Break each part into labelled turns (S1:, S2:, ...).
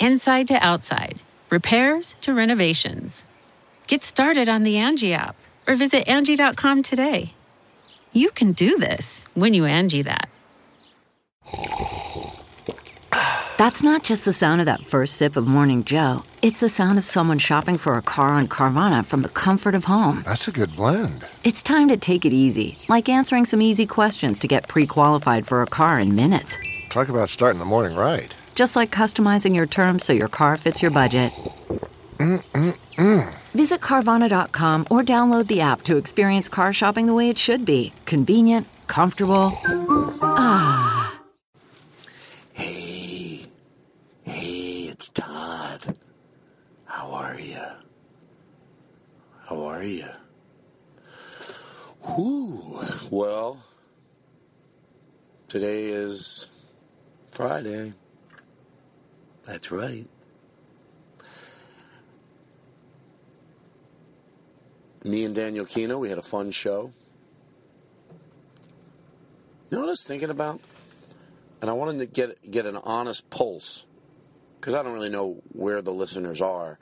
S1: Inside to outside, repairs to renovations. Get started on the Angie app or visit Angie.com today. You can do this when you Angie that.
S2: That's not just the sound of that first sip of Morning Joe. It's the sound of someone shopping for a car on Carvana from the comfort of home.
S3: That's a good blend.
S2: It's time to take it easy, like answering some easy questions to get pre qualified for a car in minutes.
S3: Talk about starting the morning right.
S2: Just like customizing your terms so your car fits your budget.
S3: Mm-mm-mm.
S2: Visit Carvana.com or download the app to experience car shopping the way it should be convenient, comfortable. Ah.
S4: Hey, it's Todd. How are you? How are you? Whoo, well, today is Friday. That's right. Me and Daniel Kino, we had a fun show. You know what I was thinking about? And I wanted to get get an honest pulse because I don't really know where the listeners are.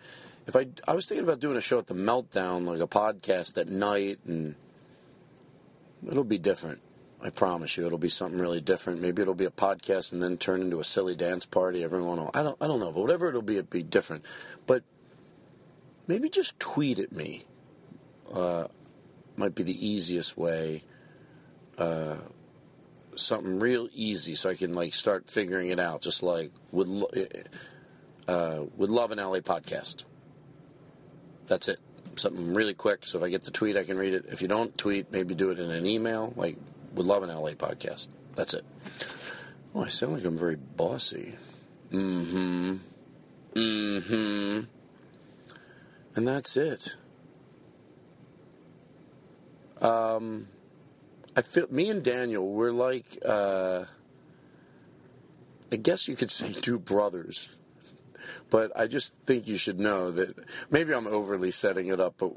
S4: If I I was thinking about doing a show at the Meltdown, like a podcast at night, and it'll be different. I promise you, it'll be something really different. Maybe it'll be a podcast and then turn into a silly dance party. Everyone will. I don't. I don't know, but whatever it'll be, it'll be different. But maybe just tweet at me. Uh, might be the easiest way. Uh, something real easy so I can like start figuring it out. Just like would lo- eh, uh, would love an LA podcast. That's it. Something really quick. So if I get the tweet, I can read it. If you don't tweet, maybe do it in an email. Like would love an LA podcast. That's it. Oh, I sound like I'm very bossy. Mm-hmm. Mm-hmm. And that's it. Um. I feel me and Daniel we're like uh, I guess you could say two brothers. But I just think you should know that maybe I'm overly setting it up, but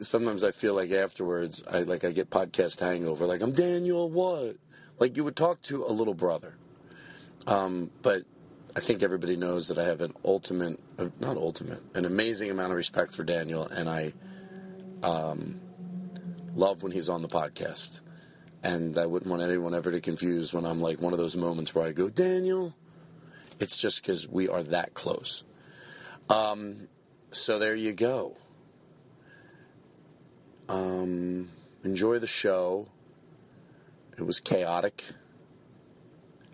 S4: sometimes I feel like afterwards I like I get podcast hangover like I'm Daniel what? Like you would talk to a little brother. Um, but I think everybody knows that I have an ultimate uh, not ultimate, an amazing amount of respect for Daniel and I um, love when he's on the podcast and I wouldn't want anyone ever to confuse when I'm like one of those moments where I go, Daniel. It's just because we are that close. Um, so there you go. Um, enjoy the show. It was chaotic.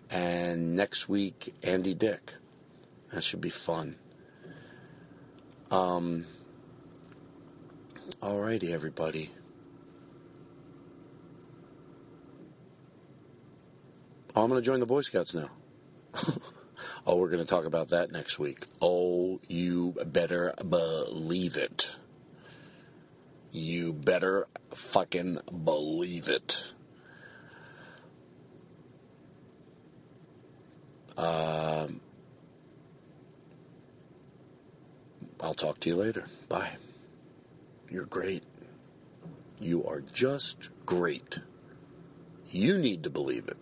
S4: And next week, Andy Dick. That should be fun. Um, alrighty, everybody. Oh, I'm going to join the Boy Scouts now. oh, we're going to talk about that next week. Oh, you better believe it. You better fucking believe it. Um, I'll talk to you later. Bye. You're great. You are just great. You need to believe it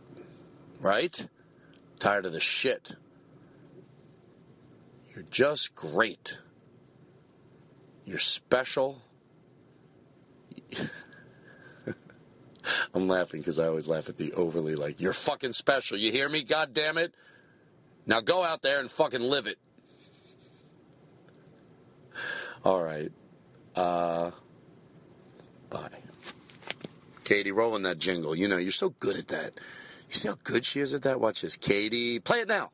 S4: right? Tired of the shit. You're just great. You're special. I'm laughing because I always laugh at the overly like, you're fucking special. You hear me? God damn it. Now go out there and fucking live it.
S5: All right. Uh, bye. Katie, rolling that jingle. You know, you're so good at that. You see how good she is at that? Watch this. Katie, play it now.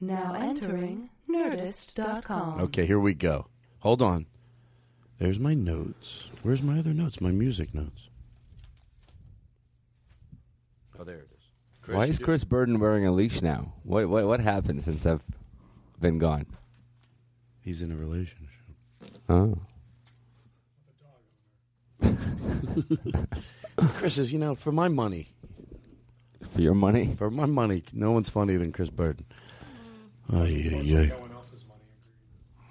S6: Now entering Nerdist.com.
S4: Okay, here we go. Hold on. There's my notes. Where's my other notes? My music notes. Oh, there it is.
S7: Why is Chris Burden wearing a leash now? What what what happened since I've been gone?
S4: He's in a relationship.
S7: Oh.
S4: Chris is, you know, for my money,
S7: For your money?
S4: for my money, no one's funnier than Chris Burden. Oh, yeah, yeah.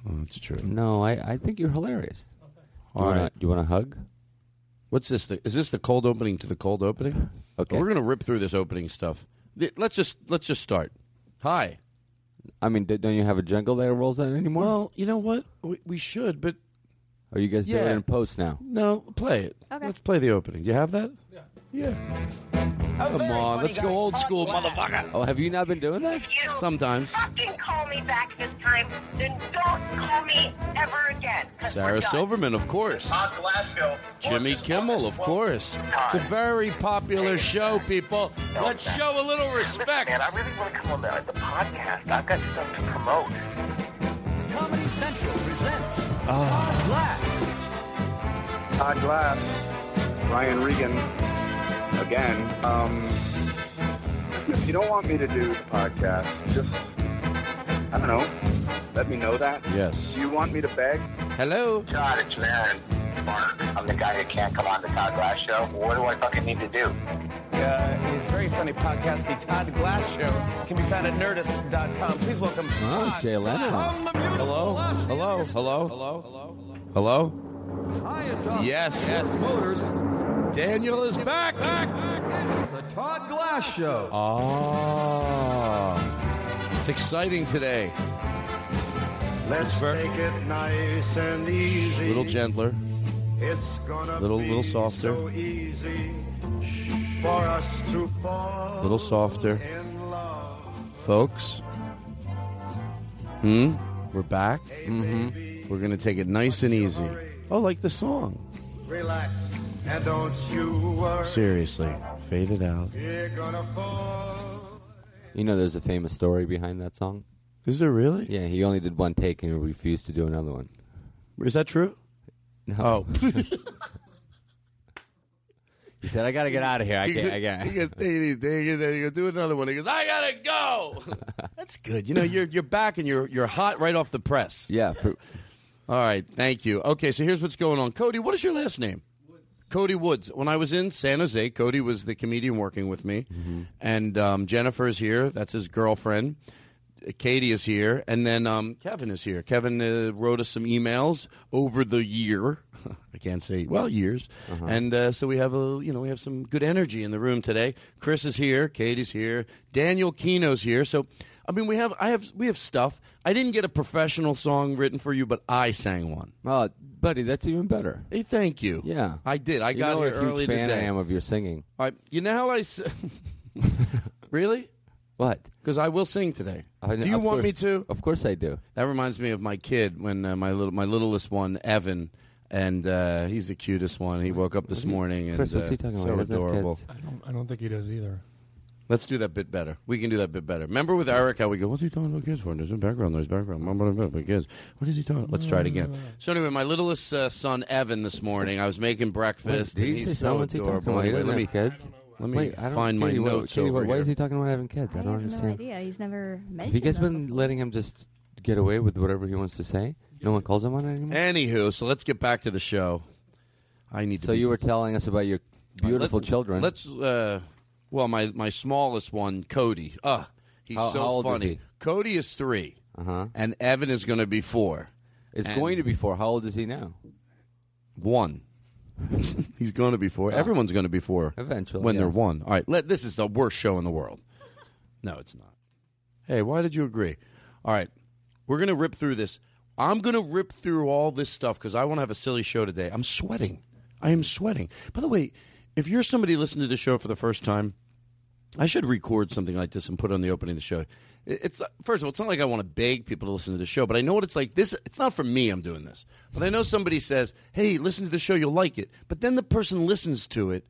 S4: Oh, that's true.
S7: No, I, I think you're hilarious.
S4: All
S7: you
S4: right.
S7: Want you want a hug?
S4: What's this? The, is this the cold opening to the cold opening?
S7: Okay.
S4: We're gonna rip through this opening stuff. Th- Let's just let's just start. Hi.
S7: I mean, d- don't you have a jungle that rolls out anymore?
S4: Well, you know what? We, we should, but
S7: Are you guys doing
S4: yeah.
S7: it in post now?
S4: no, play it.
S6: Okay.
S4: Let's play the opening. You have that? Yeah. Yeah. Come on, let's go old school, motherfucker.
S7: Oh, have you not been doing that?
S8: You
S4: Sometimes.
S8: fucking call me back this time, then don't call me ever again. 'cause we're
S4: Sarah
S8: done.
S4: Silverman, of course. Jimmy Kimmel, of course. It's a very popular show, people. Let's show a little respect.
S8: Man, I really want to come on the, the podcast. I've got stuff to promote.
S9: Comedy Central presents Todd Glass.
S10: Ah. Todd Glass, Ryan Regan, again. Um, if you don't want me to do the podcast, just, I don't know, let me know that.
S4: Yes.
S10: Do you want me to beg?
S4: Hello.
S8: Todd, it's Marin. Mark, I'm the guy who can't come on the Todd Glass show. What do I fucking need to do?
S9: Uh, his very funny podcast, The Todd Glass Show, can be found at nerdist.com. Please welcome
S7: Oh,
S9: Todd
S7: Jay
S9: Glass.
S7: Leno.
S4: Hello. Hello. Hello. Hello. Hello.
S9: Hiya, Todd.
S4: Yes.
S9: Motors.
S4: Daniel is back.
S9: The Todd Glass Show.
S4: Oh. It's exciting today.
S10: Let's take it nice and easy.
S4: A little gentler.
S10: It's gonna
S4: Little- little softer.
S10: so easy for us to fall
S4: Little softer.
S10: in love.
S4: Folks. Hmm? We're back. Mm-hmm. We're going to take it nice and easy. Oh, like the song.
S10: Relax and don't you worry.
S4: Seriously. Fade it out.
S10: You're gonna fall.
S7: You know, there's a famous story behind that song.
S4: Is there really?
S7: Yeah, he only did one take and he refused to do another one.
S4: Is that true?
S7: No.
S4: Oh.
S7: He said, "I gotta get out of here. I can't. I
S4: He
S7: can't."
S4: goes, "Hey, hey, hey," and then he goes, do another one. He goes, I gotta go. That's good. You know, you're you're back and you're you're hot right off the press.
S7: Yeah. For,
S4: All right, thank you. Okay, so here's what's going on. Cody, what is your last name? Cody Woods. When I was in San Jose, Cody was the comedian working with me,
S7: Mm-hmm.
S4: and um, Jennifer is here. That's his girlfriend. Katie is here, and then um, Kevin is here. Kevin uh, wrote us some emails over the year. I can't say well years,
S7: Uh-huh.
S4: and uh, so we have a you know we have some good energy in the room today. Chris is here, Katie's here, Daniel Kino's here. So I mean we have I have we have stuff. I didn't get a professional song written for you, but I sang one.
S7: oh, buddy, that's even better.
S4: Hey, thank you.
S7: Yeah,
S4: I did. I
S7: You
S4: got
S7: know
S4: here
S7: what a huge
S4: early
S7: fan
S4: today.
S7: I am of your singing.
S4: All right, you know how I s- really
S7: What?
S4: because I will sing today.
S7: I-
S4: Do you
S7: of
S4: want
S7: course-
S4: me to?
S7: Of course I do.
S4: That reminds me of my kid when uh, my little my littlest one Evan, and uh, he's the cutest one. He woke up this morning and
S7: Chris, what's
S4: uh,
S7: he talking
S4: so
S7: about? He doesn't have
S4: adorable.
S7: kids.
S11: I don't think he does either.
S4: Let's do that bit better. We can do that bit better. Remember with Eric how we go, what's he talking about kids for? There's no background noise, background. Blah, blah, blah, blah, kids. What is he talking about? Let's try it again. So anyway, my littlest uh, son Evan this morning, I was making breakfast.
S7: Wait, did
S4: and
S7: you
S4: he's
S7: say
S4: so
S7: someone's he talking
S4: adorable.
S7: about? He
S4: Anyway,
S7: doesn't
S4: let me,
S7: have kids.
S4: let me
S7: Wait, I don't,
S4: find
S7: Katie,
S4: my
S7: what-
S4: notes
S7: Katie,
S4: over
S7: what, Why
S4: here.
S7: is he talking about having kids? I, don't understand.
S6: He's never
S7: Have you guys been letting him just get away with whatever he wants to say? No one calls him on it anymore.
S4: Anywho, so let's get back to the show. I need to.
S7: so
S4: be-
S7: you were telling us about your beautiful
S4: Let-
S7: children.
S4: Let's. Uh, well, my my smallest one, Cody. Uh, he's
S7: How-
S4: so
S7: how old is
S4: funny.
S7: he?
S4: Cody is 3
S7: Uh-huh.
S4: and Evan is going to be four.
S7: It's
S4: and-
S7: going to be four. How old is he now?
S4: One. he's going to be four. Everyone's going to be four
S7: Oh. Eventually,
S4: when they're
S7: yes.
S4: one. All right. Let this is the worst show in the world. No, it's not. Hey, why did you agree? All right, we're going to rip through this. I'm going to rip through all this stuff because I want to have a silly show today. I'm sweating. I am sweating. By the way, if you're somebody listening to the show for the first time, I should record something like this and put it on the opening of the show. it- it's uh, first of all, it's not like I want to beg people to listen to the show, but I know what it's like. This it's not for me. I'm doing this, but I know somebody says, "Hey, listen to the show. You'll like it." But then the person listens to it,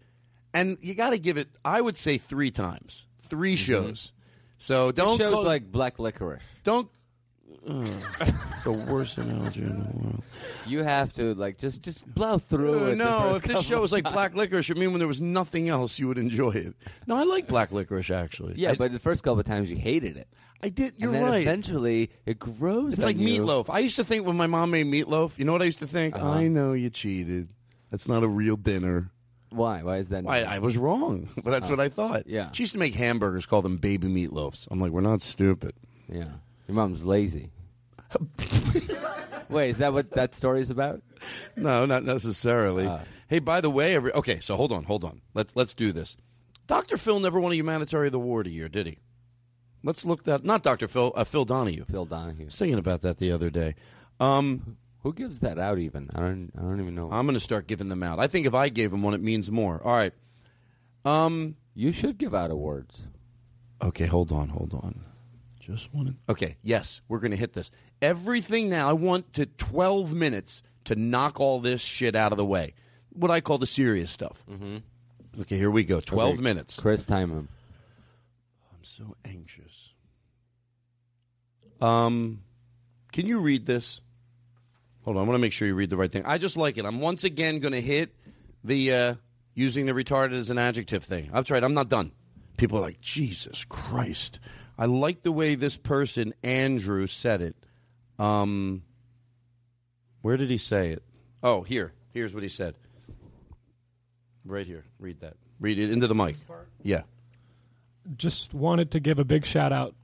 S4: and you got to give it. I would say three times, 3 shows. So don't
S7: Mm-hmm. show's
S4: call-
S7: like black licorice.
S4: Don't. it's the worst analogy in the world.
S7: You have to like just just blow through
S4: Uh,
S7: it. the
S4: no,
S7: first
S4: if this
S7: couple
S4: show was like
S7: times.
S4: black licorice, you mean when there was nothing else, you would enjoy it. No, I like black licorice actually.
S7: Yeah,
S4: I-
S7: but the first couple of times you hated it.
S4: I did. You're
S7: and then
S4: right.
S7: Eventually, it grows.
S4: It's
S7: on
S4: like
S7: you.
S4: meatloaf. I used to think when my mom made meatloaf, you know what I used to think?
S7: Uh-huh.
S4: I know you cheated. That's not a real dinner. Why? Why is that? Why, I was wrong, but that's
S7: Oh.
S4: what I thought.
S7: Yeah.
S4: She used to make hamburgers, call them baby meatloafs. I'm like, we're not stupid. Yeah. Your mom's lazy.
S7: Wait, is that what that story's about?
S4: No, not necessarily. hey, by the way, every okay. So hold on, hold on. Let's let's do this. Doctor Phil never won a humanitarian award a year, did he? Let's look that. Not Doctor Phil. Uh, Phil Donahue. Phil Donahue. Singing about that the other day. Um, Who gives that out? Even I don't. I don't even know. I'm going to start giving them out. I think if I gave him one, it means more. All right. Um, you should give out awards. Okay, hold on, hold on. Just wanted. Okay, yes, we're going to hit this. Everything now, I want to 12 minutes to knock all this shit out of the way. What I call the serious stuff. Okay, here we go. 12
S7: Mm-hmm. Okay,
S4: minutes.
S7: Chris, time him.
S4: I'm so anxious. Um, can you read this? Hold on, I want to make sure you read the right thing. I just like it. I'm once again going to hit the uh, using the retarded as an adjective thing. That's right. I'm not done. People are like, Jesus Christ. I like the way this person Andrew said it. Um, where did he say it? Oh, here. Here's what he said. Right here. Read that. Read it into the mic. Yeah.
S11: just wanted to give a big shout out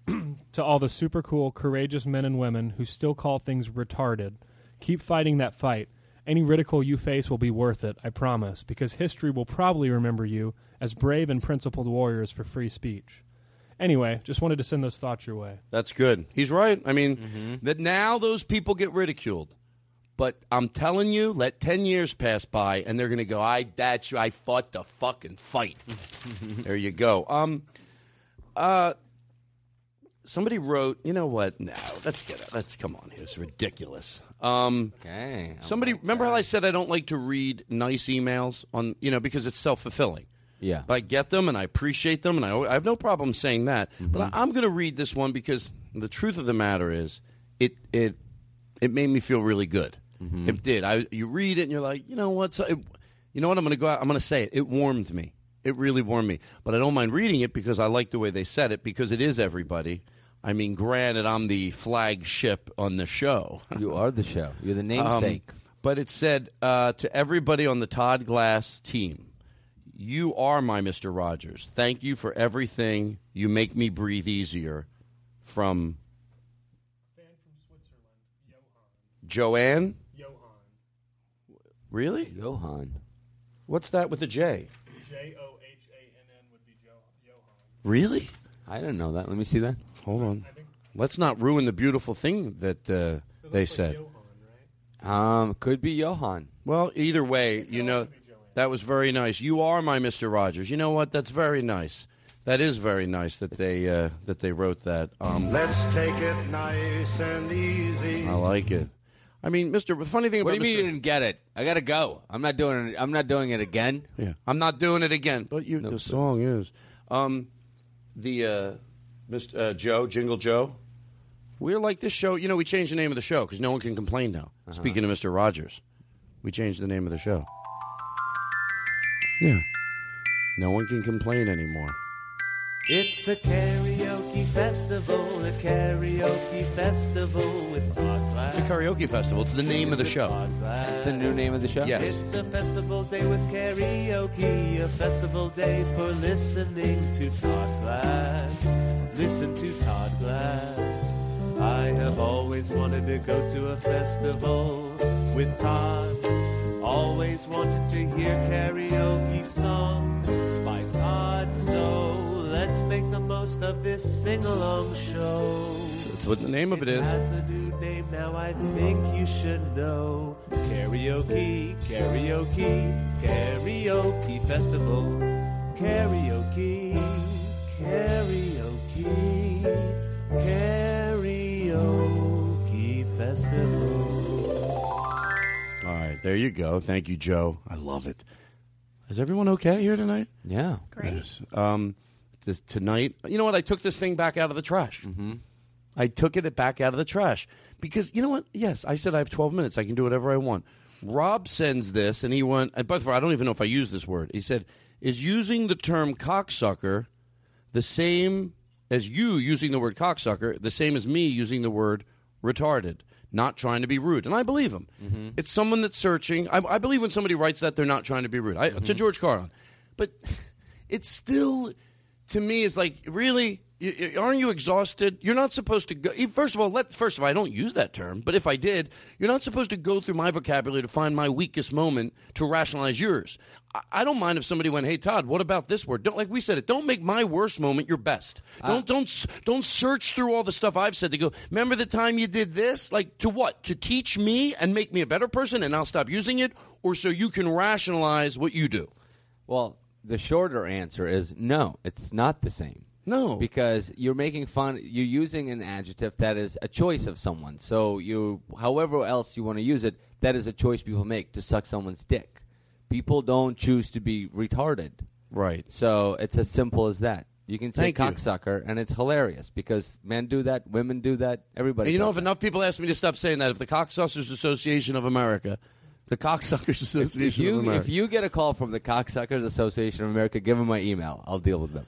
S11: to all the super cool, courageous men and women who still call things retarded. Keep fighting that fight. Any ridicule you face will be worth it, I promise, because history will probably remember you as brave and principled warriors for free speech. Anyway, just wanted to send those thoughts your way.
S4: That's good. He's right. I mean, that now those people get ridiculed. But I'm telling you, let 10 years pass by and they're going to go, I that's I fought the fucking fight. there you go. Um uh somebody wrote, you know what? No, let's get it. Let's come on here. It's ridiculous. Um okay.
S7: Oh
S4: Somebody remember how I said I don't like to read nice emails on, you know, because it's self-fulfilling.
S7: Yeah.
S4: But I get them and I appreciate them, and I, al- I have no problem saying that. But I, I'm going to read this one because the truth of the matter is, it it it made me feel really good. It did. I you read it and you're like, you know what? So it, you know what? I'm going to go out. I'm going to say it. It warmed me. It really warmed me. But I don't mind reading it because I like the way they said it because it is everybody. I mean, granted, I'm the flagship on the show. you are the show. You're the
S7: namesake.
S4: but it said uh, to everybody on the Todd Glass team, you are my Mr. Rogers. Thank you for everything. You make me breathe easier. From Joanne? Johan. Really? Johan. What's that with a J?
S11: J O H A N N would be
S4: Really?
S7: I didn't know that. Let me see that.
S4: Hold on. Let's not ruin the beautiful thing that uh, they said.
S7: Um, could be Johan.
S4: Well, either way, you know, that was very nice. You are my Mister Rogers. You know what? That's very nice. That is very nice that they uh, that they wrote that. Um,
S12: Let's take it nice and easy.
S4: I like it. I mean, Mister. The funny thing
S7: What do
S4: about
S7: you mean
S4: Mr.
S7: you didn't get it? I gotta go. I'm not doing it. I'm not doing it again.
S4: Yeah, I'm not doing it again. But you, the song is, um, the uh, Mr. Uh, Joe Jingle Joe. We're like this show. You know, we changed the name of the show because no one can complain now. Speaking of Mister Rogers, we changed the name of the show. Yeah, no one can complain anymore.
S13: It's a karaoke festival, a karaoke festival with Todd Glass.
S4: It's a karaoke festival. It's the name of the show.
S13: That's
S7: the new name of the show?
S4: Yes.
S13: It's a festival day with karaoke, a festival day for listening to Todd Glass. Listen to Todd Glass. I have always wanted to go to a festival with Todd. Always wanted to hear karaoke sung by Todd. So let's make the most of this sing-along show.
S4: That's what the name of it
S13: Has
S4: is.
S13: a new name now, I think you should know. Karaoke, karaoke, karaoke festival. Karaoke, karaoke, Karaoke Festival.
S4: All right, there you go. Thank you, Joe. I love it. Is everyone okay here tonight?
S7: Yeah.
S4: Great. Um, this, tonight, you know what? I took this thing back out of the trash. Mm-hmm. I took it back out of the trash because you know what? Yes, I said I have 12 minutes. I can do whatever I want. Rob sends this, and he went. And by the way, I don't even know if I use this word. He said, "Is using the term cocksucker the same as you using the word cocksucker the same as me using the word retarded?" Not trying to be rude, and I believe him. It's someone that's searching. I, I believe when somebody writes that, they're not trying to be rude. I, To George Carlin, but it's still to me is like really. y- y- Aren't you exhausted? You're not supposed to go. eh, First of all, let's. First of all, I don't use that term, but if I did, you're not supposed to go through my vocabulary to find my weakest moment to rationalize yours. I, I don't mind if somebody went, "Hey, Todd, what about this word?" Don't like we said it. Don't make my worst moment your best. Don't don't s- don't search through all the stuff I've said to go. Remember the time you did this? Like to what? To teach me and make me a better person, and I'll stop using it, or so you can rationalize what you do.
S7: Well, the shorter answer is no, it's not the same.
S4: No.
S7: Because you're making fun, you're using an adjective that is a choice of someone. So you, however else you want to use it, that is a choice people make to suck someone's dick. People don't choose to be retarded.
S4: Right.
S7: So it's as simple as that. You can say
S4: Thank you.
S7: cocksucker, and it's hilarious because men do that, women do that, everybody.
S4: And you know,
S7: does
S4: if enough people ask me to stop saying that, if the Cocksuckers Association of America, the Cocksuckers Association
S7: If you
S4: of America,
S7: if you get a call from the Cocksuckers Association of America, give them my email. I'll deal with them.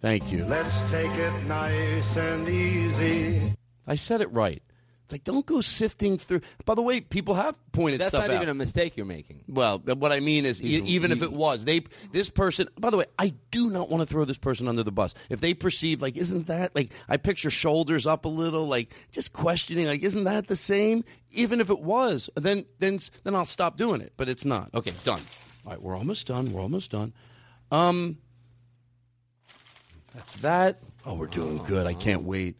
S4: Thank you.
S12: Let's take it nice and easy.
S4: I said it right. It's like don't go sifting through. By the way, people have pointed
S7: That's
S4: stuff
S7: not
S4: out.
S7: even a mistake you're making.
S4: Well, th- what I mean is, e-
S7: He's-
S4: even if
S7: he-
S4: it was, they this person. By the way, I do not want to throw this person under the bus. If they perceive like, isn't that like? I picture shoulders up a little, like just questioning, like, isn't that the same? Even if it was, then then s- then I'll stop doing it. But it's not. Okay, done. All right, we're almost done. We're almost done. Um, that's that. Oh, we're doing good. I can't wait.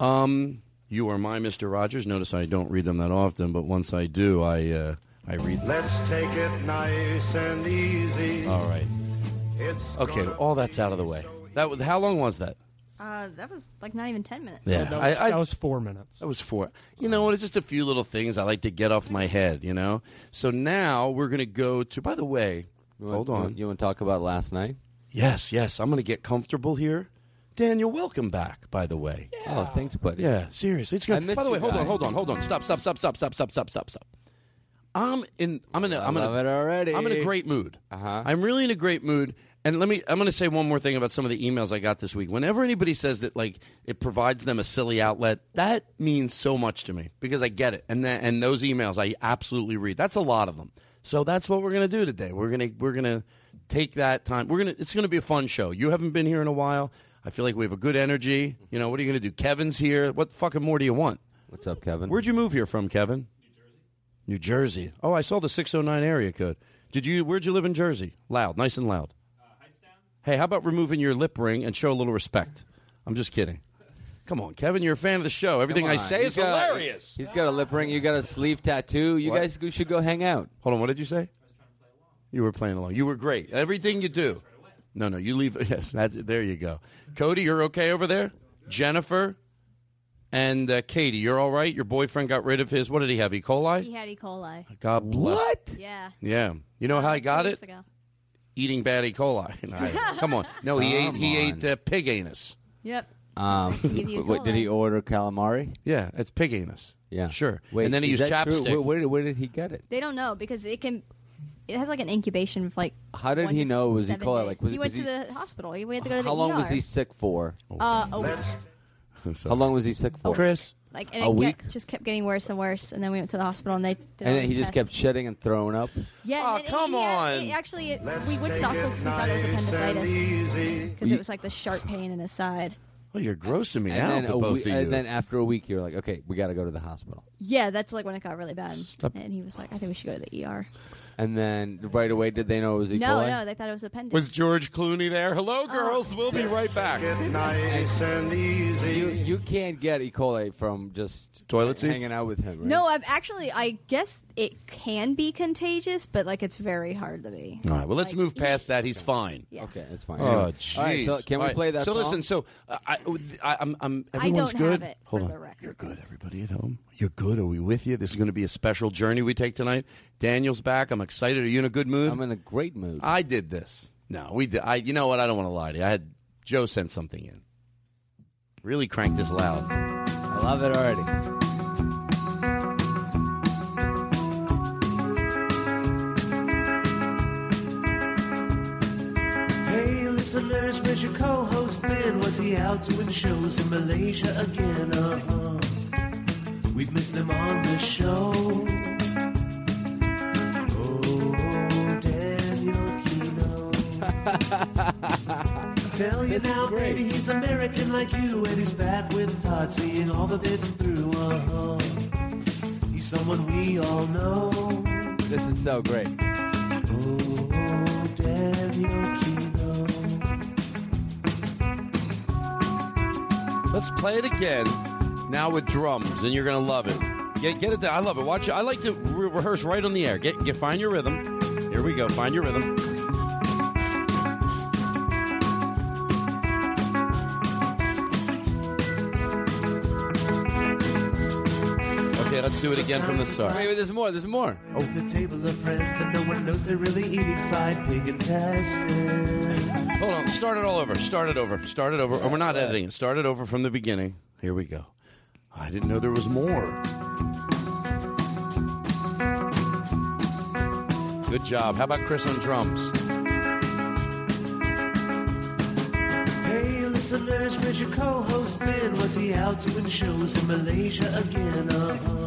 S4: Um, you are my Mister Rogers. Notice I don't read them that often, but once I do, I uh, I read them.
S12: Let's take it nice and easy.
S4: All right.
S12: It's
S4: Okay, all that's out of the way. That was, how long was that?
S14: Uh, that was like not even 10 minutes.
S4: Yeah,
S11: that was- that was four minutes.
S4: That was four. You know what? It's just a few little things I like to get off my head. You know. So now we're gonna go to. By the way, hold on.
S7: You want to talk about last night?
S4: Yes, yes. I'm gonna get comfortable here. Daniel, welcome back. By the way.
S7: Oh, thanks, buddy.
S4: Yeah, seriously, it's good.
S7: I miss
S4: By the
S7: you
S4: way, hold on,
S7: guys.
S4: hold on, hold on. Stop, stop, stop, stop, stop, stop, stop, stop, stop. I'm in. I'm in. A, I'm in
S7: love
S4: a,
S7: it already.
S4: I'm in a great mood. Uh-huh. I'm really in a great mood. And let me. I'm going to say one more thing about some of the emails I got this week. Whenever anybody says that, like it provides them a silly outlet, that means so much to me because I get it. And that, and those emails I absolutely read. That's a lot of them. So that's what we're going to do today. We're going to we're going to take that time. We're going to. It's going to be a fun show. You haven't been here in a while. I feel like we have a good energy. You know, what are you going to do? Kevin's here. What fucking more do you want?
S7: What's up, Kevin?
S4: Where'd you move here from, Kevin? New Jersey. New Jersey. Oh, I saw the 609 area code. Did you? Where'd you live in Jersey? Loud, nice and loud.
S7: Uh,
S4: Hey, how about removing your lip ring and show a little respect? I'm just kidding. Come on, Kevin, you're a fan of the show. Everything
S7: Come
S4: I
S7: on,
S4: say
S7: you
S4: is
S7: got-
S4: hilarious.
S7: He's got a lip ring. You got a sleeve tattoo. You
S4: What?
S7: guys go- should go hang out.
S4: Hold on, what did you say? You were playing along. You were great. Everything you do. No, no, you leave. Yes, that's, there you go. Cody, you're okay over there? Jennifer and uh, Katie, you're all right? Your boyfriend got rid of his, what did he have, E. coli?
S14: He had E. coli.
S4: God bless.
S14: Yeah.
S4: Yeah.
S7: Oh,
S4: You know how I got
S14: Two
S4: it?
S14: weeks ago.
S4: Eating bad E. coli. And I- come on. No, he ate
S7: Come
S4: he
S7: on.
S4: ate uh, pig anus.
S14: Yep.
S7: Um,
S14: Give you
S7: what, did he order calamari?
S4: Yeah, it's pig anus.
S7: Yeah,
S4: sure.
S7: Wait,
S4: And then he
S7: is
S4: used
S7: that true?
S4: chapstick.
S7: Where, where did, where did he get it?
S14: They don't know because it can. It has like an incubation of like.
S7: How did
S14: one
S7: he
S14: to
S7: know it was E.
S14: seven
S7: coli?
S14: days.
S7: Like, was-
S14: he went
S7: was
S14: to
S7: he-
S14: the hospital. He had to go to the
S7: How long
S14: ER.
S7: was he sick for?
S14: Uh, a week.
S7: How long was he sick for?
S4: Oh. Chris,
S14: Like and
S7: a
S14: it
S7: week,
S14: Kept, just kept getting worse and worse, and then we went to the hospital and they. Did all
S7: and then
S14: these
S7: he just
S14: tests.
S7: kept shedding and throwing up.
S14: Yeah.
S4: Oh,
S14: and then
S4: come
S14: he had-
S4: on.
S14: it actually, it,
S4: Let's
S14: we went to
S4: take
S14: the hospital
S4: it
S14: because we thought it was
S4: nice and
S14: appendicitis
S4: easy.
S14: because
S7: You-
S14: it was like the sharp pain in his side.
S4: Well, you're grossing me
S7: And
S4: out
S7: then,
S4: to
S7: a
S4: both
S7: week-
S4: of you.
S7: and then after a week, you're like, okay, we got to go to the hospital.
S14: Yeah, that's like when it got really bad,
S4: Stop.
S14: and he was like, "I think we should go to the ER."
S7: And then right away, did they know it was E.
S14: No,
S7: coli?
S14: no, they thought it was appendix.
S4: Was George Clooney there? Hello, girls.
S7: Oh.
S4: We'll be right back.
S12: nice and easy.
S7: You, you can't get E. coli from just
S4: toilet
S7: hanging out with him. Right?
S14: No, I've actually. I guess it can be contagious, but like it's very hard to be.
S4: All right. Well, let's move past that. He's fine.
S7: Okay, that's fine.
S4: Oh,
S7: Anyway.
S4: jeez.
S7: All right, so can we play that
S4: So
S7: song?
S4: listen. So uh, I, I, I'm, I'm.
S14: I
S4: Everyone's
S14: don't
S4: good.
S14: have it,
S4: Hold
S14: for
S4: on.
S14: the record.
S4: You're good. Everybody at home. You're good. Are we with you?
S7: Mm-hmm.
S4: This is going to be a special journey we take tonight. Daniel's back. I'm excited. Are you in a good mood? I'm
S7: in a great mood.
S4: I did this. No, we did. I. You know what? I don't want to lie to you. I had Joe send something in. Really cranked this loud. I
S7: love it already.
S13: Hey, listeners, where's your co-host been? Was he out doing shows in Malaysia again? Uh-huh. We've missed him on the show. Oh, Daniel Kino. Tell you
S15: This is
S13: now,
S15: great.
S13: baby, he's American like you, and he's back with Todd, seeing all the bits through. Uh-huh. He's someone we all know.
S7: This is so great.
S13: Oh, Daniel Kino.
S4: Let's play it again. Now with drums, and you're gonna love it. Get get it. down. I love it. Watch it. I like to re- rehearse right on the air. Get get find your rhythm. Here we go. Find your rhythm. Okay, let's do it again from the start.
S7: Wait, wait, there's more. There's more.
S13: Oh. The table of friends, and no one knows they're really eating fried pig intestines.
S4: Hold on. Start it all over. Start it over. Start it over. And we're not editing it. Start it over from the beginning. Here we go. I didn't know there was more. Good job. How about Chris on drums?
S13: Hey, listeners, where's your co host been? Was he out doing shows in Malaysia again? Uh huh.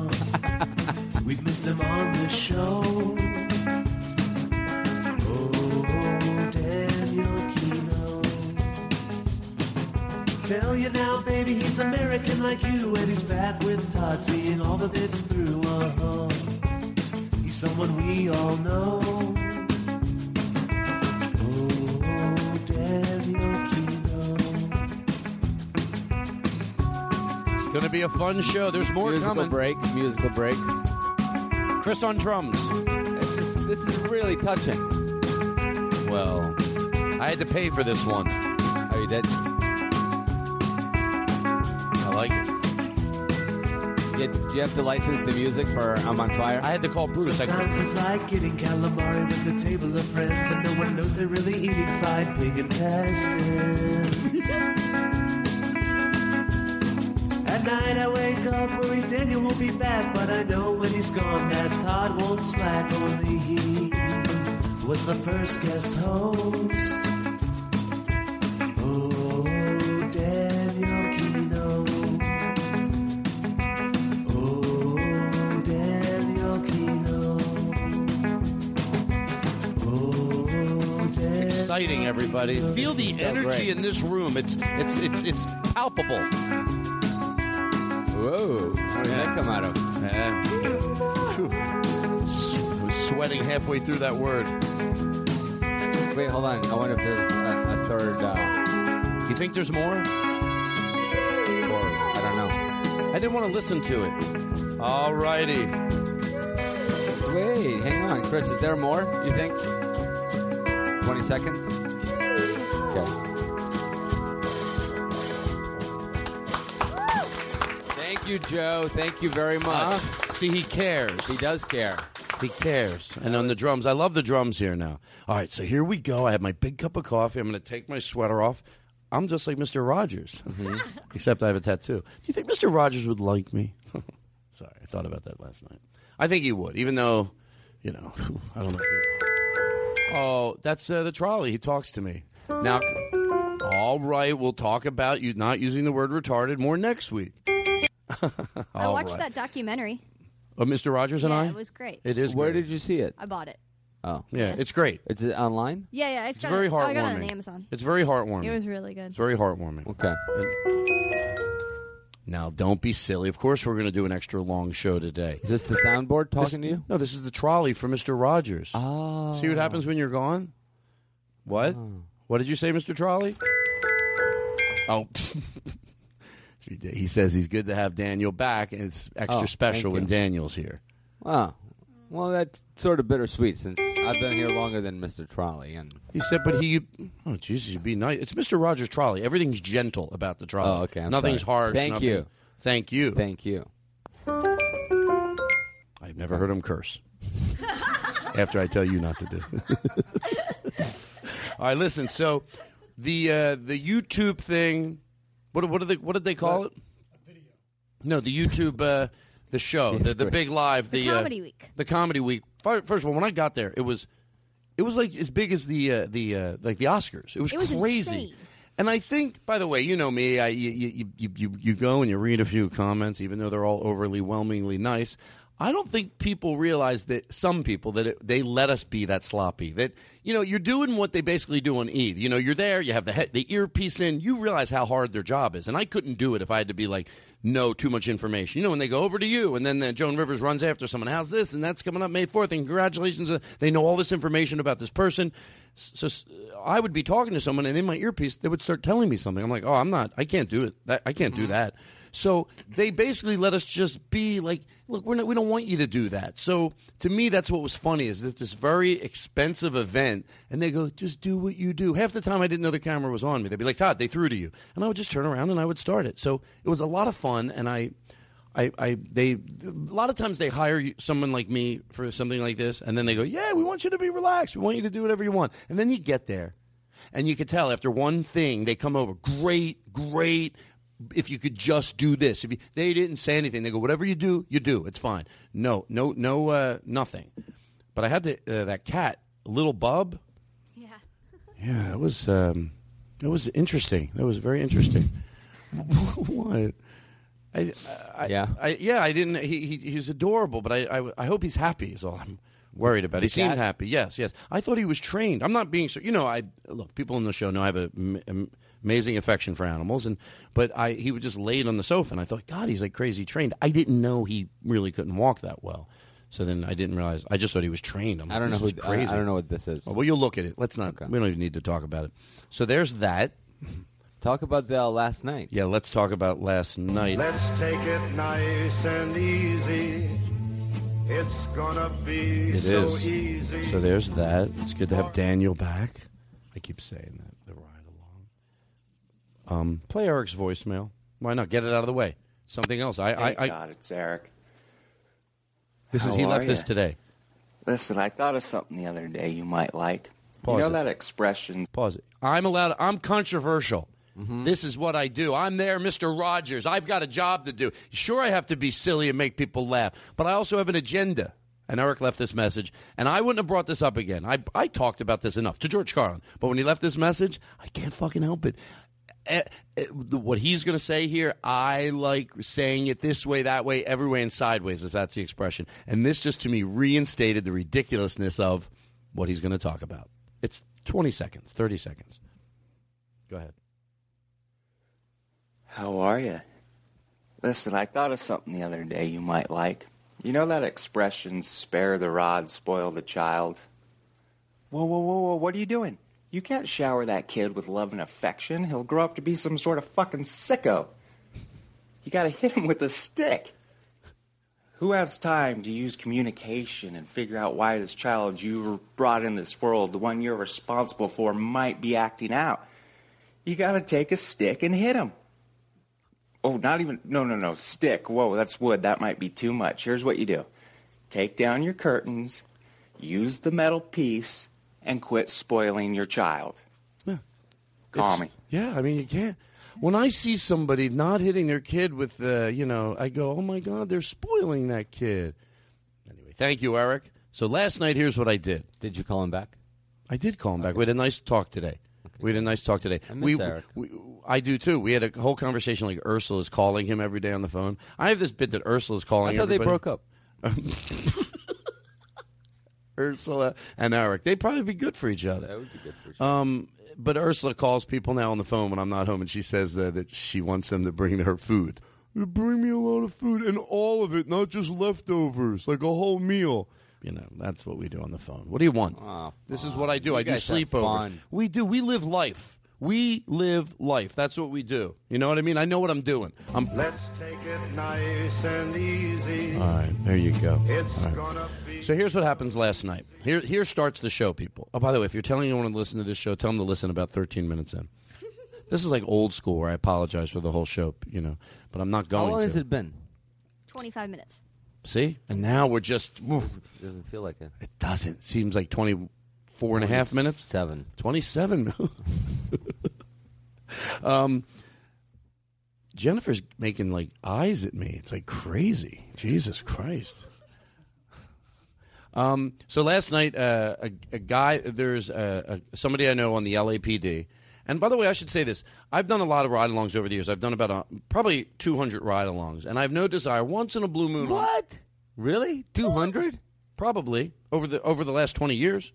S13: We've missed him on the show. Oh, Daniel Kino. Tell you now, baby, he's American like you, and he's back with Todd, seeing all the bits through. Uh huh. He's someone we all know. Oh, Daniel Kino.
S4: It's going to be a fun show. There's more
S7: musical
S4: coming.
S7: break. Musical break.
S4: Chris on drums.
S7: It's just, this is really touching.
S4: Well, I had to pay for this one.
S7: Oh, you did?
S4: I like it.
S7: Yeah, do you have to license the music for I'm on fire? I
S4: had to call Bruce.
S13: Sometimes it's like getting calamari with a table of friends, and no one knows they're really eating fried pig intestines. At night I wake up worried Daniel won't be back, but I know when he's gone that Todd won't slack. Only he was the first guest host. Oh, Daniel Kino. Oh, Daniel Kino. Oh, Daniel
S4: Exciting, everybody. Feel the
S13: So
S4: energy
S13: great.
S4: in this room. It's it's it's it's palpable.
S7: Whoa! How did that come out of?
S4: was sweating halfway through that word.
S7: Wait, hold on. I wonder if there's a, a third. Uh...
S4: You think there's more?
S7: I don't know.
S4: I didn't want to listen to it. All righty.
S7: Wait, hang on, Chris. Is there more? You think? Twenty seconds. Okay. Thank you, Joe. Thank you very much.
S4: See, he cares.
S7: He does care.
S4: He cares. And on the drums, I love the drums here now. All right, so here we go. I have my big cup of coffee. I'm going to take my sweater off. I'm just like Mr. Rogers, except I have a tattoo. Do you think Mr. Rogers would like me? Sorry, I thought about that last night. I think he would, even though, you know, I don't know. if he- Oh, that's uh, the trolley. He talks to me. Now, all right, we'll talk about you not using the word retarded more next week.
S14: I watched that documentary.
S4: Oh, Mr. Rogers and
S14: Yeah,
S4: I?
S14: it was great.
S4: It is
S7: Where
S4: great.
S7: did you see it?
S14: I bought it.
S7: Oh,
S4: Yeah, it's great.
S7: It's uh, online.
S14: Yeah, yeah.
S4: It's
S14: got
S4: very
S14: it-
S4: heartwarming.
S14: I got it on Amazon.
S4: It's very heartwarming.
S14: It was really good.
S4: It's very heartwarming.
S7: Okay.
S4: Now, don't be silly. Of course, we're going to do an extra long show today.
S7: Is this the soundboard talking to you?
S4: No, this is the trolley for Mr. Rogers.
S7: Oh.
S4: See what happens when you're gone? What? What did you say, Mr. Trolley? Oh. he says he's good to have Daniel back, and it's extra
S7: Oh,
S4: special
S7: thank
S4: when
S7: you.
S4: Daniel's here.
S7: Oh, well, that's sort of bittersweet since I've been here longer than Mr. Trolley. And
S4: He said, but he. Oh, Jesus, you'd be nice. It's Mr. Rogers' trolley. Everything's gentle about the trolley.
S7: Oh, okay, I'm
S4: Nothing's
S7: sorry.
S4: harsh.
S7: Thank
S4: nothing-
S7: you.
S4: Thank you. Thank
S7: you.
S4: I've never heard him curse. After I tell you not to do. All right, listen. So, the uh, the YouTube thing. What what did they what did they call it? No, the YouTube uh, the show, the, the
S7: great.
S4: big live,
S14: The
S4: the, uh,
S14: Comedy Week.
S4: the comedy week. Fir- First of all, when I got there, it was it was like as big as the uh, the uh, like the Oscars. It was,
S14: It was
S4: crazy.
S14: insane.
S4: And I think, by the way, you know me. I you, you, you, you, you go and you read a few comments, even though they're all overwhelmingly nice. I don't think people realize that some people that it, they let us be that sloppy. That you know you're doing what they basically do on Eid. You know you're there, you have the he- the earpiece in. You realize how hard their job is, and I couldn't do it if I had to be like, no, too much information. You know when they go over to you, and then the Joan Rivers runs after someone. How's this? And that's coming up May fourth. And congratulations, uh, they know all this information about this person. S- So s- I would be talking to someone, and in my earpiece they would start telling me something. I'm like, oh, I'm not, I can't do it. That, I can't do that. So they basically let us just be like, look, we're not, we don't want you to do that. So to me, that's what was funny is that this very expensive event, and they go, just do what you do. Half the time, I didn't know the camera was on me. They'd be like, Todd, they threw to you, and I would just turn around and I would start it. So it was a lot of fun, and I. I, I, they, a lot of times they hire you- someone like me for something like this, and then they go, "Yeah, we want you to be relaxed. We want you to do whatever you want." And then you get there, and you could tell after one thing they come over, great, great. If you could just do this, if you, they didn't say anything, they go, "Whatever you do, you do. It's fine." No, no, no, uh, nothing. But I had the, uh, that cat, little Bub. Yeah. Yeah, that was um, that was interesting. That was very interesting. what? I, I,
S7: Yeah.
S4: I, yeah, I didn't. He, he he's adorable, but I, I I hope he's happy. Is all I'm worried about.
S7: The
S4: He seemed
S7: cat?
S4: happy. Yes, yes. I thought he was trained. I'm not being so. You know, I look. People in the show know I have an amazing affection for animals, and but I he was just laid on the sofa, and I thought, God, he's like crazy trained. I didn't know he really couldn't walk that well. So then I didn't realize. I just thought he was trained. I'm like,
S7: I don't know
S4: this
S7: who.
S4: is crazy.
S7: I, I don't know what this is.
S4: Well, you'll look at it. Let's not. We don't even need to talk about it. So there's that.
S7: Talk about the last night.
S4: Yeah, let's talk about last night.
S12: Let's take it nice and easy. It's gonna be
S4: It is.
S12: so easy.
S4: So there's that. It's good to have Daniel back. I keep saying that the ride along. Um, play Eric's voicemail. Why not get it out of the way? Something else. I,
S15: Hey,
S4: I, I
S15: Todd, it's Eric.
S4: this is
S15: How
S4: he left
S15: are
S4: this
S15: ya?
S4: today.
S15: Listen, I thought of something the other day you might like.
S4: Pause
S15: you know
S4: it.
S15: that expression.
S4: Pause it. I'm allowed. I'm controversial. This is what I do. I'm there, Mr. Rogers. I've got a job to do. Sure, I have to be silly and make people laugh, but I also have an agenda. And Eric left this message, and I wouldn't have brought this up again. I, I talked about this enough to George Carlin, but when he left this message, I can't fucking help it. Eh, eh, the- what he's going to say here, I like saying it this way, that way, every way, and sideways, if that's the expression. And this just to me reinstated the ridiculousness of what he's going to talk about. It's 20 seconds, 30 seconds. Go ahead.
S15: How are you? Listen, I thought of something the other day you might like. You know that expression, spare the rod, spoil the child? Whoa, whoa, whoa, whoa, what are you doing? You can't shower that kid with love and affection. He'll grow up to be some sort of fucking sicko. You gotta hit him with a stick. Who has time to use communication and figure out why this child you brought in this world, the one you're responsible for, might be acting out? You gotta take a stick and hit him. Oh, not even. No, no, no. Stick. Whoa, that's wood. That might be too much. Here's what you do take down your curtains, use the metal piece, and quit spoiling your child.
S4: Yeah.
S15: Call
S4: It's-
S15: me.
S4: Yeah, I mean, you can't. When I see somebody not hitting their kid with the, you know, I go, oh my God, they're spoiling that kid. Anyway, thank you, Eric. So last night, here's what I did.
S7: Did you call him back?
S4: I did call him back. We had a nice talk today. We had a nice talk today.
S7: I miss
S4: we,
S7: Eric.
S4: we- I do too. We had a whole conversation like Ursula's calling him every day on the phone. I have this bit that Ursula's calling.
S7: I thought they
S4: everybody.
S7: broke up.
S4: Ursula and Eric. They'd probably be good for each other. That
S7: would be good for each
S4: other. Um, but Ursula calls people now on the phone when I'm not home, and she says uh, that she wants them to bring her food. "You bring me a lot of food and all of it, not just leftovers, like a whole meal. You know, that's what we do on the phone. What do you want? this is what I do.
S7: You
S4: I do
S7: guys have
S4: sleepovers.
S7: fun.
S4: We do. We live life. We live life. That's what we do. You know what I mean? I know what I'm doing. I'm.
S12: Let's take it nice and easy.
S4: All right, there you go.
S12: It's
S4: All right.
S12: gonna
S4: So here's what happens last night. Here, here starts the show, people. Oh, by the way, if you're telling anyone to listen to this show, tell them to listen about 13 minutes in. This is like old school, where I apologize for the whole show, you know, but I'm not going.
S7: How long
S4: to.
S7: has it been?
S14: 25 minutes.
S4: See, and now we're just.
S7: It doesn't feel like it.
S4: It doesn't. Seems like 24 and a half minutes.
S7: Seven.
S4: 27. um, Jennifer's making like eyes at me. It's like crazy. Jesus Christ. Um, so last night, uh, a, a guy, there's uh, a, a, somebody I know on the LAPD. And by the way, I should say this. I've done a lot of ride alongs over the years. I've done about uh probably 200 ride alongs. And I have no desire, once in a blue moon. What?
S7: Really? 200?
S4: Probably over the over the last 20 years.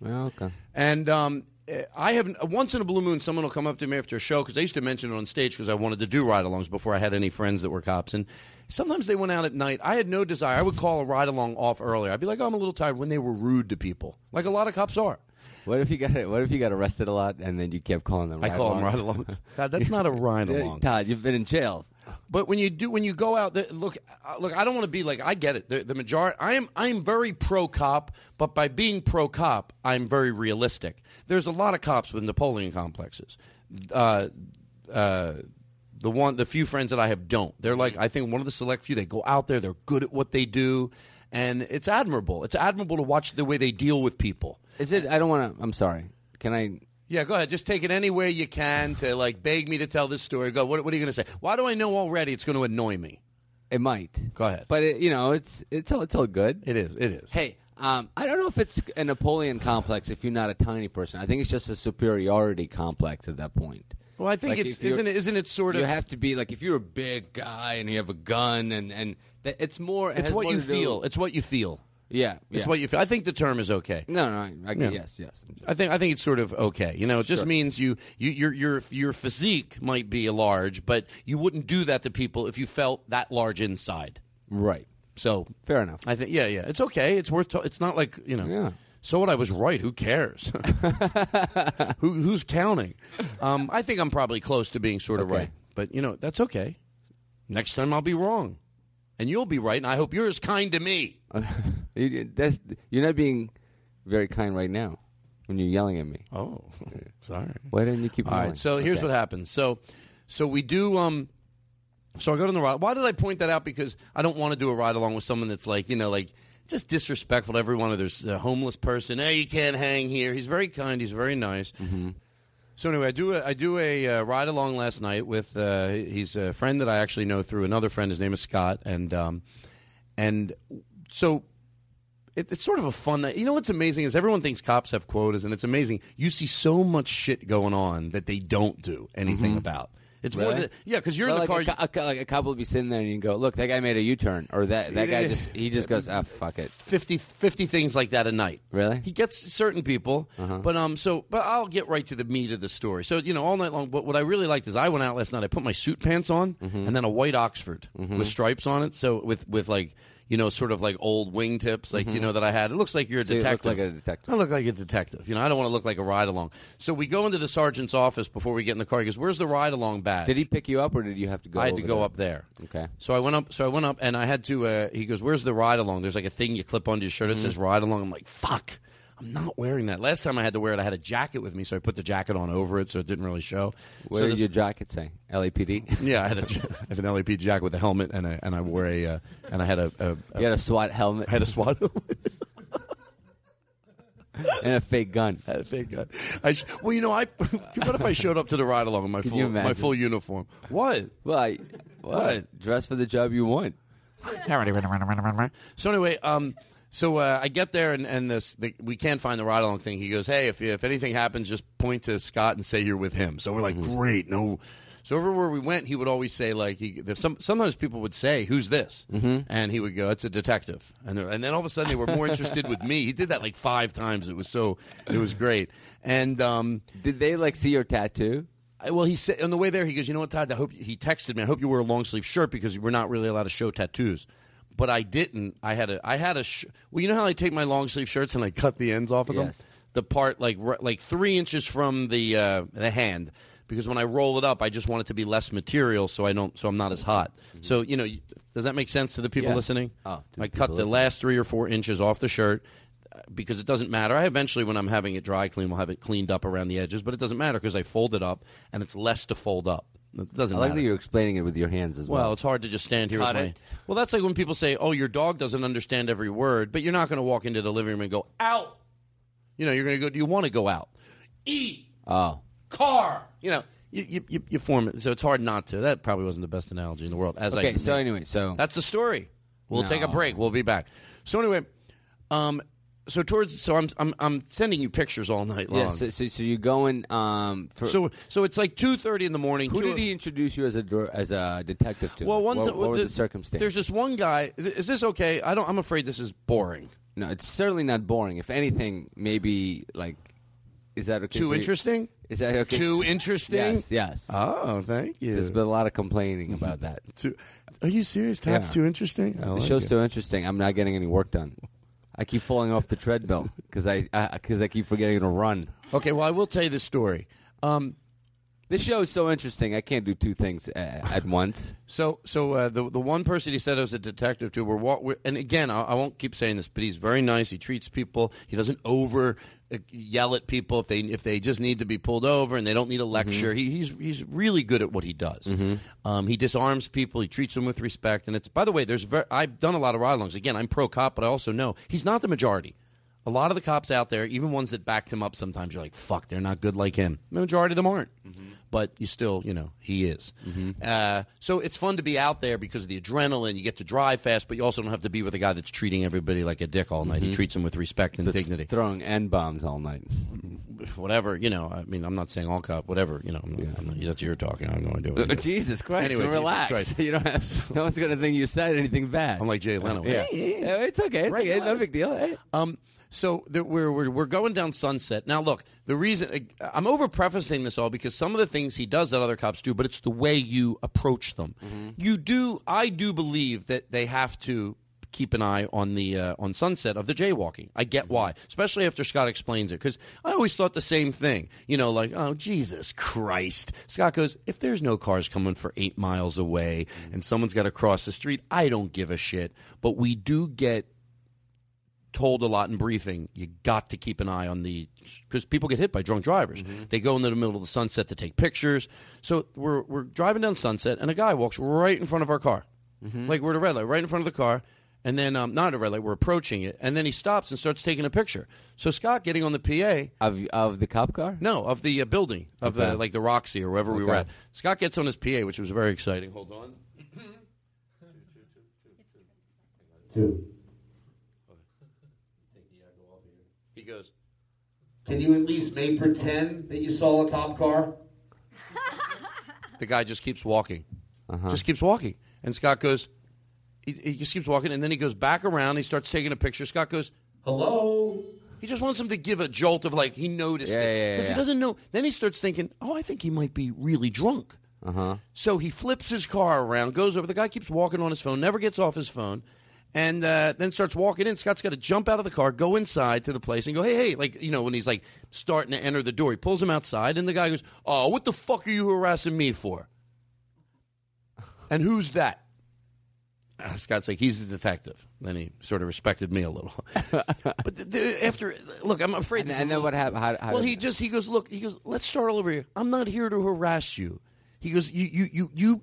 S7: Well, okay.
S4: And um, eh, I have once in a blue moon, someone will come up to me after a show because I used to mention it on stage because I wanted to do ride-alongs before I had any friends that were cops. And sometimes they went out at night. I had no desire. I would call a ride-along off earlier. I'd be like, oh, I'm a little tired. When they were rude to people, like a lot of cops are.
S7: What if you got what if you got arrested a lot and then you kept calling them?
S4: I call them ride-alongs. God, that's not a ride-along.
S7: Todd, you've been in jail.
S4: But when you do, when you go out, there, look, uh, look. I don't want to be like I get it. The, the majority, I am, I am very pro cop. But by being pro cop, I'm very realistic. There's a lot of cops with Napoleon complexes. Uh, uh, the one, the few friends that I have don't. They're like, I think one of the select few. They go out there. They're good at what they do, and it's admirable. It's admirable to watch the way they deal with people.
S7: Is it? I don't want to. I'm sorry. Can I?
S4: Yeah, go ahead. Just take it anywhere you can to like beg me to tell this story. Go. What, what are you going to say? Why do I know already? It's going to annoy me.
S7: It might.
S4: Go ahead.
S7: But it, you know, it's it's all it's all good.
S4: It is. It is.
S7: Hey, um, I don't know if it's a Napoleon complex if you're not a tiny person. I think it's just a superiority complex at that point.
S4: Well, I think
S7: Like,
S4: it's
S7: if you're-
S4: isn't it, isn't it sort of
S7: you have to be like if you're a big guy and you have a gun and and that, it's more. it
S4: it's
S7: has
S4: what
S7: more
S4: you
S7: to do-
S4: feel. It's what you feel.
S7: Yeah,
S4: It's
S7: yeah.
S4: what you feel. I think the term is okay.
S7: No, no, I, I,
S4: Yeah.
S7: yes, yes.
S4: I think I think it's sort of okay. You know, it just
S7: Sure.
S4: means you, you your your your physique might be large, but you wouldn't do that to people if you felt that large inside.
S7: Right.
S4: So
S7: fair enough.
S4: I think yeah, yeah. It's okay. It's worth. To- it's not like you know. Yeah. So what? I was right. Who cares? Who, who's counting? Um, I think I'm probably close to being sort of right, but you know that's okay. Next time I'll be wrong, and you'll be right, and I hope you're as kind to me.
S7: You- that's, you're not being very kind right now when you're yelling at me.
S4: Oh, sorry.
S7: Why didn't you keep?
S4: All right. So here's what happens. So, so we do. Um, so I go to the ride. Why did I point that out? Because I don't want to do a ride along with someone that's like you know like just disrespectful to everyone. Or there's a homeless person. Hey, you can't hang here. He's very kind. He's very nice. So anyway, I do a, I do a uh, ride along last night with uh, he's a friend that I actually know through another friend. His name is Scott, and um, and so it, it's sort of a fun night. You know what's amazing is everyone thinks cops have quotas, and it's amazing. You see so much shit going on that they don't do anything
S7: Mhm.
S4: about. It's more than, yeah, because you're
S7: Well,
S4: in the
S7: like
S4: car.
S7: A, co- a, co- like a cop will be sitting there and you go, "Look, that guy made a U-turn," or that that guy just he just goes, "Ah, fuck it."
S4: 50, 50 things like that a night. Really? He gets certain people,
S7: Uh-huh.
S4: but um, so but I'll get right to the meat of the story. So you know, all night long. But what I really liked is I went out last night. I put my suit pants on
S7: Mm-hmm.
S4: and then a white Oxford with stripes on it. So with with like you know, sort of like old wingtips, like you
S7: Mhm.
S4: know that I had. It looks like you're a
S7: So you look
S4: detective.
S7: like a detective.
S4: I look like a detective. You know, I don't want to look like a ride along. So we go into the sergeant's office before we get in the car. He goes, "Where's the ride along badge?"
S7: Did he pick you up, or did you have to go?
S4: I had to
S7: over
S4: go
S7: there?
S4: up there.
S7: Okay.
S4: So I went up. So I went up, and I had to. Uh, he goes, "Where's the ride along?" There's like a thing you clip onto your shirt that
S7: Mhm.
S4: says "ride along." I'm like, "Fuck, I'm not wearing that." Last time I had to wear it, I had a jacket with me, so I put the jacket on over it, so it didn't really show.
S7: What
S4: so
S7: did
S4: this-
S7: your jacket say? LAPD.
S4: yeah, I had, a, I had an LAP jacket with a helmet, and I and I wore a uh, and I had a, a, a
S7: You had a SWAT helmet.
S4: I had a SWAT helmet
S7: and a fake gun.
S4: I had a fake gun. I sh- well, you know, I what if I showed up to the ride along in my
S7: Can
S4: full
S7: you
S4: my
S7: imagine?
S4: full uniform? What?
S7: Well, I, well,
S4: What?
S7: Dress for the job you want.
S4: So anyway, um, so uh, I get there and and this the, we can't find the ride along thing. He goes, "Hey, if if anything happens, just point to Scott and say you're with him." So we're like, "Great, no." So everywhere we went, he would always say like, he, there, some, "Sometimes people would say, who's this?" Mm-hmm. And he would go, "It's a detective." And they're- and then all of a sudden, they were more interested with me. He did that like five times. It was so it was great. And um,
S7: did they like see your tattoo?
S4: I- well, he said on the way there, he goes, "You know what, Todd? I hope you-" he texted me. I hope you wear a long sleeve shirt because we're not really allowed to show tattoos." But I didn't. I had a. I had a. Sh- well, you know how I take my long sleeve shirts and I cut the ends off of
S7: Yes.
S4: them, the part like r- like three inches from the uh, the hand, because when I roll it up, I just want it to be less material, so I don't, so I'm not as hot. So you know, you- does that make sense to the people
S7: Mm-hmm. Yeah.
S4: listening?
S7: Oh, to
S4: I
S7: people
S4: cut the
S7: listening.
S4: last three or four inches off the shirt uh, because it doesn't matter. I eventually, when I'm having it dry clean, will have it cleaned up around the edges, but it doesn't matter because I fold it up and it's less to fold up. It doesn't
S7: I like
S4: matter.
S7: that you're explaining it with your hands as
S4: well,
S7: well.
S4: it's hard to just stand here. With
S7: Cut
S4: my,
S7: it.
S4: well, that's like when people say, "Oh, your dog doesn't understand every word," but you're not going to walk into the living room and go out. You know, you're going to go. Do you want to go out? Eat
S7: Oh,
S4: car. You know, you, you, you, you form it. So it's hard not to. That probably wasn't the best analogy in the world. As I
S7: Okay,
S4: can
S7: so
S4: think.
S7: anyway, so-
S4: that's the story. We'll take a
S7: No.
S4: break. We'll be back. So anyway, um, so towards so I'm I'm I'm sending you pictures all night long.
S7: yeah. So, so, so you're going. Um, for,
S4: so so it's like two thirty in the morning.
S7: who
S4: two-
S7: did he introduce you as a dir- as a detective to?
S4: Well, one
S7: what,
S4: ti-
S7: what were
S4: the-
S7: the circumstances?
S4: There's this one guy. Is this okay? I don't. I'm afraid this is boring.
S7: No, it's certainly not boring. If anything, maybe like, is that okay? for
S4: Too
S7: you?
S4: interesting?
S7: Is that okay?
S4: Too interesting?
S7: Yes. Yes.
S4: Oh, thank you.
S7: There's been a lot of complaining about that.
S4: too, are you serious? That's
S7: Yeah.
S4: too interesting. I
S7: the
S4: like
S7: show's
S4: it.
S7: so interesting. I'm not getting any work done. I keep falling off the treadmill because I because I keep forgetting to run.
S4: Okay, well, I will tell you this story. Um,
S7: this show is so interesting. I can't do two things uh, at once.
S4: So, so uh, the the one person he said I was a detective to, we're, wa- we're and again, I, I won't keep saying this, but he's very nice. He treats people. He doesn't over uh, yell at people if they if they just need to be pulled over and they don't need a lecture. He, he's he's really good at what he does. Um, he disarms people. He treats them with respect. And it's by the way, there's ver- I've done a lot of ride-alongs. Again, I'm pro cop, but I also know he's not the majority. A lot of the cops out there, even ones that backed him up, sometimes you're like, fuck, they're not good like him. The majority of them aren't.
S7: Mm-hmm.
S4: But you still, you know, he is. Uh, so it's fun to be out there because of the adrenaline. You get to drive fast, but you also don't have to be with a guy that's treating everybody like a dick all night. He
S7: Mhm.
S4: treats them with respect and
S7: That's
S4: dignity.
S7: Throwing n bombs all night.
S4: Whatever, you know, I mean, I'm not saying all cop, whatever, you know, I'm not, I'm not- that's your talking. I have no idea. what
S7: Uh,
S4: you're-
S7: Jesus Christ!
S4: Anyway, Jesus
S7: relax.
S4: Christ.
S7: You don't have. No one's gonna think you said anything bad.
S4: I'm like Jay Leno.
S7: Yeah. Yeah, it's okay. It's okay. No big deal. eh? Hey.
S4: Um, so there, we're, we're we're going down Sunset now. Look, the reason uh, I'm over prefacing this all because some of the things he does that other cops do, but it's the way you approach them. You do, I do believe that they have to keep an eye on the uh, on Sunset of the jaywalking. I get why, especially after Scott explains it, because I always thought the same thing. You know, like oh Jesus Christ, Scott goes, if there's no cars coming for eight miles away and someone's got to cross the street, I don't give a shit. But we do get told a lot in briefing you got to keep an eye on the because people get hit by drunk drivers they go into the middle of the sunset to take pictures so we're, we're driving down sunset and a guy walks right in front of our car like we're at a red light right in front of the car and then um, not at a red light we're approaching it and then he stops and starts taking a picture so scott getting on the pa
S7: Of of the cop car?
S4: no of the uh, building of
S7: Okay.
S4: the like the roxy or wherever we were
S7: Okay.
S4: at scott gets on his pa which was very exciting hold on he goes Can you at least make pretend that you saw a cop car? the guy just keeps walking,
S7: Uh-huh.
S4: just keeps walking, and Scott goes, he, he just keeps walking, and then he goes back around. He starts taking a picture. Scott goes, "Hello." He just wants him to give a jolt of like he noticed
S7: Yeah,
S4: it
S7: yeah, yeah,
S4: because
S7: yeah.
S4: he doesn't know. Then he starts thinking, "Oh, I think he might be really drunk." Uh
S7: Uh-huh.
S4: huh. So he flips his car around, goes over. The guy keeps walking on his phone, never gets off his phone, and uh, then starts walking in. Scott's got to jump out of the car, go inside to the place, and go, hey, hey, like, you know, when he's like starting to enter the door, he pulls him outside, and the guy goes, oh, what the fuck are you harassing me for? And who's that? Uh, Scott's like, he's the detective. Then he sort of respected me a little. but th- th- after, look, I'm afraid.
S7: And-
S4: this
S7: and
S4: is-
S7: then what hap- how- how
S4: well,
S7: did-
S4: he just he goes, look, he goes, let's start all over here. I'm not here to harass you. He goes, you, you, you, you.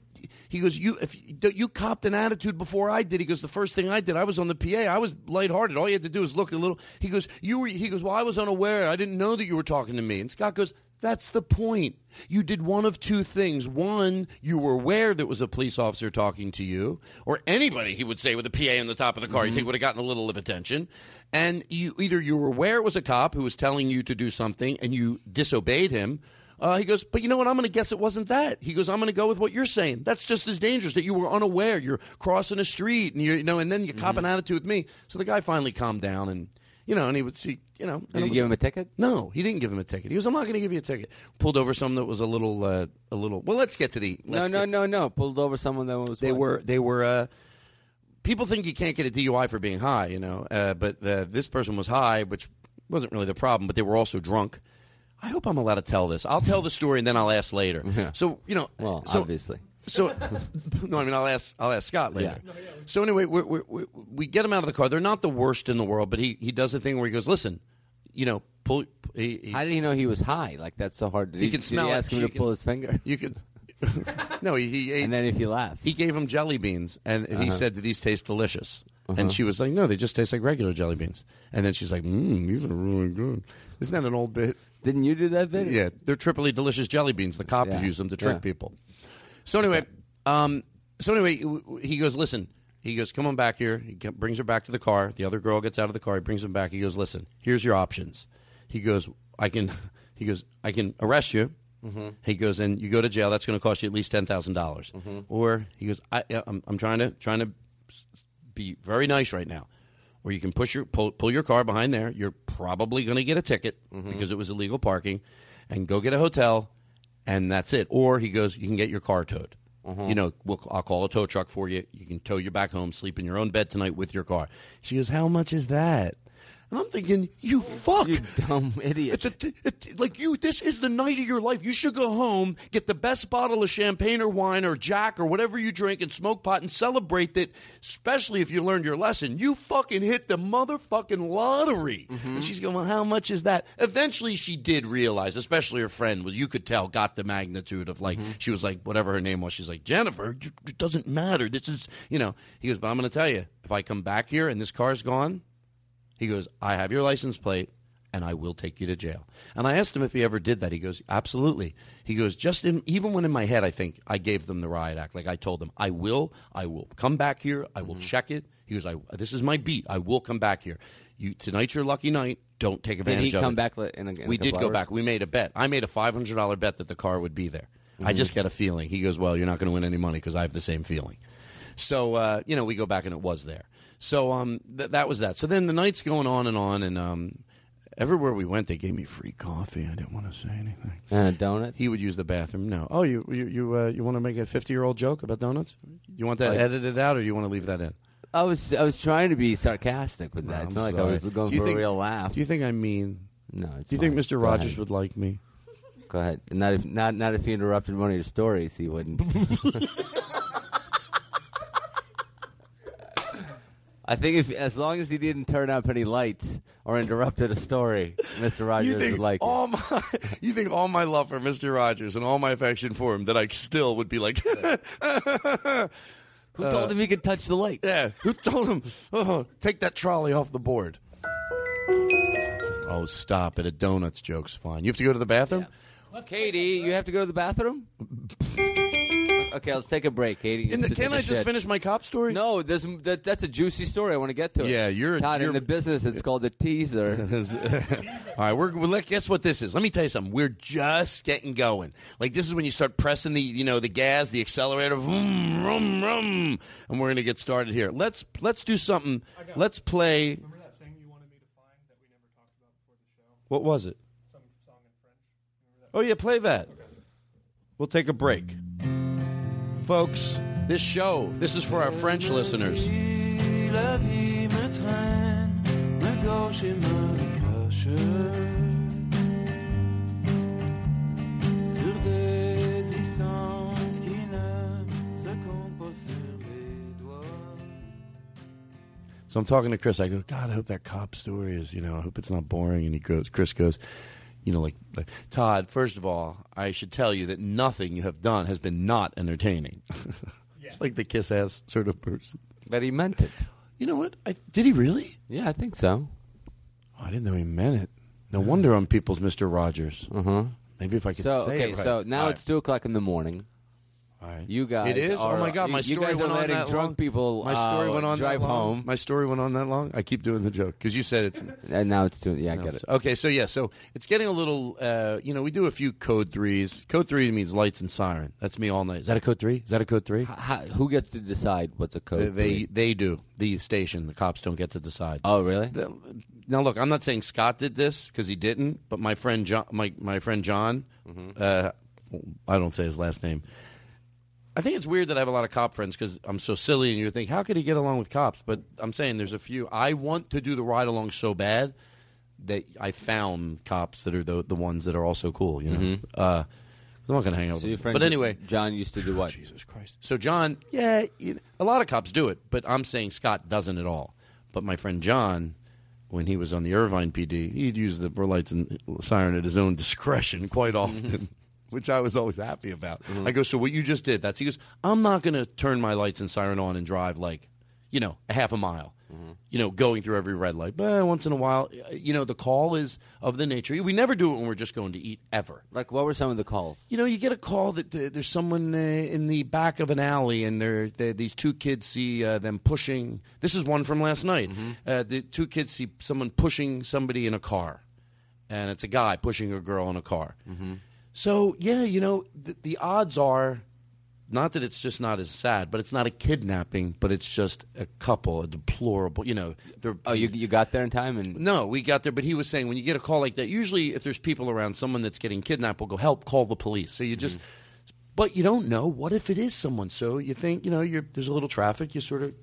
S4: He goes, you, if you, you copped an attitude before I did. He goes, the first thing I did, I was on the PA. I was lighthearted. All you had to do was look a little. He goes, you were. He goes, well, I was unaware. I didn't know that you were talking to me. And Scott goes, that's the point. You did one of two things. One, you were aware there was a police officer talking to you, or anybody, he would say, with a PA on the top of the car, you think would have gotten a little of attention. And you either you were aware it was a cop who was telling you to do something and you disobeyed him. Uh, he goes, but you know what? I'm going to guess it wasn't that. He goes, I'm going to go with what you're saying. That's just as dangerous that you were unaware. You're crossing a street, and you you know, and then you cop an attitude with me. So the guy finally calmed down and You know, and he would see, you know.
S7: Did he give him a
S4: ticket? No, he didn't give him a ticket. He was, I'm not going to give you a ticket. Pulled over someone that was a little, uh, a little. Well, let's get to the.
S7: No,
S4: let's
S7: no, no, no. Pulled over someone that was.
S4: They were, they were. Uh, people think you can't get a DUI for being high, you know, uh, but uh, this person was high, which wasn't really the problem, but they were also drunk. I hope I'm allowed to tell this. I'll tell the story and then I'll ask later. So you know,
S7: Well,
S4: so-
S7: obviously.
S4: So no, I mean I'll ask I'll ask Scott later.
S7: Yeah.
S4: So anyway, we we we we get him out of the car. They're not the worst in the world, but he he does a thing where he goes, listen, you know, pull. He, How
S7: did he know he was high? Like that's so hard. Did
S4: he
S7: he-
S4: can
S7: did he
S4: smell. it.
S7: ask him
S4: She
S7: to pull his finger?
S4: You could. no, he, he ate. And
S7: then if he laughed,
S4: he gave him jelly beans, and he
S7: Uh-huh.
S4: said, "Do these taste delicious?"
S7: Uh-huh.
S4: And she was like, "No, they just taste like regular jelly beans." And then she's like, "Mmm, these are really good." Isn't that an old bit?
S7: Didn't you do that bit?
S4: Yeah, they're triply delicious jelly beans. The cops use them to trick
S7: yeah.
S4: people. So anyway, um, so anyway, w- w- he goes, "Listen." He goes, "Come on back here." He co- brings her back to the car. The other girl gets out of the car. He brings him back. He goes, "Listen, here's your options." He goes, "I can." He goes, "I can arrest you."
S7: Mhm.
S4: He goes, "And you go to jail. That's going to cost you at least ten dollars."
S7: Mhm.
S4: Or he goes, I, I- "I'm I'm trying to trying to be very nice right now." Or you can push your pull, pull your car behind there. You're probably going to get a ticket because it was illegal parking, and go get a hotel, and that's it. Or he goes, "You can get your car towed."
S7: Mhm.
S4: You know, we'll, I'll call a tow truck for you. You can tow you back home, sleep in your own bed tonight with your car. She goes, "How much is that?" And I'm thinking, "You fuck, you
S7: dumb idiot!
S4: It's a, it, like you. This is the night of your life. You should go home, get the best bottle of champagne or wine or Jack or whatever you drink, and smoke pot and celebrate that. Especially if you learned your lesson. You fucking hit the motherfucking lottery." And she's going, "Well, how much is that?" Eventually, she did realize. Especially her friend was. You could tell got the magnitude of like she was like whatever her name was. She's like Jennifer. It doesn't matter. This is you know. He goes, "But I'm going to tell you. If I come back here and this car's gone." He goes, I have your license plate and I will take you to jail. And I asked him if he ever did that. He goes, Absolutely. He goes, Just in, even when in my head, I think I gave them the riot act. Like I told them, I will, I will come back here. I
S7: Mm-hmm.
S4: will check it. He goes, I, This is my beat. I will come back here. You Tonight's your lucky night. Don't take
S7: Did
S4: advantage
S7: he
S4: of
S7: come
S4: it.
S7: back li- in a- in a
S4: we did
S7: couple
S4: go
S7: hours?
S4: back. We made a bet. I made a $500 bet that the car would be there. I
S7: Mhm.
S4: just got a feeling. He goes, Well, you're not going to win any money because I have the same feeling. So uh, you know, we go back and it was there. So um, th- that was that. So then the night's going on and on, and um, everywhere we went, they gave me free coffee. I didn't want to say anything.
S7: And a Uh, donut.
S4: He would use the bathroom. No. Oh, you you you, uh, you want to make a fifty-year-old joke about donuts? You want that
S7: Like-
S4: edited out, or you want to leave that in?
S7: I was I was trying to be sarcastic with that.
S4: I'm
S7: it's not
S4: sorry.
S7: like I was going
S4: Do you
S7: for
S4: think-
S7: a real laugh.
S4: Do you think I mean?
S7: No.
S4: do you think
S7: fine.
S4: Mr.
S7: Go
S4: Rogers
S7: ahead.
S4: would like me?
S7: Go ahead. Not if not not if he interrupted one of your stories, he wouldn't. I think if as long as he didn't turn up any lights or interrupted a story, Mr. Rogers
S4: you think
S7: would like it.
S4: all my you think all my love for Mr. Rogers and all my affection for him that I still would be like Who
S7: told him he could touch the light?
S4: Yeah, who told him? Oh, take that trolley off the board. Oh, stop it! A donuts joke's fine. You have to go to the bathroom.
S7: Katie, you have to go to the bathroom? okay, let's take a break, Katie.
S4: In the-
S7: Just to
S4: can
S7: take
S4: I
S7: a
S4: just
S7: shit.
S4: finish my cop story?
S7: No, there's, that, that's a juicy story. I want to get to it.
S4: Yeah, you're-
S7: Todd,
S4: you're-
S7: in the business. It's called a teaser.
S4: All right, we're well, let- guess what this is. Let me tell you something. We're just getting going. Like this is when you start pressing the you know the gas, the accelerator, vroom, vroom, vroom, and we're gonna get started here. Let's let's do something. Let's play. What was it? Oh yeah, play that. We'll take a break, folks. This show, this is for our French listeners.
S16: la vie me traîne, me gauche et me cache. Sur des distances qui ne se comptent pas sur les doigts.
S4: So I'm talking to Chris. I go, God, I hope that cop story is, you know, I hope it's not boring. And he goes, Chris goes, you know, like, like Todd. First of all, I should tell you that nothing you have done has been not entertaining. like the kiss ass sort of person.
S7: But he meant it.
S4: You know what? I, did he really?
S7: Yeah, I think so.
S4: Oh, I didn't know he meant it. No wonder I'm people's Mister Rogers.
S7: Uh-huh.
S4: Maybe if I could
S7: so
S4: say
S7: okay,
S4: it right.
S7: so now
S4: All right.
S7: it's two o'clock in the morning.
S4: All right.
S7: You guys,
S4: It is.
S7: Are,
S4: oh my God! My
S7: you, you
S4: story
S7: guys
S4: went
S7: are
S4: on
S7: letting
S4: that
S7: drunk
S4: long.
S7: people.
S4: My story
S7: uh,
S4: went on
S7: drive
S4: that long.
S7: home.
S4: My story went on that long. I keep doing the joke because you said it's.
S7: And now it's doing. Yeah, I get it.
S4: Okay, so yeah, so it's getting a little. Uh, you know, we do a few code threes. Code three means lights and siren. That's me all night. Is that a code three? Is that a code three?
S7: who gets to decide what's a code
S4: They
S7: three?
S4: they do. The station. The cops don't get to decide.
S7: Oh, really?
S4: The- now look, I'm not saying Scott did this because he didn't, but my friend John, my my friend John,
S7: Mm-hmm.
S4: uh, I don't say his last name. I think it's weird that I have a lot of cop friends because I'm so silly, and you think, how could he get along with cops? But I'm saying there's a few. I want to do the ride along so bad that I found cops that are the the ones that are also cool. You know,
S7: Mhm.
S4: uh, I'm not gonna hang out.
S7: So your
S4: with them.
S7: friend
S4: But anyway,
S7: John used to do what?
S4: Jesus Christ. So John, yeah, you know, a lot of cops do it, but I'm saying Scott doesn't at all. But my friend John, when he was on the Irvine PD, he'd use the lights and siren at his own discretion quite often, which I was always happy about. I go, so what you just did? That's he goes, I'm not going to turn my lights and siren on and drive like, you know, a half a mile. You know, going through every red light, but once in a while, you know, the call is of the nature. We never do it when we're just going to eat, ever.
S7: Like, what were some of the calls?
S4: You know, you get a call that the, there's someone uh, in the back of an alley, and they're, they these two kids see uh, them pushing. This is one from last night. Uh, the two kids see someone pushing somebody in a car, and it's a guy pushing a girl in a car. So yeah, you know, th- the odds are not that it's just not as sad, but it's not a kidnapping, but it's just a couple, a deplorable. You know, they're, oh,
S7: you you got there in time, and
S4: no, we got there. But he was saying when you get a call like that, usually if there's people around, someone that's getting kidnapped will go help, call the police. So you just,
S7: Mm-hmm.
S4: but you don't know. What if it is someone? So you think you know, you're there's a little traffic. You sort of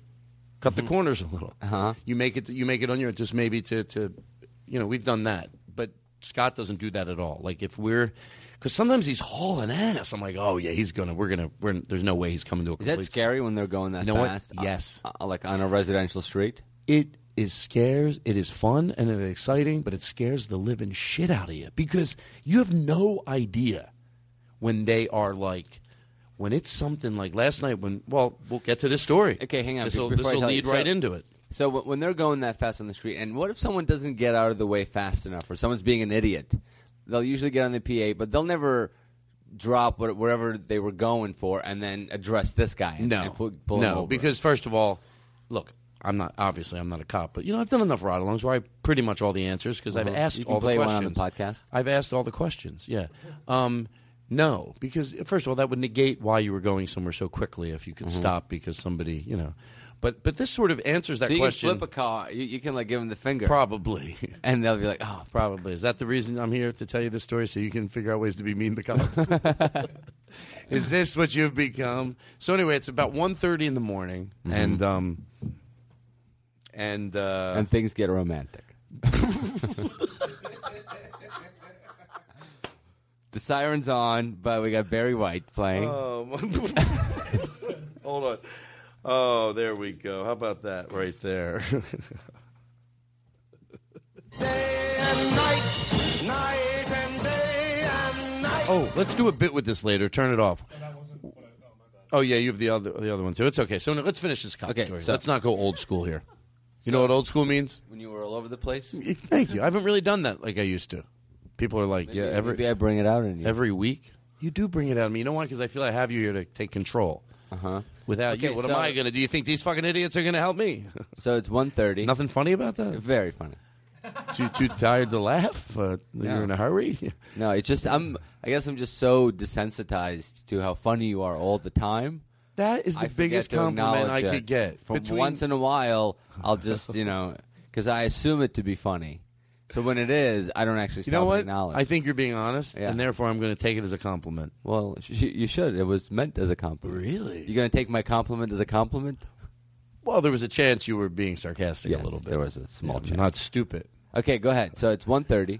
S4: cut the corners a little.
S7: Mm-hmm. Uh-huh.
S4: You make it. You make it on your just maybe to to, you know, we've done that. But Scott doesn't do that at all. Like if we're. Because sometimes he's hauling ass. I'm like, oh yeah, he's gonna. We're gonna. We're. There's no way he's coming to a.
S7: Is that
S4: complete
S7: scary when they're going that
S4: You know what?
S7: fast?
S4: Yes.
S7: Uh, uh, like on a residential street.
S4: it is scares it is fun and it's exciting but it scares the living shit out of you because you have no idea when they are like when it's something like last night when well we'll get to this story
S7: Okay, hang on.
S4: this will
S7: before I tell you.
S4: lead
S7: So-
S4: right into it
S7: So wh- when they're going that fast on the street, and what if someone doesn't get out of the way fast enough, or someone's being an idiot? They'll usually get on the PA, but they'll never drop what, wherever they were going for, and then address this guy. And,
S4: no
S7: and pull, pull him
S4: no
S7: over.
S4: because first of all look i'm not obviously i'm not a cop but you know i've done enough ride-alongs where i pretty much all the answers because
S7: Uh-huh.
S4: i've asked
S7: You can
S4: all
S7: play
S4: the
S7: one
S4: questions
S7: on the podcast.
S4: I've asked all the questions. Yeah. Um, no, because first of all, that would negate why you were going somewhere so quickly if you could
S7: Mhm.
S4: stop because somebody, you know. But but this sort of answers that
S7: so you
S4: question.
S7: can flip a car. You, you can like give him the finger.
S4: Probably.
S7: And they'll be like, oh,
S4: probably. Is that the reason I'm here to tell you this story? So you can figure out ways to be mean to cops? Is this what you've become? So anyway, it's about 1.30 in the morning,
S7: Mhm.
S4: and um, and uh,
S7: and things get romantic. the siren's on, but we got Barry White playing.
S4: Oh, my- hold on. Oh, there we go. How about that right there?
S12: And night, night and day and night.
S4: oh, let's do a bit with this later. Turn it off. Oh yeah, you have the other the other one too. It's okay. So no, let's finish this cop
S7: Okay,
S4: story.
S7: so-
S4: let's not go old school here. You know what old school means?
S7: When you were all over the place?
S4: Thank you. I haven't really done that like I used to. People are like, yeah, every
S7: maybe I bring it out in you.
S4: every week. You do bring it out of me. You know why? Because I feel I have you here to take control. Uh huh. Without
S7: Uh-huh.
S4: you,
S7: Okay,
S4: what
S7: so-
S4: am I going to do? You think these fucking idiots are going to help me?
S7: So it's 1.30.
S4: Nothing funny about that?
S7: Very funny.
S4: too too tired to laugh. Uh, You're in a hurry.
S7: No, it's just I'm. I guess I'm just so desensitized to how funny you are all the time.
S4: That is the
S7: I forget
S4: biggest
S7: to
S4: compliment
S7: acknowledge
S4: I
S7: it.
S4: could get.
S7: From
S4: Between-
S7: once in a while, I'll just you know because I assume it to be funny. So when it is, I don't actually stop
S4: You know
S7: and
S4: what?
S7: acknowledge.
S4: I think you're being honest,
S7: Yeah.
S4: and therefore I'm going to take it as a compliment.
S7: Well, sh- sh- you should. It was meant as a compliment.
S4: Really?
S7: You're gonna take my compliment as a compliment?
S4: Well, there was a chance you were being sarcastic a little bit.
S7: There was a small
S4: Yeah,
S7: chance.
S4: Not stupid.
S7: Okay, go ahead. So it's 1.30.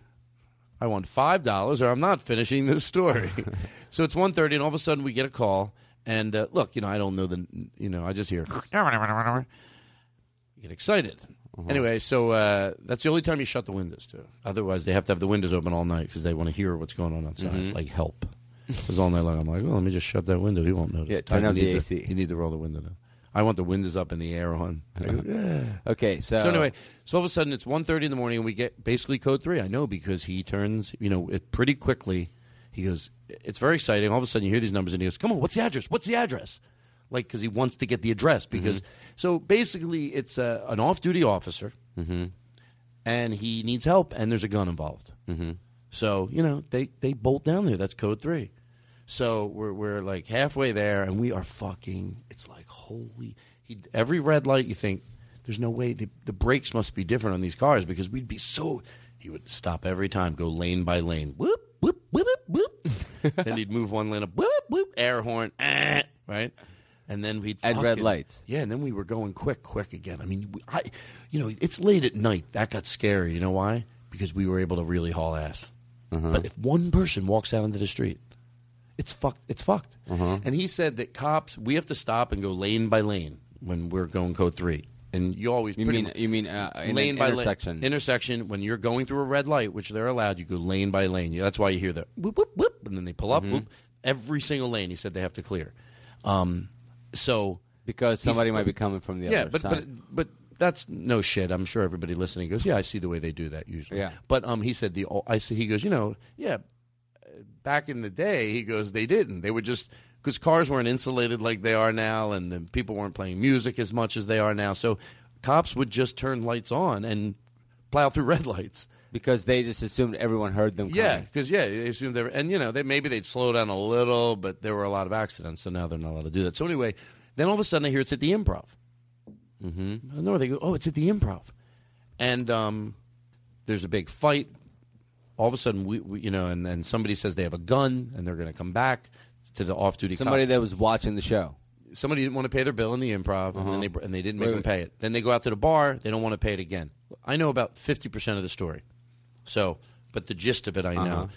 S4: I want five dollars, or I'm not finishing this story. so it's 1.30, and all of a sudden we get a call. And uh, look, you know, I don't know the, you know, I just hear. You get excited.
S7: Uh-huh.
S4: Anyway, so uh, that's the only time you shut the windows too. Otherwise, they have to have the windows open all night because they want to hear what's going on outside,
S7: Mhm.
S4: like help. Because all night long, I'm like, well, let me just shut that window. He won't notice.
S7: Yeah, turn
S4: You
S7: on the
S4: need to-
S7: AC.
S4: you need to roll the window down. I want the windows up and the air on.
S7: Uh-huh. Okay, so
S4: So anyway, so all of a sudden it's 1.30 in the morning and we get basically code 3. I know because he turns, you know, it pretty quickly. He goes, it's very exciting. All of a sudden you hear these numbers and he goes, come on, what's the address? What's the address? Like, because he wants to get the address. Because So basically it's uh an off-duty officer and he needs help and there's a gun involved.
S7: Mm-hmm.
S4: So, you know, they, they bolt down there. That's code three. So we're, we're like halfway there and we are fucking, it's like, holy. He, every red light you think, there's no way the, the brakes must be different on these cars because we'd be so. He would stop every time, go lane by lane, whoop whoop whoop whoop whoop. then he'd move one lane up, whoop whoop, air horn, eh, right, and then we'd
S7: At red
S4: fucking-
S7: lights.
S4: Yeah, and then we were going quick, quick again. I mean, we- I, you know, it's late at night. That got scary. You know why? Because we were able to really haul ass.
S7: Uh-huh.
S4: But if one person walks out into the street, it's fucked. It's fucked.
S7: Uh-huh.
S4: And he said that cops, we have to stop and go lane by lane when we're going code three. And you always
S7: You
S4: pretty
S7: mean-
S4: mu-
S7: you mean, uh, in an intersection.
S4: lane intersection when you're going through a red light, which they're allowed, you go lane by lane. That's why you hear the whoop whoop whoop, and then they pull
S7: Mm-hmm.
S4: up whoop. Every single lane, he said they have to clear. Um, so
S7: because somebody might be coming from the
S4: yeah,
S7: other
S4: but,
S7: side.
S4: but but that's no shit. I'm sure everybody listening goes, yeah, I see the way they do that usually.
S7: Yeah.
S4: but um, he said the I see. He goes, you know, yeah, back in the day, he goes, they didn't. They were just because cars weren't insulated like they are now, and the people weren't playing music as much as they are now. So cops would just turn lights on and plow through red lights
S7: because they just assumed everyone heard them.
S4: Yeah,
S7: coming.
S4: because yeah, they assumed they were, and you know they maybe they'd slow down a little, but there were a lot of accidents, so now they're not allowed to do that. So anyway, then all of a sudden I hear it's at the improv. Mm-hmm. I know they go, oh, it's at the improv, and um, there's a big fight. All of a sudden, we, we you know, and then somebody says they have a gun and they're going to come back to the off-duty.
S7: Somebody that
S4: was watching the show. Somebody didn't want to pay their bill in the improv, and then they br- and they didn't make
S7: Uh-huh. Wait,
S4: them
S7: wait.
S4: pay it. Then they go out to the bar; they don't want to pay it again. I know about fifty percent of the story, so but the gist of it I know.
S7: Uh-huh.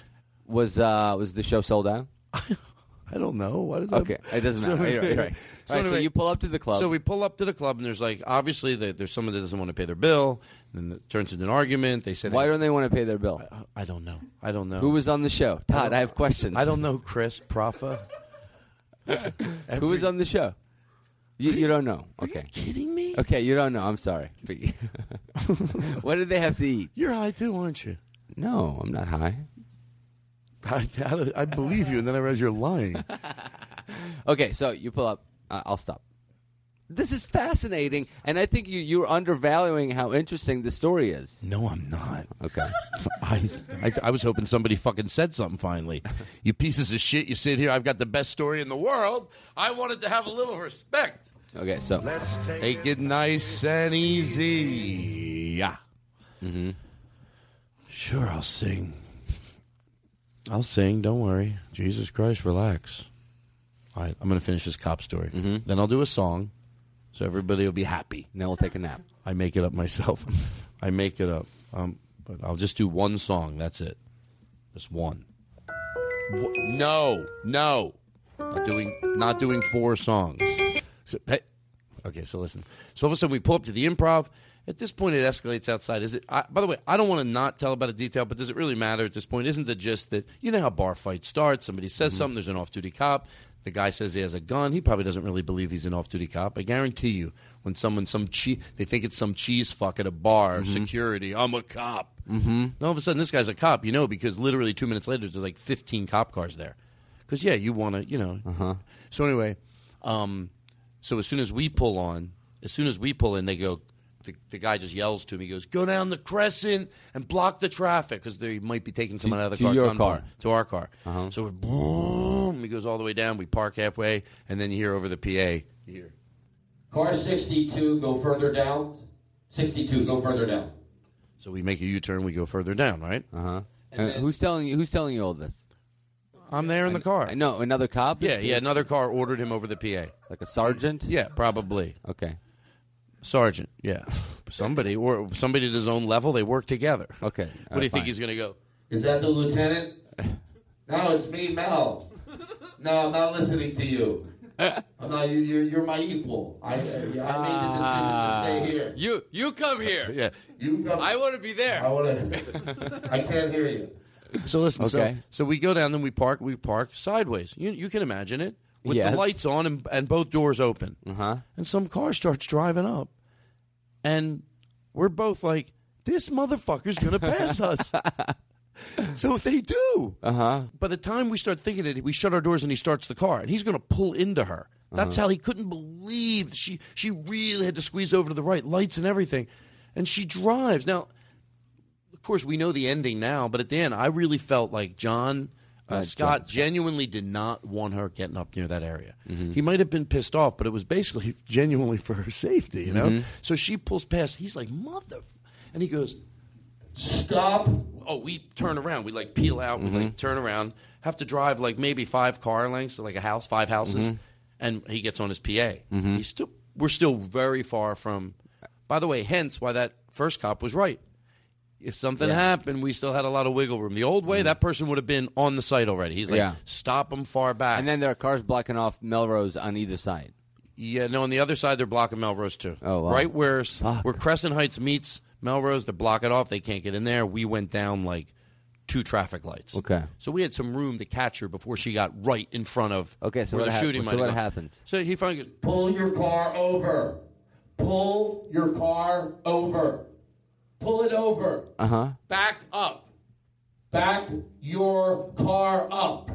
S7: Was uh, was the show sold out?
S4: I don't know. What is
S7: Okay, it doesn't matter. You're right, you're right. All right, so you pull up to the club.
S4: So we pull up to the club, and there's like obviously that there's someone that doesn't want to pay their bill. Then it turns into an argument. They say,
S7: Why don't they want to pay their bill?
S4: I, I don't know. I don't know
S7: Who was on the show? Todd, I, have questions.
S4: I don't know Chris Profa.
S7: Who was on the show? You, you don't know. Okay.
S4: kidding me?
S7: Okay, you don't know. I'm sorry. But you- what did they have to eat?
S4: You're high too, aren't you?
S7: No, I'm not high.
S4: I, I, I believe you, and then I realize you're lying.
S7: Okay, so you pull up. Uh, I'll stop. This is fascinating, and I think you, you're undervaluing how interesting the story is.
S4: No, I'm not.
S7: Okay.
S4: I, I, I was hoping somebody fucking said something finally. You pieces of shit, you sit here. I've got the best story in the world. I wanted to have a little respect.
S7: Okay, so
S4: take it nice and easy. Yeah. Mm-hmm. Sure, I'll sing. I'll sing. Don't worry. Jesus Christ, relax. All right, I'm going to finish this cop story. Then I'll do a song, so everybody will be happy.
S7: Then we'll take a nap.
S4: I make it up myself. I make it up. Um, but I'll just do one song. That's it. Just one. Wh- no, no. Not doing. Not doing four songs. So, hey, okay, so listen. So all of a sudden we pull up to the improv. At this point, it escalates outside. Is it? I, by the way, I don't want to not tell about a detail, but does it really matter at this point? Isn't the gist that you know how bar fights start? Somebody says something. There's an off-duty cop. The guy says he has a gun. He probably doesn't really believe he's an off-duty cop. I guarantee you, when someone some che- they think it's some cheese fuck at a bar,
S7: Mhm.
S4: security. I'm a cop.
S7: Mm-hmm.
S4: And all of a sudden, this guy's a cop, you know, because literally two minutes later, there's like 15 cop cars there. Because, yeah, you want to, you know. So, anyway, um, so as soon as we pull on, as soon as we pull in, they go, the, the guy just yells to him. He goes, go down the crescent and block the traffic because they might be taking someone out of the
S7: to
S4: car.
S7: your
S4: gun
S7: car. Uh-huh.
S4: for- To our car. So, we're boom, he goes all the way down. We park halfway, and then you hear over the PA, you hear,
S17: Car 62, go further down. 62, go further down.
S4: So we make a U turn, we go further down, right?
S7: Uh huh. who's telling you? Who's telling you all this?
S4: I'm there in the car.
S7: No, another cop.
S4: Yeah,
S7: is-
S4: yeah. Another car ordered him over the PA,
S7: like a sergeant.
S4: Yeah, probably.
S7: Okay.
S4: Sergeant. Yeah, somebody or somebody at his own level. They work together.
S7: Okay.
S4: What do you think he's going to go?
S17: Is that the lieutenant? No, it's me, Mel. No, I'm not listening to you. I'm not, you- you're, you're my equal. I, I made the decision to stay here.
S7: Ah. You you come here.
S4: yeah.
S17: You come-
S7: I want to be there.
S17: I, wanna, I can't hear you.
S4: So listen.
S7: Okay.
S4: So, so we go down, then we park. We park sideways. You you can imagine it with
S7: Yes.
S4: the lights on and, and both doors open. Uh-huh. And some car starts driving up, and we're both like, "This motherfucker's going to pass us." so they do. Uh huh.
S7: Uh-huh.
S4: By the time we start thinking it, we shut our doors and he starts the car, and he's going to pull into her. That's
S7: Uh-huh.
S4: how he couldn't believe she she really had to squeeze over to the right, lights and everything, and she drives. Now, of course, we know the ending now, but at the end, I really felt like John. Uh,
S7: Not
S4: Scott genuinely did not want her getting up near that area. He might have been pissed off, but it was basically genuinely for her safety, you know?
S17: Mhm.
S4: So she pulls past. He's like, mother. f-" And he goes,
S17: Stop.
S4: Oh, we turn around. We like peel out. We
S7: Mm-hmm.
S4: like turn around. Have to drive like maybe five car lengths to like a house, five houses.
S7: Mhm.
S4: And he gets on his PA.
S7: Mhm.
S4: He's still, we're still very far from. By the way, hence why that first cop was right. If something
S7: Yeah. Mm-hmm.
S4: happened, we still had a lot of wiggle room. The old way, that person would have been on the site already. He's like,
S7: Yeah.
S4: stop him far back.
S7: And then there are cars blocking off Melrose on either side.
S4: Yeah, no, on the other side, they're blocking Melrose too.
S7: Oh, wow.
S4: Right where where Crescent Heights meets Melrose, they block it off. They can't get in there. We went down like two traffic lights.
S7: Okay.
S4: So we had some room to catch her before she got right in front of
S7: Okay, so
S4: where
S7: what,
S4: the
S7: hap-
S4: shooting
S7: so
S4: might have
S7: what
S4: gone.
S7: happened?
S4: So he finally goes,
S17: Pull your car over. Pull your car over. Pull it over.
S7: Uh huh.
S17: Back up. Back your car up.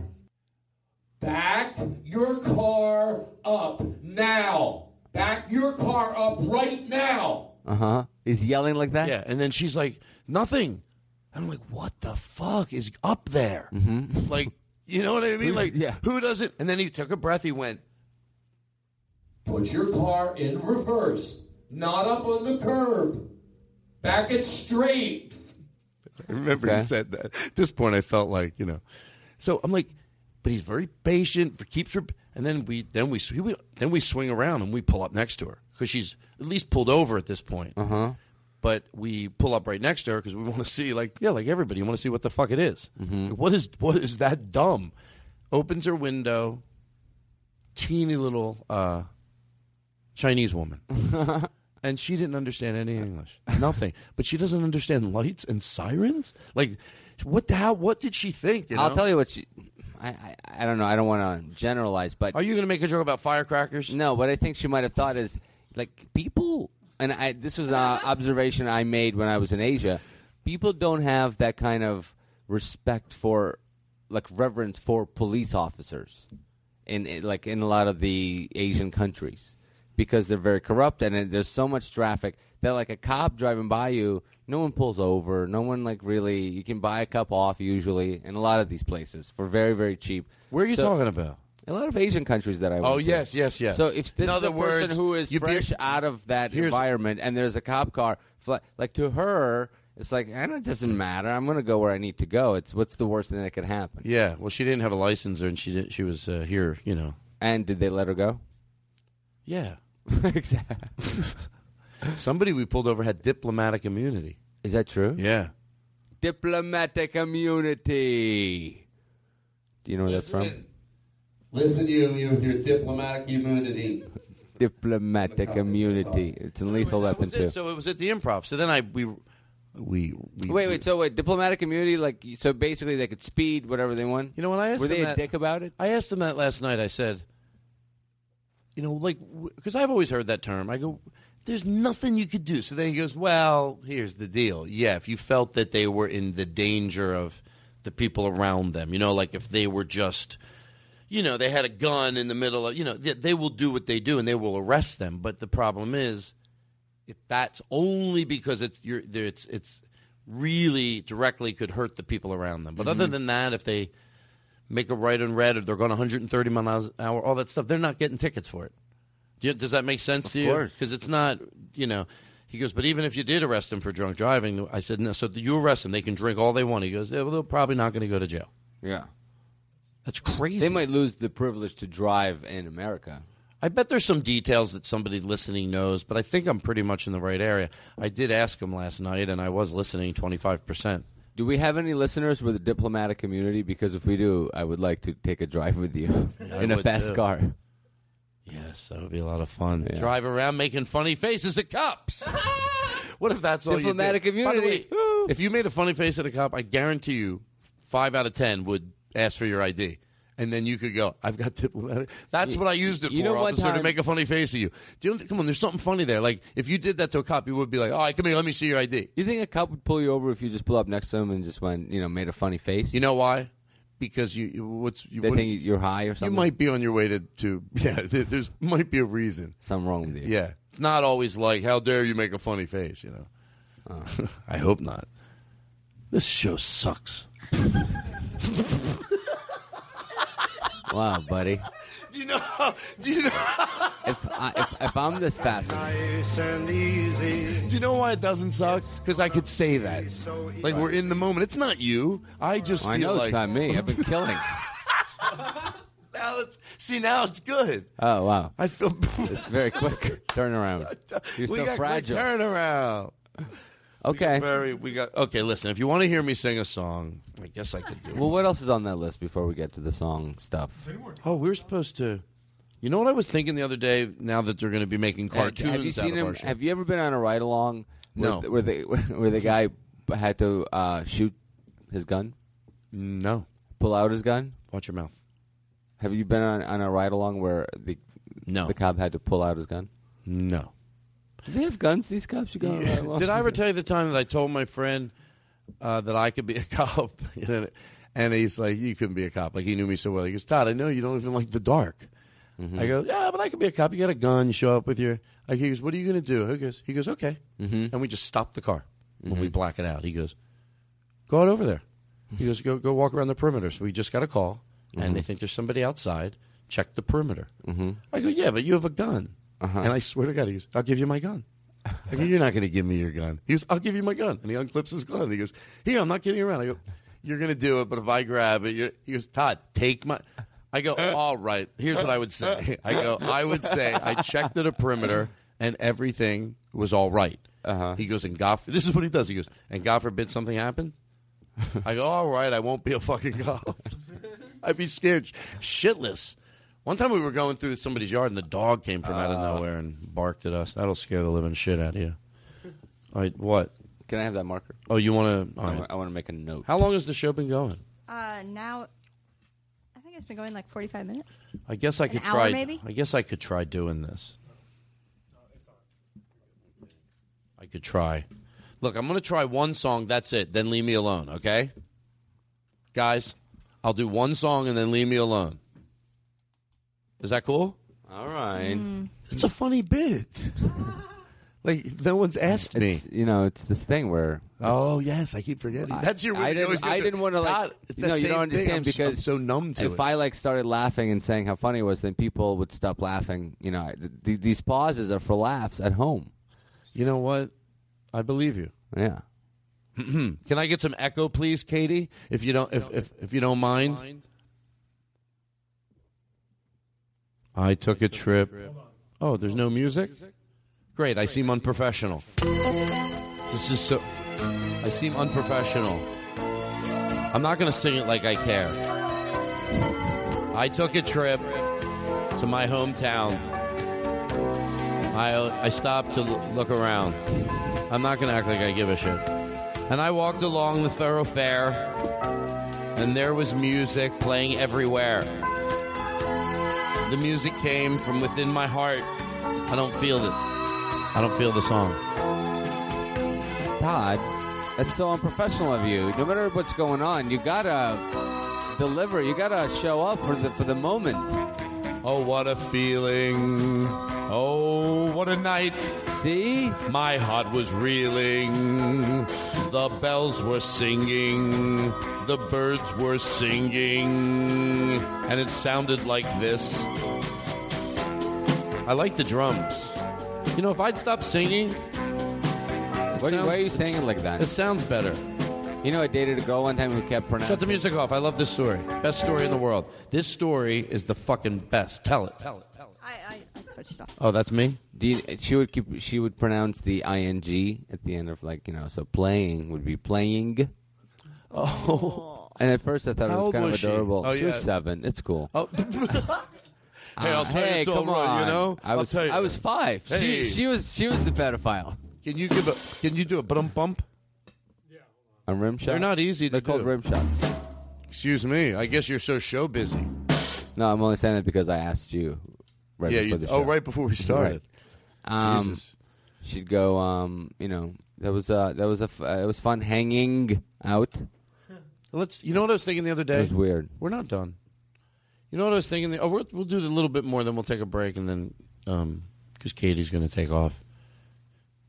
S17: Back your car up now. Back your car up right now.
S7: Uh huh. He's yelling like that?
S4: Yeah, and then she's like, nothing. And I'm like, what the fuck is up there?
S7: Mm-hmm.
S4: Like, you know what I mean?
S7: Who's-
S4: Like,
S7: yeah.
S4: who doesn't? And then he took a breath. He went,
S17: Put your car in reverse, not up on the curb. Back it straight.
S4: I remember
S17: Okay.
S4: he said that. At this point, I felt like you know. So I'm like, but he's very patient. Keeps her, and then we then we sw- we- then we swing around and we pull up next to her because she's at least pulled over at this point. Uh
S7: huh.
S4: But we pull up right next to her because we want to see, like, yeah, like everybody, you want to see what the fuck it is. Like, what is what is that dumb? Opens her window, teeny little uh, Chinese woman. and she didn't understand any English. Nothing. but she doesn't understand lights and sirens? Like what the hell what did she think?
S7: I'll tell you what she. I, I, I don't know. I don't want to generalize, but
S4: are you going to make a joke about firecrackers?
S7: No, what I think she might have thought is like people, and I, this was an observation I made when I was in Asia. People don't have that kind of respect for, like reverence for police officers, in, in like in a lot of the Asian countries, because they're very corrupt and it- there's so much traffic that like a cop driving by you, no one pulls over, no one like really. You can buy a cup off usually in a lot of these places for very very cheap.
S4: Where are you
S7: So-
S4: talking about?
S7: a lot of Asian countries that I
S4: Oh,
S7: went to.
S4: yes, yes, yes.
S7: So if this
S4: In
S7: is
S4: other
S7: a person
S4: words,
S7: who is
S4: you be-
S7: fresh out of that
S4: Here's-
S7: environment and there's a cop car, fla- like to her, it's like I don't. It doesn't matter. I'm going to go where I need to go. It's what's the worst thing that could happen.
S4: Yeah, well she didn't have a license and she did, she was uh, here, you know.
S7: And did they let her go?
S4: Yeah.
S7: exactly.
S4: Somebody we pulled over had diplomatic immunity.
S7: Is that true?
S4: Yeah.
S7: Diplomatic immunity. Do you know where that's from?
S17: Listen, you, you with your diplomatic immunity.
S7: Diplomatic immunity. It's in Lethal Weapon
S4: Was
S7: too.
S4: it, so it was at the improv. So then I we we, we
S7: Wait, wait. So, wait, diplomatic immunity, like, so basically they could speed whatever they want.
S4: You know when I asked
S7: were they
S4: him
S7: a
S4: that-
S7: dick about it?
S4: I asked him that last night. I said, you know, like, because I've always heard that term. I go, there's nothing you could do. So then he goes, well, here's the deal. Yeah, if you felt that they were in the danger of the people around them, you know, like if they were just, you know, they had a gun in the middle of, you know, they, they will do what they do and they will arrest them. But the problem is, if that's only because it's you're, there- it's it's really directly could hurt the people around them. But other
S7: Mhm.
S4: than that, if they make a right and red or they're going 130 miles an hour, all that stuff, they're not getting tickets for it. Do you- does that make sense to you?
S7: course.
S4: Because it's not, you know. He goes, but even if you did arrest them for drunk driving, I said, no. So you arrest them, they can drink all they want. He goes, yeah, well, they're probably not going to go to jail.
S7: Yeah.
S4: That's crazy.
S7: They might lose the privilege to drive in America.
S4: I bet there's some details that somebody listening knows, but I think I'm pretty much in the right area. I did ask him last night, and I was listening 25%.
S7: Do we have any listeners with a diplomatic community? Because if we do, I would like to take a drive with you
S4: I
S7: in a
S4: would,
S7: fast
S4: too.
S7: car.
S4: Yes, that would be a lot of fun.
S7: Yeah.
S4: Drive around making funny faces at cops. what if that's all
S7: Diplomatic
S4: you did? By the
S7: immunity.
S4: way, if you made a funny face at a cop, I guarantee you five out of ten would ask for your ID. And then you could go, I've got diplomatic. That's
S7: You-
S4: what I used it
S7: you
S4: for,
S7: know one
S4: officer, to
S7: time-
S4: make a funny face at you. Do you know, come on, there's something funny there. Like, if you did that to a cop, you would be like, all right, come here, let me see your ID.
S7: You think a cop would pull you over if you just pull up next to him and just went, you know, made a funny face? You
S4: know why? Because you, you what's you,
S7: they
S4: what-
S7: think you're high or something.
S4: You might be on your way to, to yeah. There, there's might be a reason.
S7: Something wrong with you.
S4: Yeah, it's not always like how dare you make a funny face. You know.
S7: Uh-huh.
S4: I hope not. This show sucks.
S7: Wow, buddy.
S12: Do you know? Do you know?
S7: If, I, if, if I'm this fast,
S12: nice and easy.
S4: Do you know why it doesn't suck? Because I could say that. Like we're in the moment. It's not you. I just
S7: I
S4: feel
S7: know
S4: like
S7: it's not me. I've been killing.
S4: now it's see now it's good.
S7: Oh wow!
S4: I feel
S7: it's very quick turnaround. You're
S4: we
S7: so
S4: got
S7: fragile.
S4: Quick turnaround. Okay. We got very. We got. Okay. Listen. If you want to hear me sing a song, I guess I could do. it.
S7: Well, what else is on that list before we get to the song stuff?
S4: Oh, we were supposed to. You know what I was thinking the other day? Now that they're going to be making cartoons,
S7: Have you
S4: out
S7: seen
S4: of
S7: him?
S4: our show.
S7: Have you ever been on a ride along?
S4: No.
S7: Where, where the where the guy had to uh, shoot his gun?
S4: No.
S7: Pull out his gun.
S4: Watch your mouth.
S7: Have you been on, on a ride along where the
S4: no
S7: the cop had to pull out his gun?
S4: No.
S7: Do they have guns? These cops you go on a ride along.
S4: Did I ever tell you the time that I told my friend uh, that I could be a cop? and he's like, "You couldn't be a cop." Like he knew me so well. He goes, "Todd, I know you don't even like the dark."
S7: Mm-hmm.
S4: I go, "Yeah, but I could be a cop. You got a gun. You show up with your." Like he goes, "What are you going to do?" He goes, "He goes, okay."
S7: Mhm.
S4: And we just stop the car when
S7: Mm-hmm.
S4: we black it out. He goes, "Go out over there." He goes, "Go go walk around the perimeter." So we just got a call, and they think there's somebody outside. Check the perimeter.
S7: Mm-hmm.
S4: I go, yeah, but you have a gun. And I swear to God, he goes, I'll give you my gun. I go, you're not going to give me your gun. He goes, I'll give you my gun. And he unclips his gun. And he goes, here, I'm not kidding around. I go, you're going to do it, but if I grab it, you're... he goes, Todd, take my. I go, all right. Here's what I would say. I go, I would say I checked at a perimeter and everything was all right. He goes, and God, this is what he does. He goes, and God forbid something happened. I go, all right, I won't be a fucking cop. I'd be scared shitless. One time we were going through somebody's yard and the dog came from out of
S7: Ah.
S4: nowhere and barked at us. That'll scare the living shit out of you. All right, what?
S7: Can I have that marker?
S4: Oh, you want to?
S7: I wa- I want to make a note.
S4: How long has the show been going?
S14: Uh, now, I think it's been going like 45 minutes.
S4: I guess I
S14: An
S4: could
S14: hour,
S4: try.
S14: maybe?
S4: I guess I could try doing this. I could try. Look, I'm going to try one song. That's it. Then leave me alone, okay? Guys, I'll do one song and then leave me alone. Is that cool?
S7: All right.
S4: It's a funny bit. like no one's asked me.
S7: You know, it's this thing where
S4: Oh yes, I keep forgetting. That's your.
S7: I didn't, I didn't want to like.
S4: It's
S7: no,
S4: that
S7: you
S4: same
S7: don't understand
S4: thing. I'm so-
S7: because
S4: I'm so numb to
S7: if
S4: it.
S7: I like started laughing and saying how funny it was, then people would stop laughing. You know, I- th- th- these pauses are for laughs at home.
S4: You know what? I believe you.
S7: Yeah.
S4: Can I get some echo, please, Katie? If you don't, if if, if you don't mind. I took a trip. Oh, there's no music. Great. I seem unprofessional. This is so. I seem unprofessional. I'm not going to sing it like I care. I took a trip to my hometown. I I stopped to l- look around. I'm not going to act like I give a shit. And I walked along the thoroughfare, and there was music playing everywhere. The music came from within my heart. I don't feel it. I don't feel the song.
S7: Todd, that's so unprofessional of you. No matter what's going on, you gotta deliver. You gotta show up for the for the moment.
S4: Oh, what a feeling. Oh, what a night.
S7: See?
S4: My heart was reeling. The bells were singing. The birds were singing. And it sounded like this. I like the drums. You know, if I'd stop singing. it
S7: What are you- why are you
S4: sounds-
S7: saying it like that?
S4: It sounds better.
S7: You know, I dated a girl one time who kept pronouncing.
S4: Shut the music off. I love this story. Best story in the world. This story is the fucking best. Tell it. Tell it.
S14: I, I, I switched it off.
S4: Oh, that's me.
S7: Do you, she would keep. She would pronounce the ing at the end of like you know. So playing would be playing.
S4: Oh.
S7: And at first I thought
S4: How
S7: it was
S4: old
S7: kind
S4: was
S7: of
S4: she?
S7: adorable.
S4: Oh,
S7: she was
S4: yeah.
S7: seven. It's cool.
S4: Oh. Hey, I'll tell you
S7: Ah, hey,
S4: it's all
S7: come
S4: right, you
S7: on.
S4: know?
S7: I
S4: I'll
S7: was
S4: tell you.
S7: I was five. She
S4: Hey.
S7: she was she was the pedophile.
S4: Can you give a? Can you do a bump bump?
S7: A rim shot.
S4: They're not easy to
S7: They're called
S4: do.
S7: rim shots.
S4: Excuse me. I guess you're so show busy.
S7: No, I'm only saying that because I asked you. Right
S4: yeah.
S7: before
S4: You,
S7: the
S4: oh,
S7: show.
S4: right before we started.
S7: Right. Um,
S4: Jesus.
S7: She'd go. Um, you know, that was uh, that was a f- uh, it was fun hanging out.
S4: Let's. You know what I was thinking the other day?
S7: It was weird.
S4: We're not done. You know what I was thinking? The, oh, we're, we'll do a little bit more, then we'll take a break, and then because Katie's going to take off.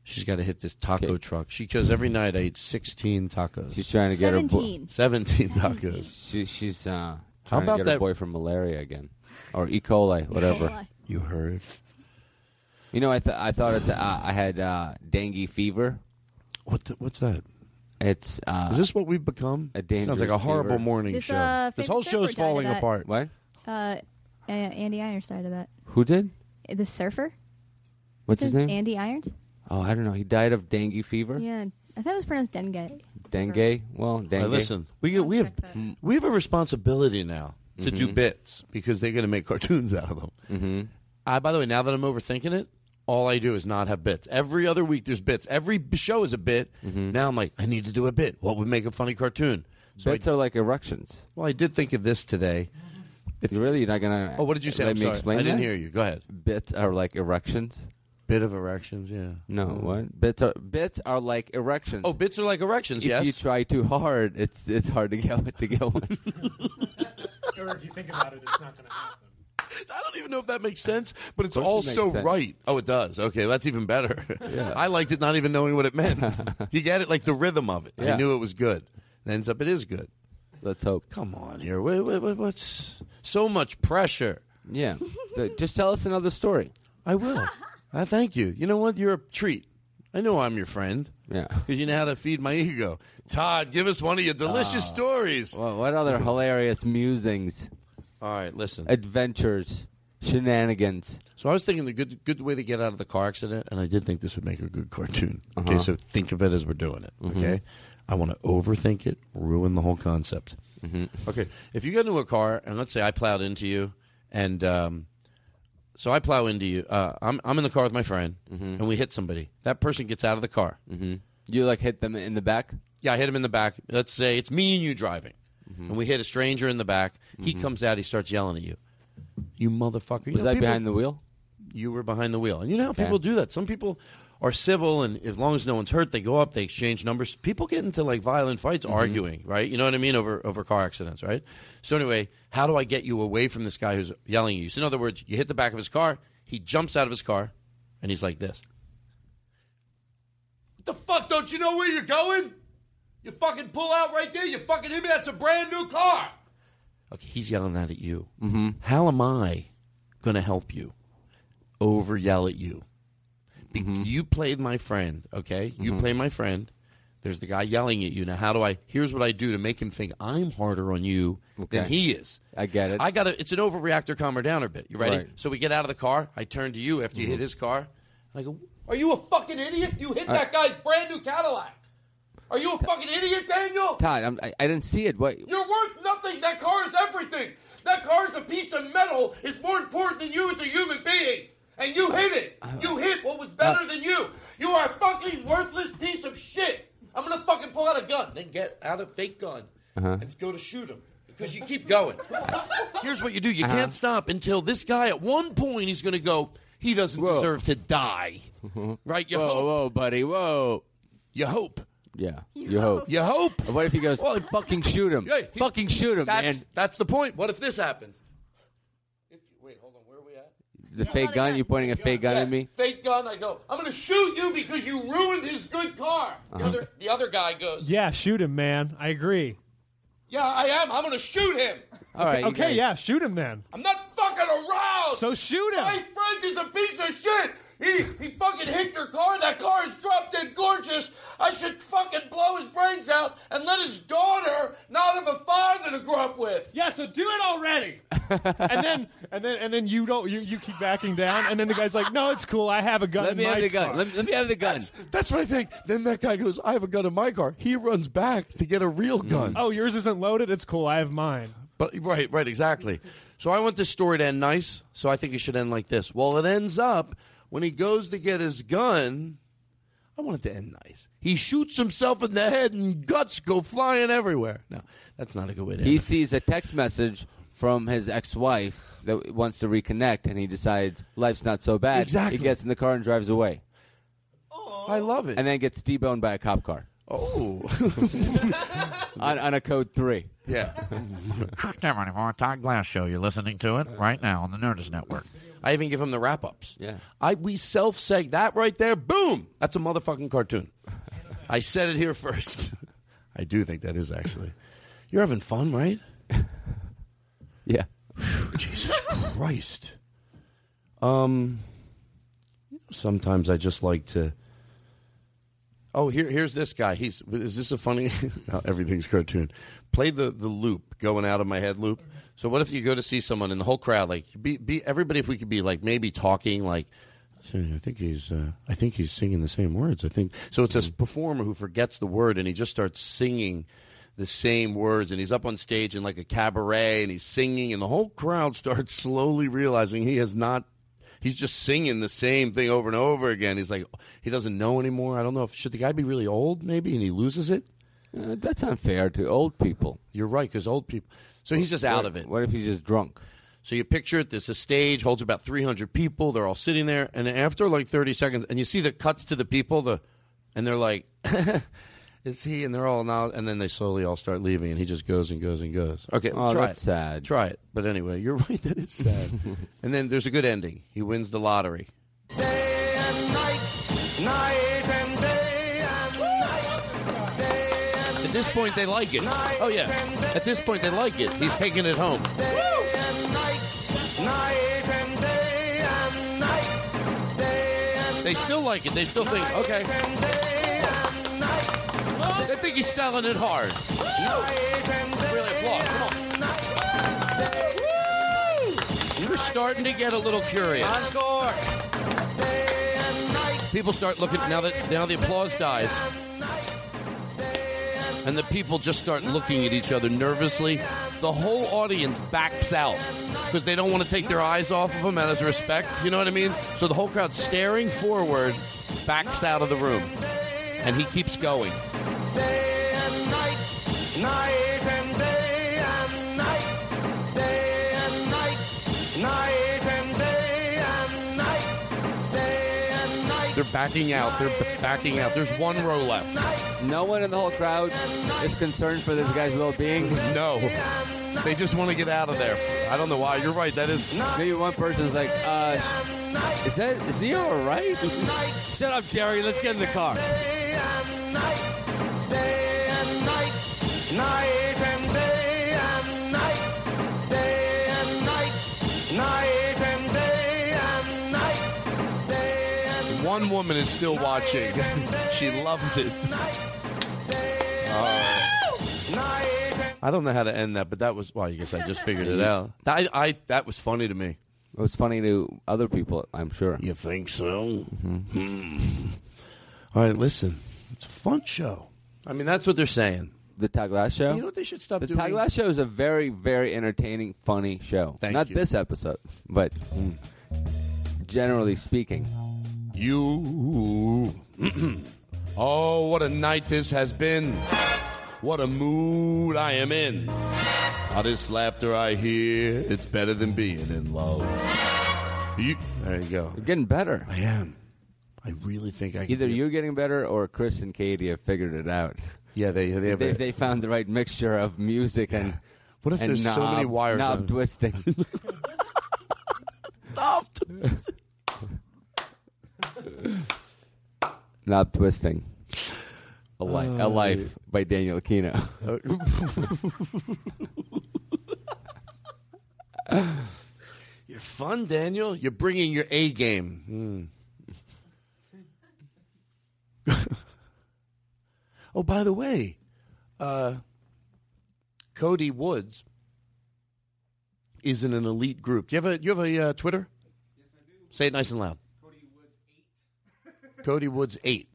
S4: She's got to hit this taco truck. She goes every night. I eat sixteen tacos.
S7: She's trying to get her. Bo-
S14: Seventeen.
S4: Seventeen tacos.
S7: she, she's uh, Trying
S4: about
S7: to get
S4: that-
S7: a boy from malaria again, or E. coli, whatever.
S4: you heard?
S7: You know, I th- I thought it's uh, I had uh, dengue fever.
S4: What the, what's that?
S7: It's uh,
S4: Is this what we've become?
S7: A dangerous
S4: Sounds like a horrible
S7: fever.
S4: morning
S14: This,
S4: show.
S14: uh,
S4: this
S14: Finn
S4: whole
S14: Shepard
S4: show's
S14: died of
S4: falling
S14: that.
S4: apart.
S7: What?
S14: Uh, A- Andy Irons died of that.
S7: Who did?
S14: The surfer.
S7: What's
S14: Is
S7: his
S14: it
S7: name?
S14: Andy Irons.
S7: Oh, I don't know. He died of dengue fever.
S14: Yeah, I thought it was pronounced dengue.
S7: Dengue. Well, dengue.
S4: Hey, listen, we we have we have a responsibility now to do
S7: Mhm.
S4: bits because they're going to make cartoons out of them. Mm-hmm. I, by the way, now that I'm overthinking it, all I do is not have bits. Every other week, there's bits. Every b- show is a bit.
S7: Mm-hmm.
S4: Now I'm like, I need to do a bit. What would make a funny cartoon? So
S7: Bits are like erections.
S4: Well, I did think of this today. If
S7: really, you're not gonna.
S4: Oh, what did you say?
S7: Let
S4: I'm
S7: me
S4: sorry.
S7: explain.
S4: I didn't
S7: that?
S4: hear you. Go ahead.
S7: Bits are like erections.
S4: Bit of erections. Yeah.
S7: No, what? Bits are bits are like erections.
S4: Mm. Oh, bits are like erections.
S7: if
S4: yes.
S7: you try too hard, it's it's hard to get to get one.
S11: or if you think about it, it's not going to happen.
S4: I don't even know if that makes sense, but it's
S11: Of course it
S4: also
S11: makes sense.
S4: right. Oh, it does. Okay, that's even better.
S7: Yeah.
S4: I liked it not even knowing what it meant. you get it, like the rhythm of it. I
S7: Yeah.
S4: knew it was good. It ends up it is good.
S7: Let's hope.
S4: Come on here. Wait, wait, wait, what's so much pressure?
S7: Yeah. Th- Just tell us another story.
S4: I will. I thank you. You know what? You're a treat. I know I'm your friend.
S7: Yeah.
S4: Because you know how to feed my ego. Todd, give us one of your delicious
S7: Ah.
S4: stories.
S7: Well, what other hilarious musings?
S4: All right, listen.
S7: Adventures, shenanigans.
S4: So I was thinking the good good way to get out of the car accident, and I did think this would make a good cartoon. Okay,
S7: Uh-huh. Mm-hmm.
S4: so think of it as we're doing it. Okay, I want to overthink it, ruin the whole concept.
S7: Mm-hmm.
S4: Okay, if you get into a car, and let's say I plowed into you, and um, so I plow into you, uh, I'm I'm in the car with my friend, and we hit somebody. That person gets out of the car.
S7: Mm-hmm. You like hit them in the back.
S4: Yeah, I hit him in the back. Let's say it's me and you driving,
S7: Mm-hmm.
S4: and we hit a stranger in the back. He comes out, he starts yelling at you. You motherfucker! You
S7: Was
S4: know,
S7: that
S4: people-
S7: behind the wheel?
S4: you were behind the wheel. And you know how
S7: Okay.
S4: people do that. Some people are civil, and as long as no one's hurt, they go up, they exchange numbers. People get into like violent fights arguing, right? You know what I mean over over car accidents, right? So anyway, how do I get you away from this guy who's yelling at you? So in other words, you hit the back of his car, he jumps out of his car, and he's like this. What the fuck? Don't you know where you're going? You fucking pull out right there. You fucking hit me. That's a brand new car. Okay, he's yelling that at you. Mm-hmm. How am I going to help you? Over yell at you. Be-
S7: Mm-hmm.
S4: You played my friend, okay? You play my friend. There's the guy yelling at you. Now, how do I? Here's what I do to make him think I'm harder on you than
S7: Okay.
S4: he is.
S7: I get it.
S4: I got to It's an overreactor, calmer downer bit. You ready?
S7: Right. Mm-hmm.
S4: So we get out of the car. I turn to you after you hit his car. I go, Are you a fucking idiot? You hit
S7: All
S4: that guy's brand new Cadillac. Are you a fucking idiot, Daniel?
S7: Todd, I'm, I, I didn't see it. What?
S4: You're worth nothing. That car is everything. That car is a piece of metal. It's more important than you as a human being. And you hit it. You hit what was
S7: Uh.
S4: better than you. You are a fucking worthless piece of shit. I'm gonna fucking pull out a gun. Then get out a fake gun
S7: Uh-huh.
S4: and go to shoot him. Because you keep going. Here's what you do. You
S7: Uh-huh.
S4: can't stop until this guy at one point he's gonna go, he doesn't
S7: Whoa.
S4: deserve to die. Right? You
S7: whoa,
S4: hope.
S7: whoa, buddy, whoa.
S4: You hope.
S7: Yeah, you, hope.
S4: You hope.
S7: What if he goes? Well, fucking shoot him!
S4: Yeah, he-
S7: fucking shoot him,
S4: That's
S7: man!
S4: that's the point. What if this happens?
S7: The fake gun. You're pointing a fake gun at me.
S4: Fake gun. I go. I'm going to shoot you because you ruined his good car. The,
S7: Uh-huh.
S4: other, the other guy goes.
S11: Yeah, shoot him, man. I agree.
S4: Yeah, I am. I'm going to shoot him.
S7: All right. you
S11: okay,
S7: guys-
S11: yeah, shoot him then.
S4: I'm not fucking around.
S11: So shoot
S4: My
S11: him.
S4: friend is a piece of shit. He he fucking hit your car. That car is drop dead gorgeous. I should fucking blow his brains out and let his daughter not have a father to grow up with.
S11: Yeah, so do it already. and then and then and then you don't you, you keep backing down and then the guy's like, "No, it's cool. I have a gun."
S7: Let
S11: in
S7: me
S11: my
S7: have the
S11: car."
S7: gun. Let, let me have the gun.
S4: That's what I think. Then that guy goes, "I have a gun in my car." He runs back to get a real gun.
S11: Oh, yours isn't loaded. It's cool. I have mine.
S4: Mm. Uh, But right, right, exactly. So I want this story to end nice. So I think it should end like this. Well, it ends up when he goes to get his gun. I want it to end nice. He shoots himself in the head, and guts go flying everywhere. No, that's not a good way to.
S7: He
S4: End it.
S7: sees a text message from his ex-wife that wants to reconnect, and he decides life's not so bad.
S4: Exactly.
S7: He gets in the car and drives away,
S4: I love it.
S7: and then gets deboned by a cop car
S4: oh,
S7: on, on a code three.
S4: yeah.
S18: Everyone, on Todd Glass Show, you're listening to it right now on the Nerdist Network.
S4: I even give him the wrap ups.
S7: Yeah.
S4: I we self seg that right there. Boom. That's a motherfucking cartoon. I said it here first. I do think that is actually. You're having fun, right?
S7: Yeah.
S4: Jesus Christ. Um, sometimes I just like to. Oh, here, here's this guy. He's is this a funny? No, everything's cartoon. Play the the loop going out of my head loop. So what if you go to see someone and the whole crowd like be be everybody if we could be like maybe talking like. "So I think he's. Uh, I think he's singing the same words. I think so. It's a performer who forgets the word and he just starts singing the same words and he's up on stage in like a cabaret and he's singing and the whole crowd starts slowly realizing he has not he's just singing the same thing over and over again he's like he doesn't know anymore i don't know if should the guy be really old maybe and he loses it
S7: Uh, that's unfair to old people.
S4: You're right, because old people. So he's just out of it.
S7: What if he's just drunk?
S4: So you picture it. There's a stage holds about 300 people. They're all sitting there, and after like 30 seconds, and you see the cuts to the people. The and they're like, "Is he?" And they're all now, and then they slowly all start leaving, and he just goes and goes and goes. Okay,
S7: Oh,
S4: try
S7: that's
S4: it.
S7: sad.
S4: Try it. But anyway, you're right. That is sad. and then there's a good ending. He wins the lottery.
S12: Night and day and night. Day and
S4: At this point, they like it. Oh yeah. At this point, they like it. He's taking it home.
S12: day and night. Night and day and night. Day and
S4: They still like it. They still think, okay. They think he's selling it hard. Really applaud. Come on. We're starting to get a little curious. Encore. People start looking now that now the applause dies. And the people just start looking at each other nervously. The whole audience backs out because they don't want to take their eyes off of him out of respect. You know what I mean? So the whole crowd staring forward backs out of the room. And he keeps going.
S12: day and night. Night and day and night. Day and night. Night and day and night. Day and night.
S4: They're backing out. They're b- backing out. There's one row left.
S7: No one in the whole crowd is concerned for this guy's well-being.
S4: No, they just want to get out of there. I don't know why. You're right. That is
S7: maybe one person's like, uh, is that is he all right? Shut up, Jerry. Let's get in the car.
S12: Day and night. Day and night. Night and day and night. Day and night. Night and day and night. Day and
S4: One woman is still watching. she loves it. I don't know how to end that, but that was well. I guess I just figured it out. I, I that was funny to me.
S7: It was funny to other people, I'm sure.
S4: You think so? Hmm. All right, listen. It's a fun show. I mean, that's what they're saying.
S7: The Todd Glass show.
S4: You know what they should stop
S7: the
S4: doing?
S7: Todd Glass show is a very, very entertaining, funny show.
S4: Thank
S7: Not
S4: you.
S7: this episode, but mm, generally speaking.
S4: You. oh, what a night this has been. What a mood I am in. Hottest laughter I hear. It's better than being in love. You, there you go. You're
S7: getting better.
S4: I am. I really think I can
S7: Either
S4: do-
S7: you're getting better or Chris and Katie have figured it out.
S4: Yeah, they they have
S7: they,
S4: a-
S7: found the right mixture of music and
S4: What if
S7: and
S4: there's so many
S7: knob-
S4: wires
S7: knob
S4: on-
S7: twisting. knob twisting. A life, a
S4: Uh,
S7: life by Daniel Aquino.
S4: You're fun, Daniel. You're bringing your A game. Hmm. oh, by the way, uh, Cody Woods is in an elite group. Do you have a you have a uh, Twitter? Yes, I do. Say it nice and loud. Cody Woods eight.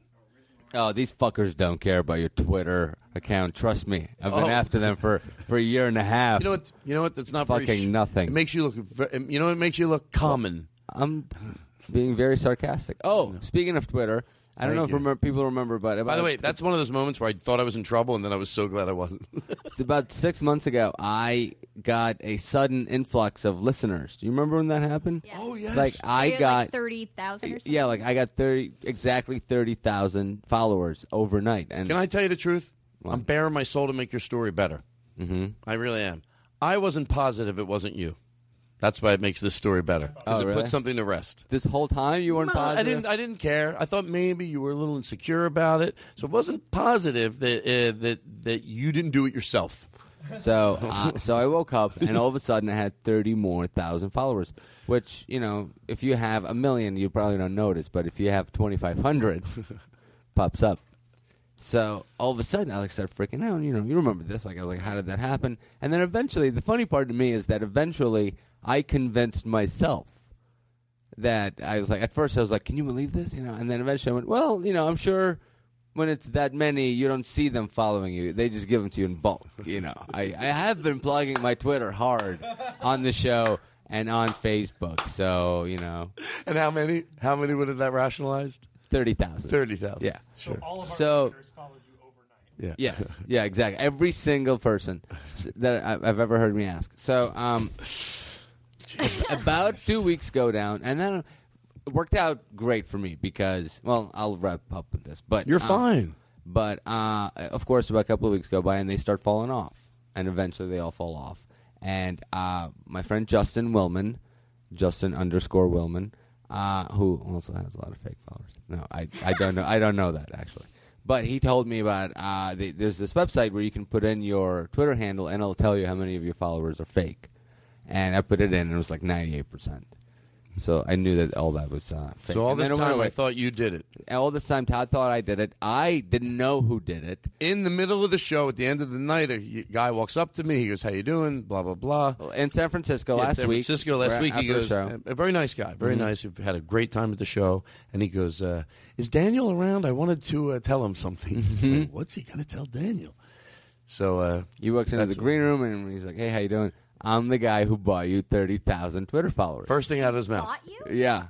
S7: Oh, these fuckers don't care about your Twitter account. Trust me, I've been
S4: Oh.
S7: after them for, for a year and a half.
S4: You know what? You know what? That's not very
S7: Fucking
S4: sh-
S7: nothing.
S4: It makes you look. ve- You know, it makes you look common.
S7: I'm being very sarcastic. Oh, speaking of Twitter, I don't
S4: Thank
S7: know if
S4: you.
S7: remember, people remember, but about
S4: By the way, that's one of those moments where I thought I was in trouble, and then I was so glad I wasn't.
S7: it's about six months ago. I got a sudden influx of listeners. Do you remember when that happened?
S14: Oh
S7: yes. Like, I got-
S14: thirty thousand or something.
S7: Yeah, like I got thirty exactly thirty thousand followers overnight. And
S4: Can I tell you the truth? I'm bearing my soul to make your story better. Mm-hmm. I really am. I wasn't positive it wasn't you. That's why it makes this story better. 'Cause
S7: Oh,
S4: it
S7: really?
S4: puts something to rest.
S7: this whole time you weren't
S4: No, I
S7: positive?
S4: didn't. I didn't care. I thought maybe you were a little insecure about it, so it wasn't positive that uh, that that you didn't do it yourself.
S7: So, uh, so I woke up, and all of a sudden, I had thirty more thousand followers. Which you know, if you have a million, you probably don't notice, but if you have twenty five hundred, pops up. So all of a sudden, I like started freaking out. You know, you remember this? Like I was like, how did that happen? And then eventually, the funny part to me is that eventually, I convinced myself that I was like, at first I was like, can you believe this? You know, and then eventually I went, well, you know, I'm sure when it's that many, you don't see them following you. They just give them to you in bulk. You know, I, I have been plugging my Twitter hard on the show and on Facebook. So, you know.
S4: And how many? How many would have that rationalized?
S7: 30,000.
S4: 30,000.
S7: Yeah.
S4: So Sure. all
S7: of our so,
S4: Yeah.
S7: Yes. Yeah. Exactly. Every single person s- that I- I've ever heard me ask. So, um, ab- about two weeks go down, and then it worked out great for me because, well, I'll wrap up with this, but
S4: You're
S7: um,
S4: fine.
S7: But uh, of course, about a couple of weeks go by, and they start falling off, and eventually they all fall off. And uh, my friend Justin Willman, Justin underscore Willman, uh, who also has a lot of fake followers. No, I, I don't know. I don't know that actually. But he told me about uh, the, there's this website where you can put in your Twitter handle, and it'll tell you how many of your followers are fake. And I put it in, and it was like 98 percent. So I knew that all that was uh, fake.
S4: So all
S7: And
S4: this
S7: then it went
S4: time I
S7: away.
S4: thought you did it.
S7: And all this time Todd thought I did it. I didn't know who did it.
S4: In the middle of the show, at the end of the night, a y- guy walks up to me. He goes, "How you doing?" Blah blah blah.
S7: In San Francisco last
S4: San
S7: week,
S4: Francisco last
S7: right
S4: week. He
S7: after the
S4: goes,
S7: show.
S4: "A very nice guy, very
S7: Mhm.
S4: nice. We've had a great time at the show." And he goes, uh, "Is Daniel around? I wanted to uh, tell him something.
S7: Mm-hmm.
S4: Like, What's he going to tell Daniel?" So uh,
S7: He walks into the
S4: that's-
S7: green room and he's like, "Hey, how you doing? I'm the guy who bought you thirty thousand Twitter followers."
S4: First thing out of his mouth.
S7: Bought you? Yeah,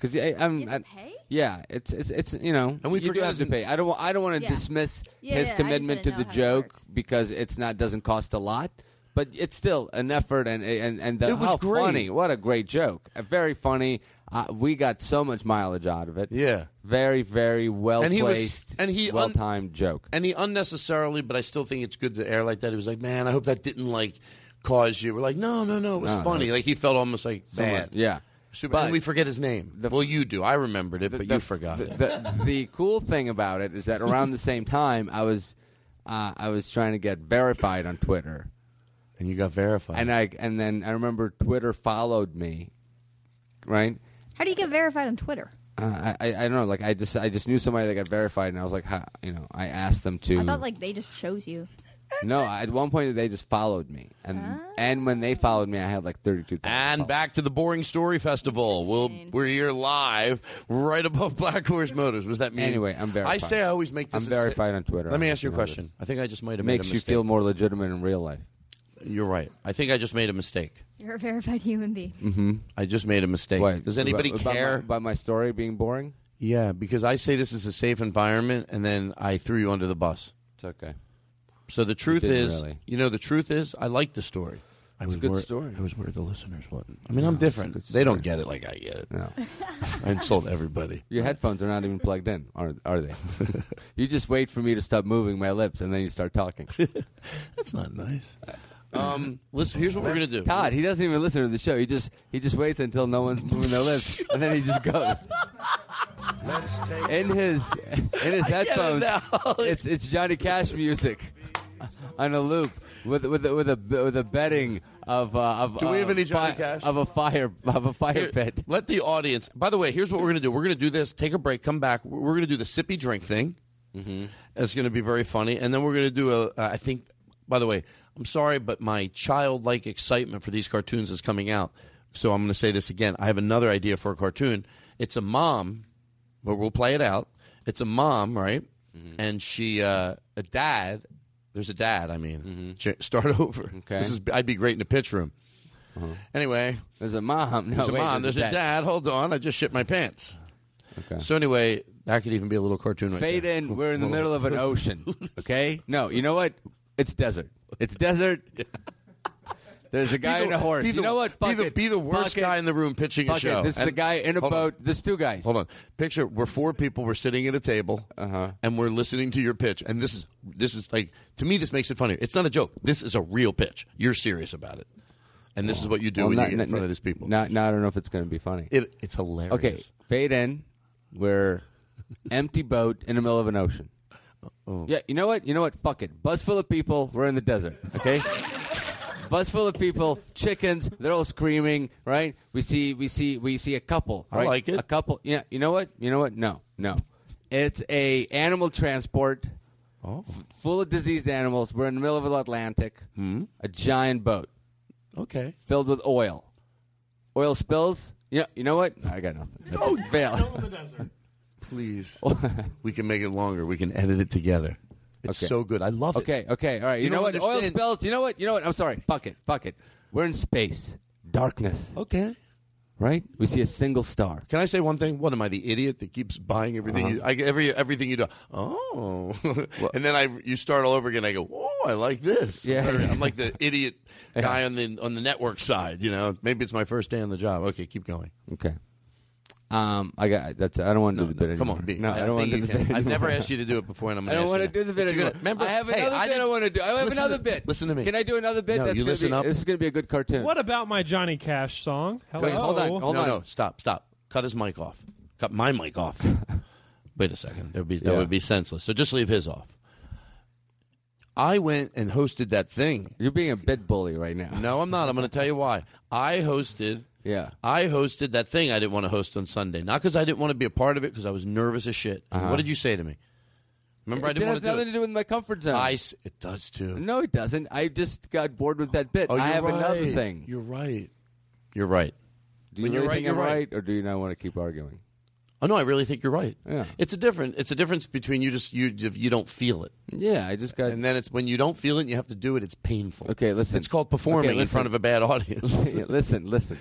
S7: because I'm. I- Yeah, it's it's it's you know,
S4: And we
S7: you do
S4: forget
S7: have to
S4: it's-
S7: pay. I don't wa- I don't want to
S4: Yeah.
S7: dismiss
S4: Yeah,
S7: his
S4: yeah, I just
S7: commitment to
S4: didn't
S7: the
S4: know how it
S7: joke because it's not doesn't cost a lot, but it's still an effort and and and the,
S4: It was
S7: how
S4: great.
S7: funny. What a great joke! A very funny. Uh, we got so much mileage out of it.
S4: Yeah,
S7: very very well
S4: And he was-
S7: placed
S4: and he un-
S7: well timed joke.
S4: And he unnecessarily, but I still think it's good to air like that. He was like, "Man, I hope that didn't like cause you." We're like, "No, no, no, it was
S7: No, no,
S4: funny."
S7: it's-
S4: like he felt almost like
S7: Someone-
S4: bad.
S7: yeah.
S4: Super.
S7: But-
S4: and we forget his name. well, you do. I remembered it, but you
S7: the-
S4: forgot.
S7: The,
S4: it.
S7: the, the cool thing about it is that around the same time, I was uh, I was trying to get verified on Twitter,
S4: and you got verified.
S7: And I and then I remember Twitter followed me, right?
S19: How do you get verified on Twitter?
S7: Uh, I, I I don't know. Like I just I just knew somebody that got verified, and I was like, huh, you know, I asked them to.
S19: I
S4: Mm.
S19: thought like they just chose you.
S7: no, at one point they just followed me, and
S19: Oh.
S7: and when they followed me, I had like thirty two.
S4: And back to the Boring Story Festival. We'll, we're here live, right above Black Horse Motors. Was that me?
S7: Anyway, I'm verified.
S4: I say I always make this.
S7: I'm
S4: a sa-
S7: verified on Twitter.
S4: Let me
S7: I
S4: ask you a
S7: know
S4: question.
S7: this.
S4: I think I just might have
S7: makes
S4: made a
S7: you
S4: mistake.
S7: feel more legitimate in real life.
S4: You're right. I think I just made a mistake.
S19: You're a verified human being.
S4: Mm-hmm. I just made a mistake. Does anybody
S7: About- about my-
S4: care
S7: about my story being boring?
S4: Yeah, because I say this is a safe environment, and then I threw you under the bus.
S7: It's okay.
S4: So the truth
S7: didn't
S4: is,
S7: really.
S4: you know, the truth is, I like the story. I
S7: It's
S4: was
S7: a good
S4: wor-
S7: story.
S4: I was worried the listeners wouldn't. I mean,
S7: No,
S4: I'm
S7: it's a
S4: different.
S7: good
S4: They don't
S7: story.
S4: get it like I get it.
S7: No.
S4: I insult everybody.
S7: Your headphones are not even plugged in, are, are they? you just wait for me to stop moving my lips and then you start talking.
S4: That's not nice. Um, listen, here's what we're gonna do.
S7: Todd, he doesn't even listen to the show. He just he just waits until no one's moving their lips and then he just goes. In his in his
S12: I get it
S7: headphones,
S12: now.
S7: it's it's Johnny Cash music on a loop with with with a with a bedding of uh, of
S4: Do we have
S7: of
S4: any Johnny
S7: fi-
S4: Cash?
S7: of a fire of a fire
S4: Here,
S7: pit.
S4: Let the audience. By the way, here's what we're going to do. We're going to do this. Take a break. Come back. We're going to do the sippy drink thing. Mm-hmm. It's going to be very funny. And then we're going to do a. uh, I think. By the way, I'm sorry, but my childlike excitement for these cartoons is coming out. So I'm going to say this again. I have another idea for a cartoon. It's a mom, but we'll play it out. It's a mom, right?
S7: Mm-hmm.
S4: And she, uh, a dad. There's a dad. I mean, Ch- start over.
S7: Mm-hmm. Okay. Uh-huh.
S4: This is. I'd be great in a pitch room. Anyway,
S7: there's a mom. No,
S4: there's a
S7: wait,
S4: mom. There's, a dad. Hold on, I just shit my pants. So anyway, that could even be a little cartoon. Right
S7: Fade
S4: there.
S7: in. We're in the middle of an ocean. Okay. No, you know what? It's desert. It's desert. There's a guy
S4: Be
S7: in
S4: the-
S7: a horse.
S4: be
S7: You
S4: the-
S7: know what?
S4: be
S7: Fuck
S4: the-
S7: it.
S4: be the worst
S7: Fuck it.
S4: guy in the room pitching a
S7: Fuck it.
S4: show.
S7: This is
S4: And-
S7: the guy in a
S4: hold on.
S7: boat. There's two guys.
S4: Hold on. Picture we're four people. We're sitting at a table,
S7: Uh-huh.
S4: and we're listening to your pitch. And this is this is like to me. This makes it funny. It's not a joke. This is a real pitch. You're serious about it, and this is what you do
S7: Well,
S4: when
S7: not-
S4: you get in
S7: not-
S4: front of these people.
S7: Now, now I don't know if it's going to be funny.
S4: It, it's hilarious.
S7: Okay. Fade in. We're empty boat in the middle of an ocean.
S4: Oh.
S7: Yeah, you know what? You know what? Fuck it. Bus full of people. We're in the desert. Okay. Bus full of people, chickens. They're all screaming, right? We see, we see, we see a couple.
S4: I
S7: Right?
S4: like it.
S7: A couple. Yeah. You know what? You know what? No, no. It's a animal transport.
S4: Oh.
S7: full of diseased animals. We're in the middle of the Atlantic.
S4: Hmm.
S7: A giant boat.
S4: Okay.
S7: Filled with oil. Oil spills. Yeah. You know what? I got nothing.
S4: Oh,
S7: Fail.
S4: Please. we can make it longer. We can edit it together. It's
S7: Okay.
S4: so good. I love it.
S7: Okay, okay, all right. You,
S4: You
S7: know what?
S4: don't
S7: Oil
S4: understand-
S7: spills. You know what? You know what? I'm sorry. Fuck it. Fuck it. We're in space. Darkness.
S4: Okay.
S7: Right? We see a single star.
S4: Can I say one thing? What am I, the idiot that keeps buying everything? You,
S7: Uh-huh.
S4: I, every everything you do. Oh, and then I you start all over again. I go, oh, I like this.
S7: Yeah.
S4: Or I'm like the idiot guy on the on the network side. You know, maybe it's my first day on the job. Okay, keep going.
S7: Okay. Um, I got that's. I don't want to do the bit
S4: Come
S7: anymore.
S4: on, B.
S7: No, I, don't want
S4: think
S7: to do
S4: you
S7: the
S4: can.
S7: bit.
S4: I've
S7: anymore.
S4: never asked you to do it before, and I'm
S7: I
S4: going
S7: don't
S4: ask
S7: want
S4: you
S7: to do the bit
S4: But you're
S7: anymore.
S4: gonna- Remember,
S7: I have
S4: hey,
S7: another bit I
S4: didn't-
S7: want to do. I have
S4: Listen to
S7: another
S4: me.
S7: bit.
S4: Listen to me.
S7: Can I do another bit?
S4: No,
S7: That's
S4: you
S7: gonna
S4: listen
S7: be,
S4: up.
S7: This is going to be a good cartoon.
S11: What about my Johnny Cash song? Hello.
S4: Wait, no, No, stop, stop. Cut his mic off. Cut my mic off. Wait a second. That would be that
S11: Yeah.
S4: would be senseless. So just leave his off. I went and hosted that thing.
S7: You're being a bit bully right now.
S4: No, I'm not. I'm going to tell you why. I hosted.
S7: Yeah.
S4: I hosted that thing I didn't want to host on Sunday. Not because I didn't want to be a part of it, because I was nervous as shit. And
S7: Uh-huh.
S4: What did you say to me? Remember, I
S7: It
S4: didn't want
S7: has
S4: to do
S7: nothing
S4: it.
S7: to do with my comfort zone.
S4: I s- it does too.
S7: No, it doesn't. I just got bored with that bit.
S4: Oh,
S7: I
S4: you're
S7: have another
S4: right.
S7: thing.
S4: You're right. You're right.
S7: Do you
S4: When
S7: really
S4: you're right,
S7: think
S4: you're
S7: I'm
S4: right.
S7: right, or do you not want to keep arguing?
S4: Oh no, I really think you're right.
S7: Yeah.
S4: It's a different. It's a difference between you just you you don't feel it.
S7: Yeah, I just got.
S4: And then it's when you don't feel it and you have to do it, it's painful.
S7: Okay, listen.
S4: It's called performing
S7: Okay,
S4: in
S7: listen.
S4: front of a bad audience.
S7: Yeah, listen, listen.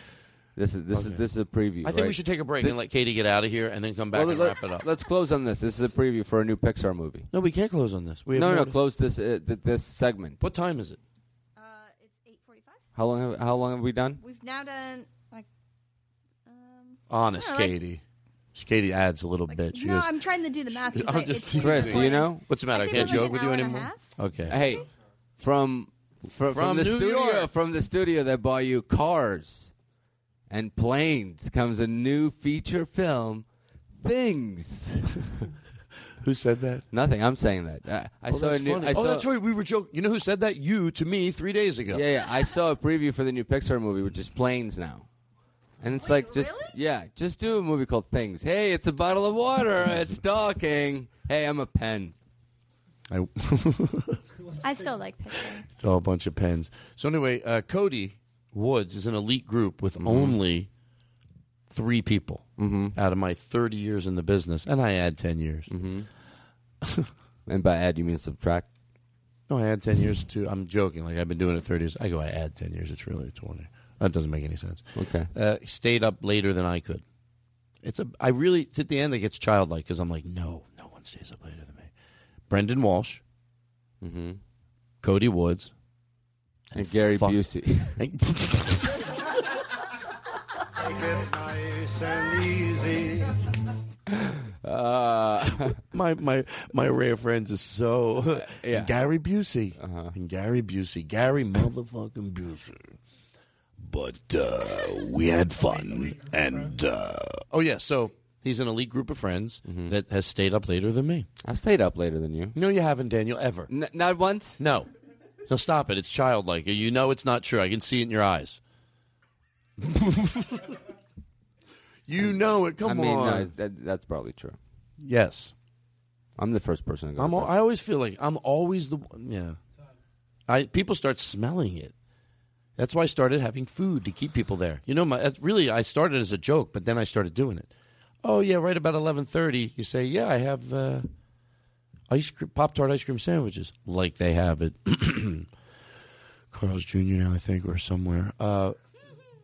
S7: This is this is this is a preview.
S4: I think we
S7: right?
S4: should take a break
S7: Thi-
S4: and let Katie get out of here and then come back
S7: Well,
S4: and
S7: let-
S4: wrap it up.
S7: Let's close on this. This is a preview for a new Pixar movie.
S4: No, we can't close on this. We have
S7: no,
S4: more
S7: no,
S4: to-
S7: close this uh, th- this segment.
S4: What time is it?
S19: Uh,
S7: How long? Have, how long have we done?
S19: We've now done like.
S4: Honest,
S19: No, like-
S4: Katie. She- Katie adds a little bit. She
S19: no,
S4: goes,
S19: I'm trying to do the math. 'cause I-
S4: I'm
S19: it's
S4: just
S19: too
S7: Chris,
S19: important.
S7: you know
S4: What's the matter? I,
S19: did
S4: can't
S19: like
S4: joke
S19: an
S4: with you
S19: hour and a
S4: anymore.
S19: half.
S4: Okay.
S7: Hey, from from,
S4: From
S7: the
S4: New
S7: studio
S4: York.
S7: from the studio that bought you cars and planes comes a new feature film, Things.
S4: Who said that?
S7: Nothing. I'm saying that. I, I
S4: oh,
S7: saw a
S4: that's
S7: new.
S4: funny.
S7: I
S4: oh,
S7: saw-
S4: that's right. We were joking. You know who said that? You to me three days ago.
S7: Yeah, yeah. I saw a preview for the new Pixar movie, which is planes now. And it's like just yeah, just do a movie called Things. Hey, it's a bottle of water. It's talking. Hey, I'm a pen.
S4: I-
S19: I still like Pixar.
S4: It's all a bunch of pens. So anyway, uh, Cody Woods is an elite group with only three people out of my thirty years in the business, and I add ten years. Mm-hmm.
S7: And by add you mean subtract?
S4: No, I add ten years to. I'm joking. Like I've been doing it thirty years. I go, I add ten years. It's really twenty. That doesn't make any sense.
S7: Okay.
S4: Uh, stayed up later than I could. It's a. I really at the end it gets childlike because I'm like, no, no one stays up later than me. Brendan Walsh,
S7: Mm-hmm.
S4: Cody Woods,
S7: And Gary
S4: fuck-
S7: Busey.
S4: and-
S12: Take it nice and easy.
S7: Uh,
S4: my my my array of friends is so
S7: yeah. Uh-huh.
S4: Gary Busey and Gary Busey, Gary motherfucking Busey. But uh, we had fun, and uh, oh yeah, so he's an elite group of friends
S7: Mm-hmm.
S4: that has stayed up later than me.
S7: I stayed up later than you.
S4: No, you haven't, Daniel, ever.
S7: N- not once.
S4: No, no, stop it. It's childlike. You know it's not true. I can see it in your eyes. you know it. Come
S7: I mean,
S4: on.
S7: no, that, that's probably true.
S4: yes.
S7: I'm the first person to go.
S4: I'm.
S7: with
S4: Al- I always feel like I'm always the one- yeah. I people start smelling it. That's why I started having food to keep people there. You know, my that's really I started as a joke, but then I started doing it. Oh yeah, right about eleven thirty, you say, yeah, I have uh, ice cream, pop tart ice cream sandwiches, like they have it. Carl's Jr. now, I think, or somewhere. Uh,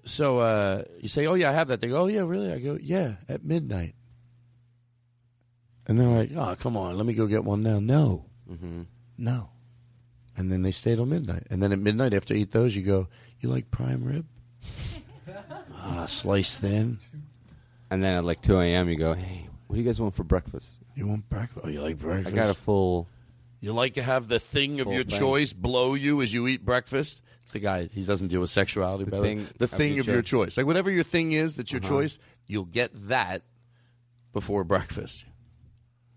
S4: so uh, you say, oh yeah, I have that. They go, oh yeah, really? I go, yeah, at midnight. And they're like, oh, come on, let me go get one now. No,
S7: Mm-hmm.
S4: no. And then they stay till midnight. And then at midnight, after you eat those, you go, you like prime rib? ah, sliced thin.
S7: And then at like 2 a.m., you go, hey, what do you guys want for breakfast?
S4: You want breakfast? Oh, you like breakfast?
S7: I got a full.
S4: You like to have the thing of
S7: Full
S4: your
S7: thing.
S4: choice blow you as you eat breakfast? It's the guy, he doesn't deal with sexuality. The
S7: thing
S4: the
S7: of
S4: thing
S7: your
S4: of your
S7: choice.
S4: choice. Like whatever your thing is that's your
S7: Uh-huh.
S4: choice, you'll get that before breakfast.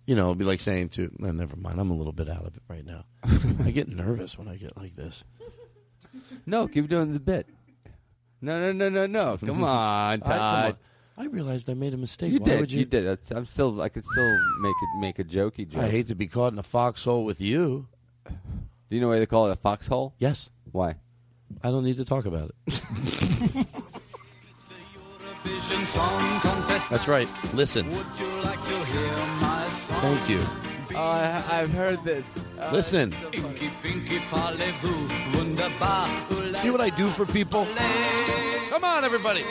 S4: you know, it'd be like saying to, no, never mind, I'm a little bit out of it right now. I get nervous when I get like this.
S7: No, keep doing the bit. No, no, no, no, no. Come on,
S4: I- come
S7: Todd.
S4: I realized I made a mistake.
S7: You
S4: Why
S7: did.
S4: would
S7: you?
S4: you-
S7: did. That's- I'm still. I could still make it make a jokey joke.
S4: I hate to be caught in a foxhole with you.
S7: Do you know why they call it a foxhole?
S4: Yes.
S7: Why?
S4: I don't need to talk about it.
S12: Vision Song Contest.
S4: That's right. Listen.
S12: Would you like to hear my song?
S4: Thank you.
S7: Oh, I, I've heard this. Uh,
S4: Listen.
S12: Inky Pinky Parlez-vous, Wunderbar.
S4: See what I do for people? Come on, everybody.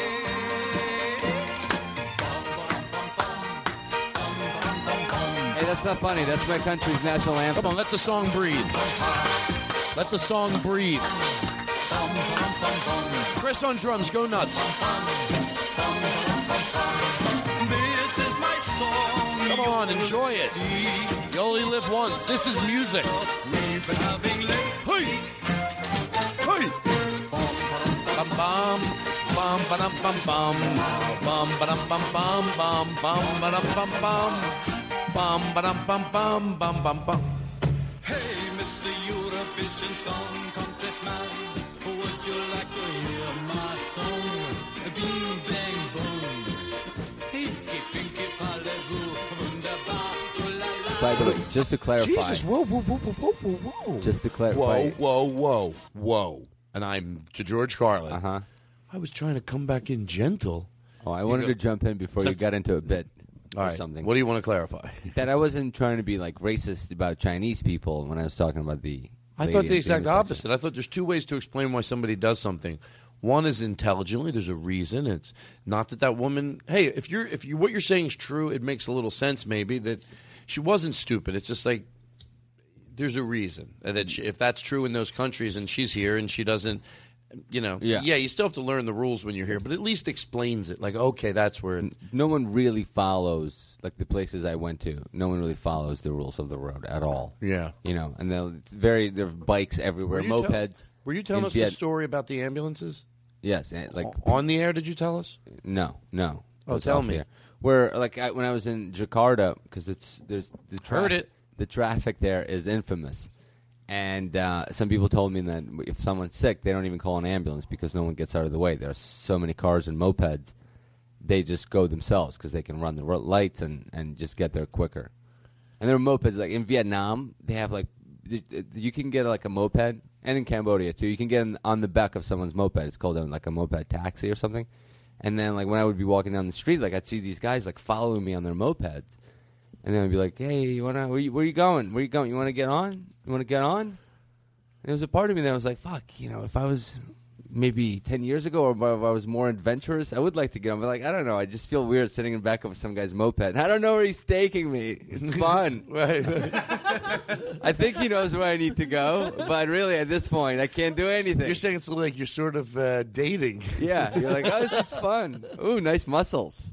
S7: Hey, that's not funny. That's my country's national anthem.
S4: Come on, let the song breathe. Let the song breathe. Chris on drums, go nuts.
S12: This is my song.
S4: Come on, enjoy it. You only live once. This is music. Hey! Hey! Bum bum bum ba-dum, bum bum bum ba-dum, bum bum bum bum ba-dum, bum bum bum ba-dum, bum bum bum bum bum.
S12: Hey, Mr. Eurovision Song Contest man. Would you like to hear my song? Bing, bang, boom. Inky Pinky Parlez-vous, Wunderbar.
S7: By the way, just to clarify.
S4: Jesus, whoa, whoa, whoa, whoa, whoa, whoa, whoa.
S7: Just to
S4: Whoa,
S7: clarify.
S4: whoa, whoa, whoa. And I'm to George Carlin. Uh
S7: Uh-huh.
S4: huh. I was trying to come back in gentle.
S7: Oh, I wanted to jump in before you got into a bit
S4: All
S7: or
S4: right.
S7: something.
S4: What do you want to clarify?
S7: That I wasn't trying to be like racist about Chinese people when I was talking about the.
S4: I
S7: lady
S4: thought
S7: at
S4: the exact
S7: intersection.
S4: opposite. I thought there's two ways to explain why somebody does something. One is intelligently. There's a reason. It's not that that woman. Hey, if you're if you what you're saying is true, it makes a little sense maybe that she wasn't stupid. It's just like there's a reason And that she, if that's true in those countries and she's here and she doesn't, you know,
S7: Yeah.
S4: yeah, you still have to learn the rules when you're here, but at least explains it. Like, okay, that's where. It,
S7: No one really follows like the places I went to. No one really follows the rules of the road at all.
S4: Yeah.
S7: you know, and they'll- it's very there are bikes everywhere,
S4: Were you tell-
S7: mopeds.
S4: were you telling
S7: in
S4: us
S7: Viet-
S4: the story Oh, about the ambulances?
S7: Yes, and, like
S4: on the air. Did you tell us?
S7: No, no.
S4: Oh,
S7: It was
S4: tell
S7: off the
S4: me.
S7: air. Where like I, when I was in Jakarta because it's there's the
S4: Heard
S7: traffic,
S4: it.
S7: The traffic there is infamous, and uh, some people told me that if someone's sick, they don't even call an ambulance because no one gets out of the way. There are so many cars and mopeds, they just go themselves because they can run the ro- lights and and just get there quicker. And there are mopeds like in Vietnam. They have like th- th- you can get like a moped, and in Cambodia too. You can get in- on the back of someone's moped. It's called um, like a moped taxi or something. And then like when I would be walking down the street, like I'd see these guys like following me on their mopeds, and then I'd be like, "Hey, you wanna where you, where you going? Where you going? You wanna get on? You wanna get on?" And there was a part of me that was like, "Fuck, you know, if I was." Maybe ten years ago, or if I was more adventurous, I would like to get on. But like, I don't know. I just feel weird sitting in the back of some guy's moped. I don't know where he's taking me. It's fun. I think he knows where I need to go, but really at this point, I can't do anything.
S4: You're saying it's like you're sort of uh, dating.
S7: Yeah, you're like, oh, this is fun. Ooh, nice muscles.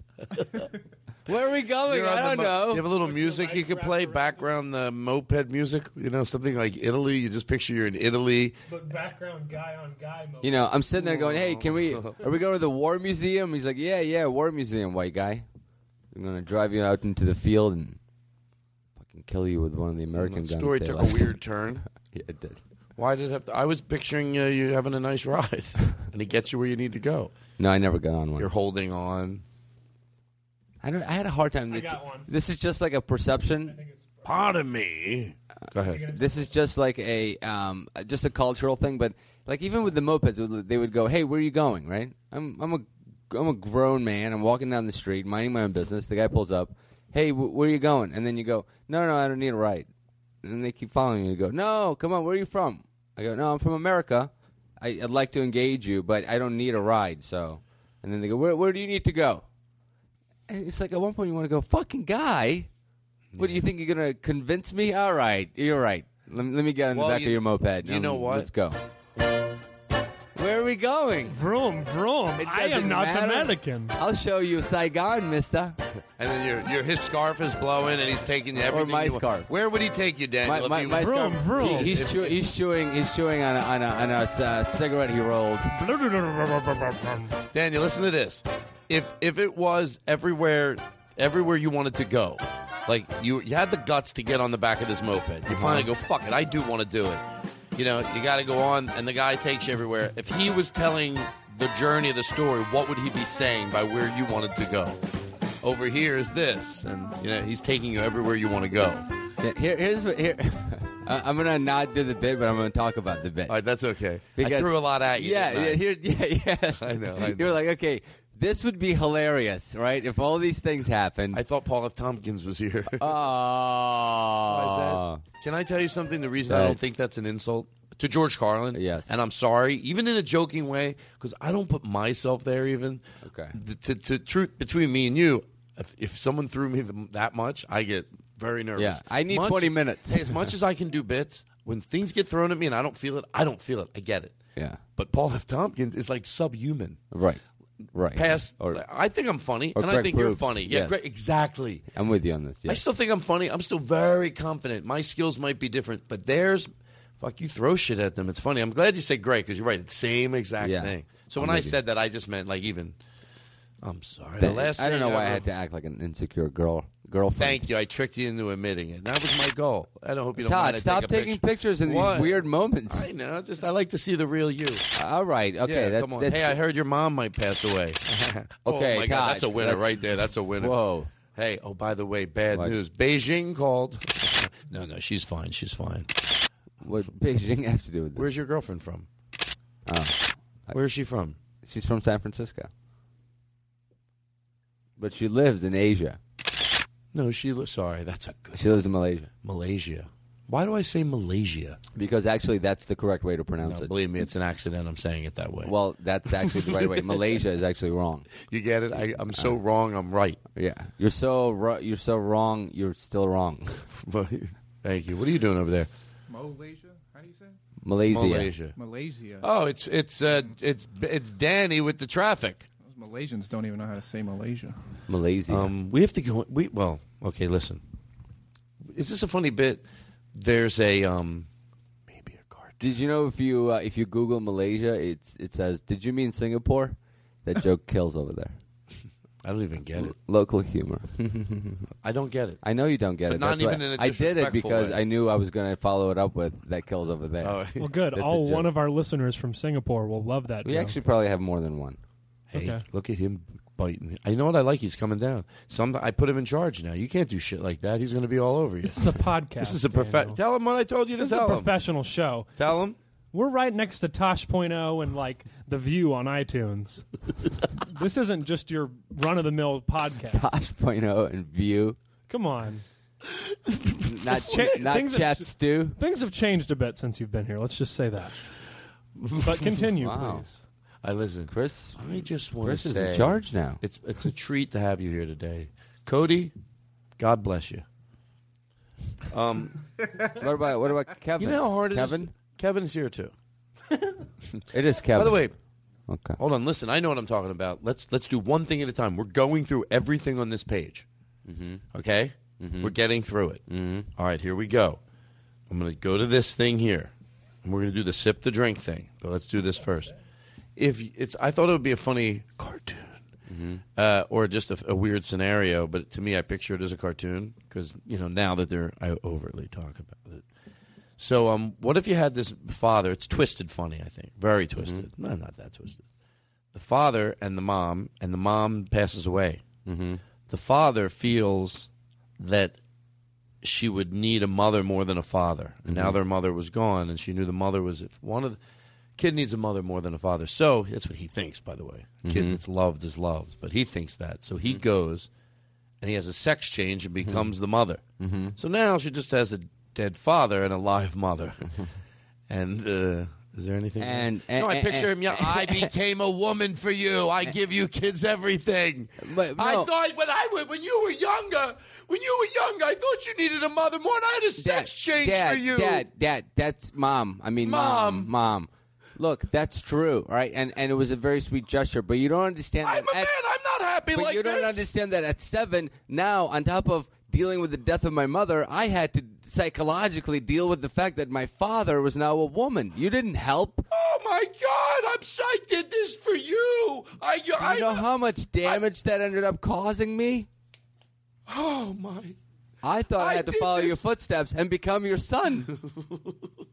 S7: Where are we going?
S4: You're on
S7: I
S4: the
S7: don't
S4: mo-
S7: know.
S4: You have a little music you could play background uh, moped music. You know something like Italy. You just picture you're in Italy.
S11: But background guy on guy mode.
S7: You know, I'm sitting there going, "Hey, can we? Are we going to the war museum?" He's like, "Yeah, yeah, war museum, white guy. I'm gonna drive you out into the field and fucking kill you with one of the American guns."
S4: The Mm, story
S7: they
S4: took
S7: left."
S4: a weird turn.
S7: yeah, it did.
S4: Why did it have to, I was picturing uh, you having a nice ride, and it gets you where you need to go.
S7: No, I never got on one.
S4: You're holding on.
S7: I don't. I had a hard time.
S4: I got one.
S7: This is just like a perception.
S4: Pardon me. Go ahead.
S7: This is just like a um, just a cultural thing, but like even with the mopeds, they would go, "Hey, where are you going?" Right? I'm I'm a I'm a grown man. I'm walking down the street, minding my own business. The guy pulls up, "Hey, wh- where are you going?" And then you go, "No, no, I don't need a ride." And they keep following you. You go, "No, come on, where are you from?" I go, "No, I'm from America. I, I'd like to engage you, but I don't need a ride." So, and then they go, "Where where do you need to go?" And it's like at one point you want to go, fucking guy. What do you think you're gonna convince me? All right, you're right. Let me, let me get on
S4: Well,
S7: the back
S4: you-
S7: of your moped.
S4: you
S7: Um,
S4: know what?
S7: Let's go. Where are we going?
S11: Vroom, vroom. I am
S7: doesn't
S11: not
S7: matter.
S11: Dominican.
S7: I'll show you Saigon, Mister.
S4: And then your your his scarf is blowing, and he's taking you everything.
S7: my
S4: you want.
S7: scarf.
S4: Where would he take you,
S7: My,
S4: Daniel?
S7: my,
S4: if
S7: my
S4: he
S7: scarf- he- he's, chew- he's chewing. He's chewing on a, on a, on a uh, cigarette he rolled.
S4: Daniel, listen to this. If if it was everywhere everywhere you wanted to go, Like you, you had the guts to get on the back of this moped.
S7: Uh-huh.
S4: You finally go, fuck it, I do want to do it. You know, you got to go on, and the guy takes you everywhere. If he was telling the journey of the story, what would he be saying by where you wanted to go? Over here is this, and you know he's taking you everywhere you want to go.
S7: Yeah, Here, here's what here. I- I'm gonna not do the bit, but I'm gonna talk about the bit. All
S4: right, that's okay. I threw a lot at you.
S7: Yeah,
S4: didn't I?
S7: yeah, here, yeah, yes.
S4: I know, I know.
S7: You're like, okay, this would be hilarious, right? If all these things happened. I
S4: thought Paul F. Tompkins was here.
S7: Oh, Uh,
S4: Why is that? Can I tell you something? The reason I don't think that's an insult to George Carlin. Yes. And I'm sorry, even in a joking way, because I don't put myself there even. Okay. To, to truth between me and you, if, if someone threw me the, that much, I get very nervous.
S7: Yeah, I need 20 minutes.
S4: hey, as much as I can do bits, when things get thrown at me and I don't feel it, I don't feel it. I get it.
S7: Yeah.
S4: But Paul F. Tompkins is like subhuman.
S7: Right. Right.
S4: Past, I think I'm funny,
S7: or
S4: and I
S7: Greg
S4: think you're
S7: Proops,
S4: funny. Yeah,
S7: yes.
S4: Greg- exactly.
S7: I'm with you on this.
S4: I
S7: Yes.
S4: still think I'm funny. I'm still very confident. My skills might be different, but theirs, fuck, you throw shit at them. It's funny. I'm glad you said great because you're right. It's the same exact
S7: Yeah.
S4: thing. So
S7: I'm
S4: when I
S7: with you.
S4: said that, I just meant like even. I'm sorry. The
S7: Th-
S4: last
S7: I don't know
S4: thing
S7: why I had to act like an insecure girl girlfriend.
S4: Thank you. I tricked you into admitting it. That was my goal. I don't hope you don't
S7: Todd,
S4: mind. I
S7: stop
S4: take a
S7: taking
S4: picture.
S7: pictures in these
S4: What?
S7: weird moments.
S4: I know. Just I like to see the real you.
S7: All right. Okay.
S4: Yeah,
S7: that-
S4: come on.
S7: that's-
S4: Hey, I heard your mom might pass away. okay,
S7: Okay,
S4: oh my God,
S7: Todd,
S4: that's a winner
S7: that's-
S4: right there. That's a winner.
S7: Whoa.
S4: Hey, oh by the way, bad news. Beijing called. no, no, she's fine. She's fine.
S7: What Beijing have to do with this?
S4: Where's your girlfriend from?
S7: Oh.
S4: Where's she from?
S7: She's from San Francisco. But she lives in Asia.
S4: No, she. Li- sorry, that's a good.
S7: She lives in Malaysia.
S4: Malaysia. Why do I say Malaysia?
S7: Because actually, that's the correct way to pronounce
S4: No,
S7: it.
S4: believe me, it's an accident. I'm saying it that way.
S7: Well, that's actually the right way. Malaysia is actually wrong.
S4: You get it? I, I'm so wrong. I'm right.
S7: Yeah, you're so ru- you're so wrong. You're still wrong.
S4: Thank you. What are you doing over there?
S20: Malaysia? How do you say? it?
S7: Malaysia.
S4: Malaysia.
S20: Malaysia.
S4: Oh, it's it's uh, it's it's Danny with the traffic.
S20: Those Malaysians don't even know how to say Malaysia.
S7: Malaysia.
S4: Um, we have to go. We well, okay. Listen, is this a funny bit? There's a um.
S7: Did you know if you uh, if you Google Malaysia, it's it says, "Did you mean Singapore?" That joke kills over there.
S4: I don't even get it.
S7: Local humor.
S4: I don't get it.
S7: I know you don't get
S4: But
S7: it.
S4: not
S7: That's why
S4: even in a
S7: I did it
S4: disrespectful
S7: because
S4: way.
S7: I knew I was going to follow it up with that kills over
S4: Oh,
S7: there.
S11: Well, good.
S7: That's a
S11: All
S7: joke.
S11: one of our listeners from Singapore will love that.
S7: we
S11: joke.
S7: actually probably have more than one.
S4: Hey,
S11: Okay.
S4: look at him biting. I know what I like. He's coming down. Some I put him in charge now. You can't do shit like that. He's going to be all over you.
S11: This is a podcast.
S4: This is a perfect.
S11: Daniel.
S4: Tell him what I told you to
S11: This is a
S4: tell him.
S11: professional show.
S4: Tell him.
S11: We're right next to Tosh.0 and like The View on iTunes. this isn't just your run of the mill podcast.
S7: Point oh and view.
S11: Come on.
S7: Not
S11: It's cha-
S7: not
S11: things have
S7: chat
S11: ch-
S7: stew.
S11: Things have changed a bit since you've been here. Let's just say that. But continue,
S7: Wow.
S11: please.
S4: I listen,
S7: Chris.
S4: I just want
S7: Chris
S4: to
S7: is
S4: say,
S7: in charge now.
S4: It's it's a treat to have you here today, Cody. God bless you. Um,
S7: What about what about Kevin?
S4: you know how hard it is-
S7: Kevin?
S4: Kevin is here too.
S7: It is Kevin.
S4: By the way,
S7: okay.
S4: Hold on, listen. I know what I'm talking about. Let's let's do one thing at a time. We're going through everything on this page. Okay, we're getting through it. All right, here we go. I'm going to go to this thing here, and we're going to do the sip the drink thing. But let's do this first. If it's, I thought it would be a funny cartoon, uh, or just a, a weird scenario. But to me, I picture it as a cartoon because you know now that they're I overtly talk about it. So, um, what if you had this father? It's twisted funny, I think. Very twisted. No, not that twisted. The father and the mom, and the mom passes away. Mm-hmm. The father feels that she would need a mother more than a father. And now
S7: Mhm.
S4: their mother was gone, and she knew the mother was if one of the kid needs a mother more than a father. So, that's what he thinks, by the way. Kid
S7: Mhm.
S4: that's loved is loved, but he thinks that. So, he goes and he has a sex change and becomes the mother.
S7: Mhm.
S4: So now she just has a dead father and a live mother. and uh, is there anything?
S7: And-
S4: no, I
S7: and-
S4: picture
S7: and-
S4: him. Yeah, I became a woman for you. I give you kids everything. I
S7: no.
S4: thought when I wa- when you were younger, when you were younger, I thought you needed a mother more, and I had a sex change
S7: Dad,
S4: for you.
S7: Dad, Dad, that's mom. I mean, mom, mom. Look, that's true, all right? And and it was a very sweet gesture, but you don't understand. I'm that a man.
S4: I'm not happy
S7: but
S4: like
S7: you don't
S4: this.
S7: understand that at seven now, on top of dealing with the death of my mother, I had to psychologically deal with the fact that my father was now a woman. You didn't help.
S4: Oh my God! I'm. so- I did this for you. I.
S7: Do you know how much damage that ended up causing me?
S4: Oh my
S7: I thought I, had to
S4: did
S7: follow your
S4: this.
S7: footsteps and become your son.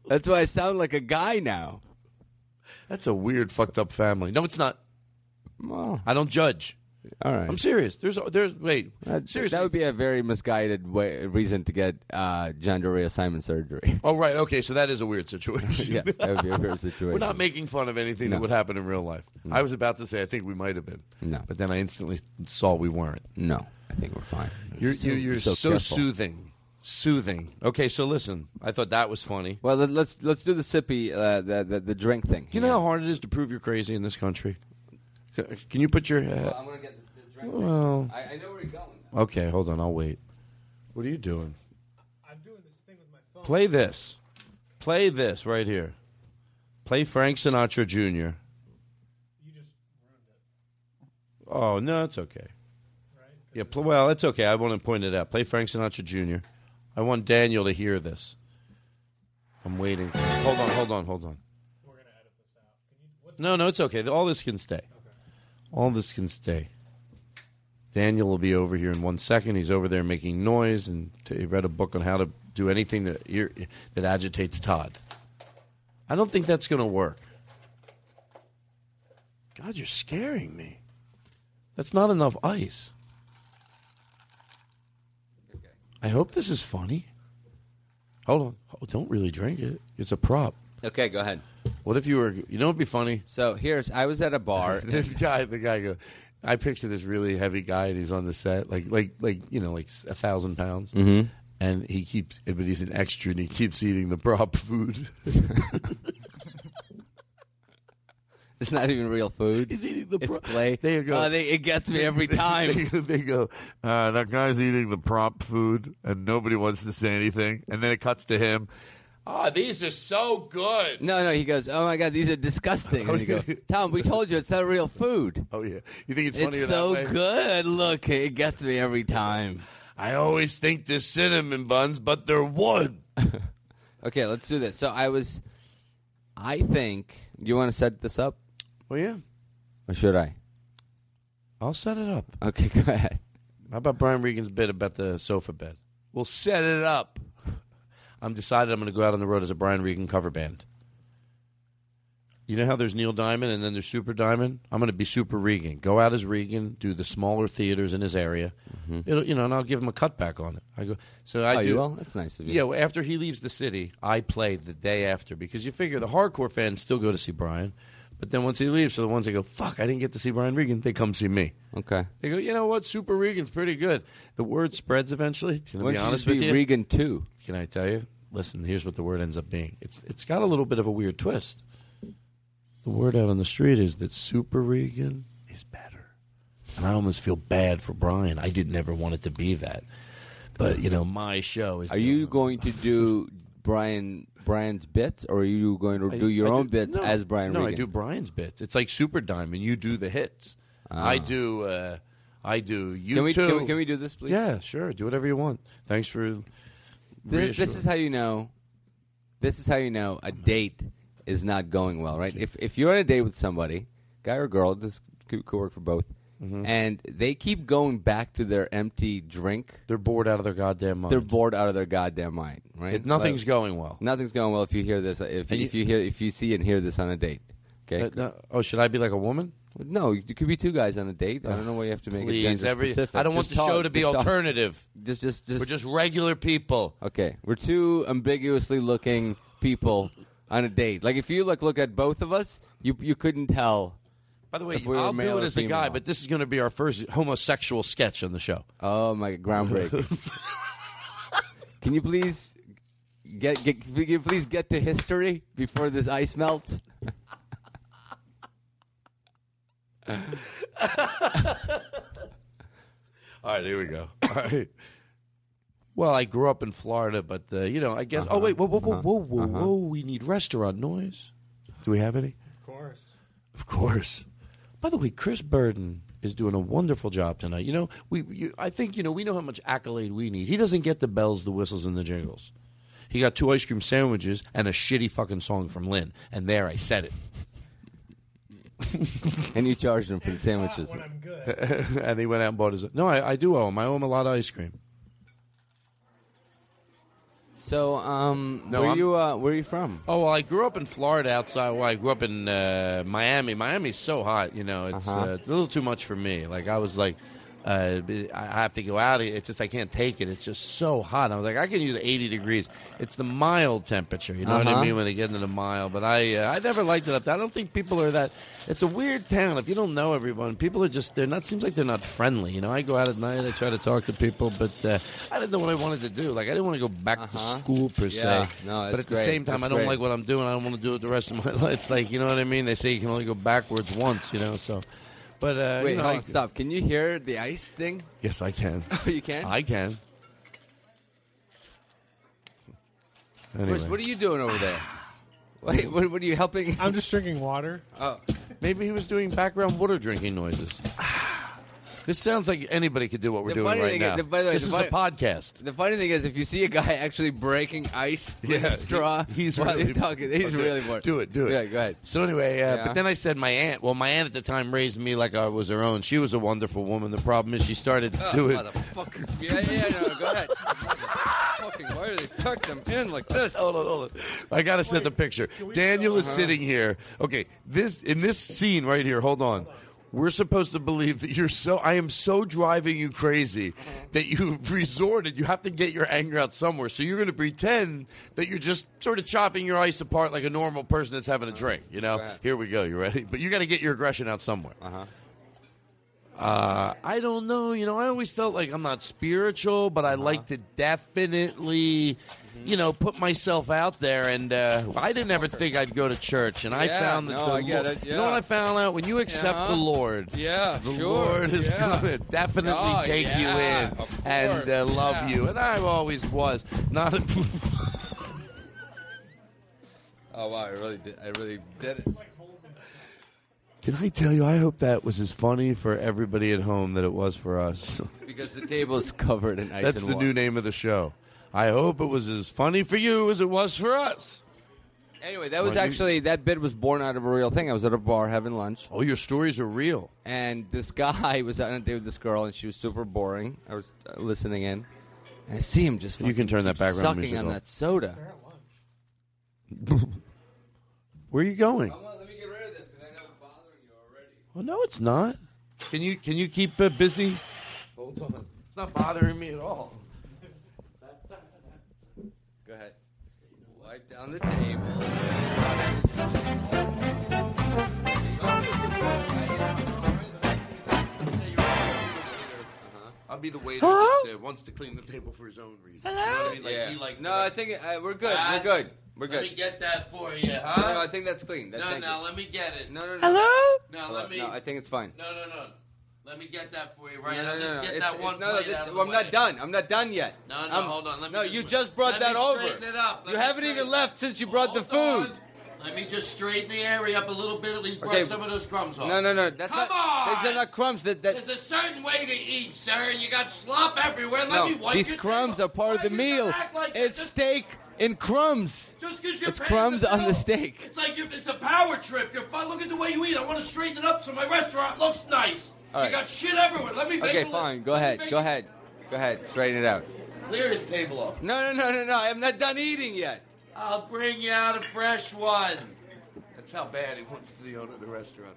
S7: That's why I sound like a guy now.
S4: That's a weird, fucked up family. No, it's not. I don't judge.
S7: All right.
S4: I'm serious. There's, there's. Wait,
S7: That,
S4: seriously.
S7: that would be a very misguided way, reason to get uh, gender reassignment surgery.
S4: Oh, right. Okay, so that is a weird situation.
S7: Yes, that would be a weird
S4: We're
S7: situation.
S4: not making fun of anything that
S7: No.
S4: would happen in real life. I was about to say I think we might have been.
S7: No.
S4: But then I instantly saw we weren't.
S7: No, I think we're fine.
S4: You're,
S7: So-
S4: you're, you're so,
S7: so careful.
S4: soothing. Soothing. Okay, so listen. I thought that was funny.
S7: Well, let- let's let's do the sippy uh, the, the the drink thing.
S4: You know how hard it is to prove you're crazy in this country? C- Can you put your head.
S7: I'm gonna get the, drink.
S4: thing. Well.
S7: I, know where you're going.
S4: Okay, hold on. I'll wait. What are you doing? I'm doing this thing with my phone. Play this. Play this right here. Play Frank Sinatra Jr. You just ruined it. Oh, no, it's okay. Yeah, pl- well, it's okay. I want to point it out. Play Frank Sinatra Jr. I want Daniel to hear this. I'm waiting. Hold on, hold on, hold on. No, no, it's okay. All this can stay. All this can stay. Daniel will be over here in one second. He's over there making noise, and t- he read a book on how to do anything that ir- that agitates Todd. I don't think that's going to work. God, you're scaring me. That's not enough ice. I hope this is funny. Hold on. Oh, don't really drink it. It's a prop.
S7: Okay, go ahead.
S4: What if you were? You know, it'd be funny.
S7: So here's I was at a bar.
S4: this guy, the guy, go. I picture this really heavy guy, and he's on the set, like, like, like you know, like a thousand pounds,
S7: Mhm.
S4: and he keeps, but he's an extra, and he keeps eating the prop food.
S7: It's not even real food.
S4: He's eating the
S7: it's clay.
S4: There you go.
S7: Oh, they, it gets me every
S4: They-
S7: time.
S4: They, they go, uh, that guy's eating the prop food, and nobody wants to say anything. And then it cuts to him. Ah, these are so good.
S7: No, no. He goes, "Oh my god, these are disgusting." And you go, "Tom, we told you it's not real food."
S4: Oh yeah, you think it's
S7: It's
S4: funnier that
S7: so
S4: way?
S7: good. Look, it gets me every time.
S4: I always think they're cinnamon buns, but they're wood.
S7: okay, let's do this. So I was, I think. Do you want to set this up,
S4: Well, yeah,
S7: or should I?
S4: I'll set it up.
S7: Okay, go ahead.
S4: How about Brian Regan's bit about the sofa bed? We'll set it up. I'm decided I'm going to go out on the road as a Brian Regan cover band. You know how there's Neil Diamond and then there's Super Diamond? I'm going to be Super Regan. Go out as Regan, do the smaller theaters in his area. It'll, you know, and I'll give him a cutback on it. I go. So I
S7: Oh,
S4: do.
S7: you will? That's nice of you.
S4: Yeah. well, After he leaves the city, I play the day after because you figure the hardcore fans still go to see Brian, but then once he leaves, so the ones that go, "Fuck, I didn't get to see Brian Regan," they come see me.
S7: Okay.
S4: They go, you know what? Super Regan's pretty good. The word spreads eventually. To
S7: Why
S4: be
S7: don't you
S4: honest
S7: just be
S4: with you,
S7: Regan too.
S4: Can I tell you? Listen, here's what the word ends up being. It's it's got a little bit of a weird twist. The word out on the street is that Super Regan is better, and I almost feel bad for Brian. I didn't ever want it to be that, but you know, my show is.
S7: Are you going to do Brian Brian's bits, or are you going to
S4: I-
S7: do your
S4: I
S7: own bits
S4: no,
S7: as Brian
S4: No,
S7: Regan?
S4: I do Brian's bits. It's like Super Diamond. You do the hits. I do. Uh, I do. You
S7: we-
S4: too.
S7: Ah. can we- can we do this, please?
S4: Yeah, sure. Do whatever you want. Thanks for.
S7: This, this
S4: reassuring.
S7: is how you know. This is how you know a date is not going well, right? If if you're on a date with somebody, guy or girl, this could, could work for both,
S4: Mm-hmm.
S7: and they keep going back to their empty drink,
S4: they're bored out of their goddamn mind.
S7: They're bored out of their goddamn mind, right?
S4: It- nothing's going well.
S7: Nothing's going well. If you hear this, if
S4: And you-
S7: if you hear if you see and hear this on a date, okay?
S4: Uh, no- oh, should I be like a woman?
S7: No, it could be two guys on a date. I don't know why you have to make
S4: Please,
S7: it gender
S4: every-
S7: specific.
S4: I don't want
S7: Just
S4: the
S7: talk,
S4: show to be
S7: just talk.
S4: alternative.
S7: Just, just, just.
S4: We're just regular people.
S7: Okay, we're two ambiguously looking people on a date. Like if you look look at both of us, you you couldn't tell.
S4: By the way,
S7: if we were
S4: I'll
S7: male
S4: do
S7: or
S4: it as a guy,
S7: female.
S4: but this is going to be our first homosexual sketch on the show.
S7: Oh my groundbreaking! Can you please get, get can you please get to history before this ice melts?
S4: All right, here we go. All right. Well, I grew up in Florida, but uh, you know, I guess. Oh wait, whoa, whoa, whoa, whoa, whoa, whoa! We need restaurant noise. Do we have any?
S11: Of course.
S4: Of course. By the way, Chris Burden is doing a wonderful job tonight. You know, we you, I think you know we know how much accolade we need. He doesn't get the bells, the whistles, and the jingles. He got two ice cream sandwiches and a shitty fucking song from Lynn. And there, I said it.
S7: and you charged him for the sandwiches.
S4: and he went out and bought his. No, I, I do owe him. I owe him a lot of ice cream.
S7: So, um,
S4: No,
S7: where
S4: I'm-
S7: you uh, where are you from?
S4: Oh well, I grew up in Florida. Outside, well, I grew up in uh, Miami. Miami's so hot, you know, it's uh
S7: Uh-huh.
S4: a little too much for me. Like I was like, uh, I have to go out. It's just I can't take it. It's just so hot. I was like, I can use 80 degrees. It's the mild temperature. You know what I
S7: Uh-huh.
S4: mean when they get into the mild. But I, uh, I never liked it up. there. I don't think people are that. It's a weird town. If you don't know everyone, people are just they're not. Seems like they're not friendly. You know, I go out at night. I try to talk to people, but uh, I didn't know what I wanted to do. Like I didn't want to go back
S7: Uh-huh.
S4: to school per
S7: Yeah.
S4: se.
S7: No,
S4: uh, but
S7: that's
S4: at the
S7: great.
S4: same time,
S7: That's
S4: I don't
S7: great.
S4: like what I'm doing. I don't want to do it the rest of my life. It's like you know what I mean. They say you can only go backwards once. You know, so. But uh,
S7: Wait,
S4: you know,
S7: hold
S4: I-
S7: on, stop. Can you hear the ice thing?
S4: Yes, I can.
S7: Oh, you can.
S4: I can.
S7: Bruce, what are you doing over there? Wait, what, what are you helping?
S11: I'm just drinking water.
S7: Oh,
S4: Maybe he was doing background water drinking noises. This sounds like anybody could do what we're
S7: The
S4: doing
S7: funny
S4: right
S7: thing is-
S4: now.
S7: the- by the way,
S4: this
S7: the
S4: is
S7: funny-
S4: a podcast.
S7: the funny thing is, if you see a guy actually breaking ice with
S4: Yeah,
S7: a straw,
S4: he- he's
S7: while
S4: really Oh,
S7: you're talking, he's
S4: do it.
S7: really bored.
S4: Do it, do it.
S7: Yeah, go ahead.
S4: So anyway, uh,
S7: Yeah.
S4: but then I said my aunt. Well, my aunt at the time raised me like I was her own. She was a wonderful woman. The problem is she started
S7: Oh,
S4: doing.
S7: motherfucker. Yeah, yeah, no, go ahead. Fucking, why do they tuck them in like this?
S4: Hold on, hold on. I gotta set the picture. Daniel is sitting here. Okay, this in this scene right here. Hold on. We're supposed to believe that you're so. I am so driving you crazy that you've resorted. You have to get your anger out somewhere. So you're going to pretend that you're just sort of chopping your ice apart like a normal person that's having a drink. You know. Here we go. You ready? But you got to get your aggression out somewhere. Uh-huh. Uh, I don't know. You know, I always felt like I'm not spiritual, but
S7: Uh-huh.
S4: I like to definitely,
S7: Mm-hmm.
S4: you know, put myself out there. And uh, I didn't ever think I'd go to church. And I
S7: Yeah,
S4: found that
S7: no,
S4: the
S7: I get
S4: Lord-
S7: it,
S4: you know what
S7: yeah.
S4: I found out when you accept
S7: Yeah.
S4: the Lord.
S7: Yeah,
S4: The
S7: sure,
S4: Lord is
S7: yeah.
S4: going to definitely
S7: Oh,
S4: take
S7: yeah,
S4: you in
S7: of
S4: and uh,
S7: course,
S4: love
S7: yeah.
S4: you. And I always was not.
S7: Oh wow, I really did. I really did it.
S4: Can I tell you? I hope that was as funny for everybody at home that it was for us.
S7: Because the table's covered in ice.
S4: That's
S7: and
S4: the
S7: water.
S4: new name of the show. I hope it was as funny for you as it was for us.
S7: Anyway, that was
S4: Well, you-
S7: actually that bit was born out of a real thing. I was at a bar having lunch.
S4: Oh, your stories are real.
S7: And this guy was on a date with this girl, and she was super boring. I was uh, listening in, and I see him just.
S4: You can
S7: fucking
S4: turn that
S7: keep
S4: background
S7: sucking
S4: music
S7: on
S4: off.
S7: that soda.
S4: Where are you going? Well, no, it's not. Can you can you keep uh, busy? Hold on, it's not bothering me at all.
S7: Go ahead. Wipe down the table.
S4: I'll be the waiter that uh, wants to clean the table for his own reasons. You know what I mean? Like,
S7: yeah.
S4: he likes
S7: no,
S4: to,
S7: I
S4: like-
S7: think uh, we're good.
S4: That's-
S7: we're good. We're
S4: Let
S7: good.
S4: me get that for you, huh?
S7: No, I think that's clean. That's,
S4: no,
S7: thank
S4: no,
S7: you.
S4: let me get it.
S7: No, no, no.
S4: Hello? No,
S7: Hello?
S4: let me.
S7: No, I think it's fine.
S4: No, no, no. Let me get that for you, right?
S7: No, no,
S4: I'll just
S7: no, no.
S4: get
S7: It's-
S4: that one
S7: it- no, no,
S4: plate
S7: th-
S4: out of the
S7: well, I'm
S4: way.
S7: not done. I'm not done yet.
S4: No, no,
S7: I'm-
S4: hold on. Let me
S7: no,
S4: just-
S7: you just brought
S4: let
S7: that
S4: me
S7: over.
S4: straighten it up. Let
S7: you
S4: me
S7: haven't
S4: straighten
S7: even left since you brought the
S4: Hold
S7: food.
S4: on. Let me just straighten the area up a little bit. At least brush
S7: Okay.
S4: some of those crumbs off.
S7: No, no, no. That's
S4: Come
S7: not,
S4: on!
S7: They're not crumbs. That, that,
S4: There's a certain way to eat, sir. You got slop everywhere. Let
S7: no,
S4: me wipe
S7: these
S4: your
S7: crumbs
S4: table.
S7: are part of the meal. it's steak in crumbs.
S4: Just because you're
S7: it's
S4: paying
S7: crumbs
S4: the
S7: on
S4: bill.
S7: the steak.
S4: It's like you're, it's a power trip. You're fine. Look at the way you eat. I want to straighten it up so my restaurant looks nice.
S7: All right.
S4: You got shit everywhere. Let me. make
S7: Okay,
S4: it look-
S7: fine. Go
S4: let me
S7: ahead.
S4: make
S7: Go
S4: it-
S7: ahead. Go ahead. Straighten it out.
S4: Clear his table off.
S7: No, no, no, no, no. I'm not done eating yet.
S4: I'll bring you out a fresh one. That's how bad he wants the owner of the restaurant.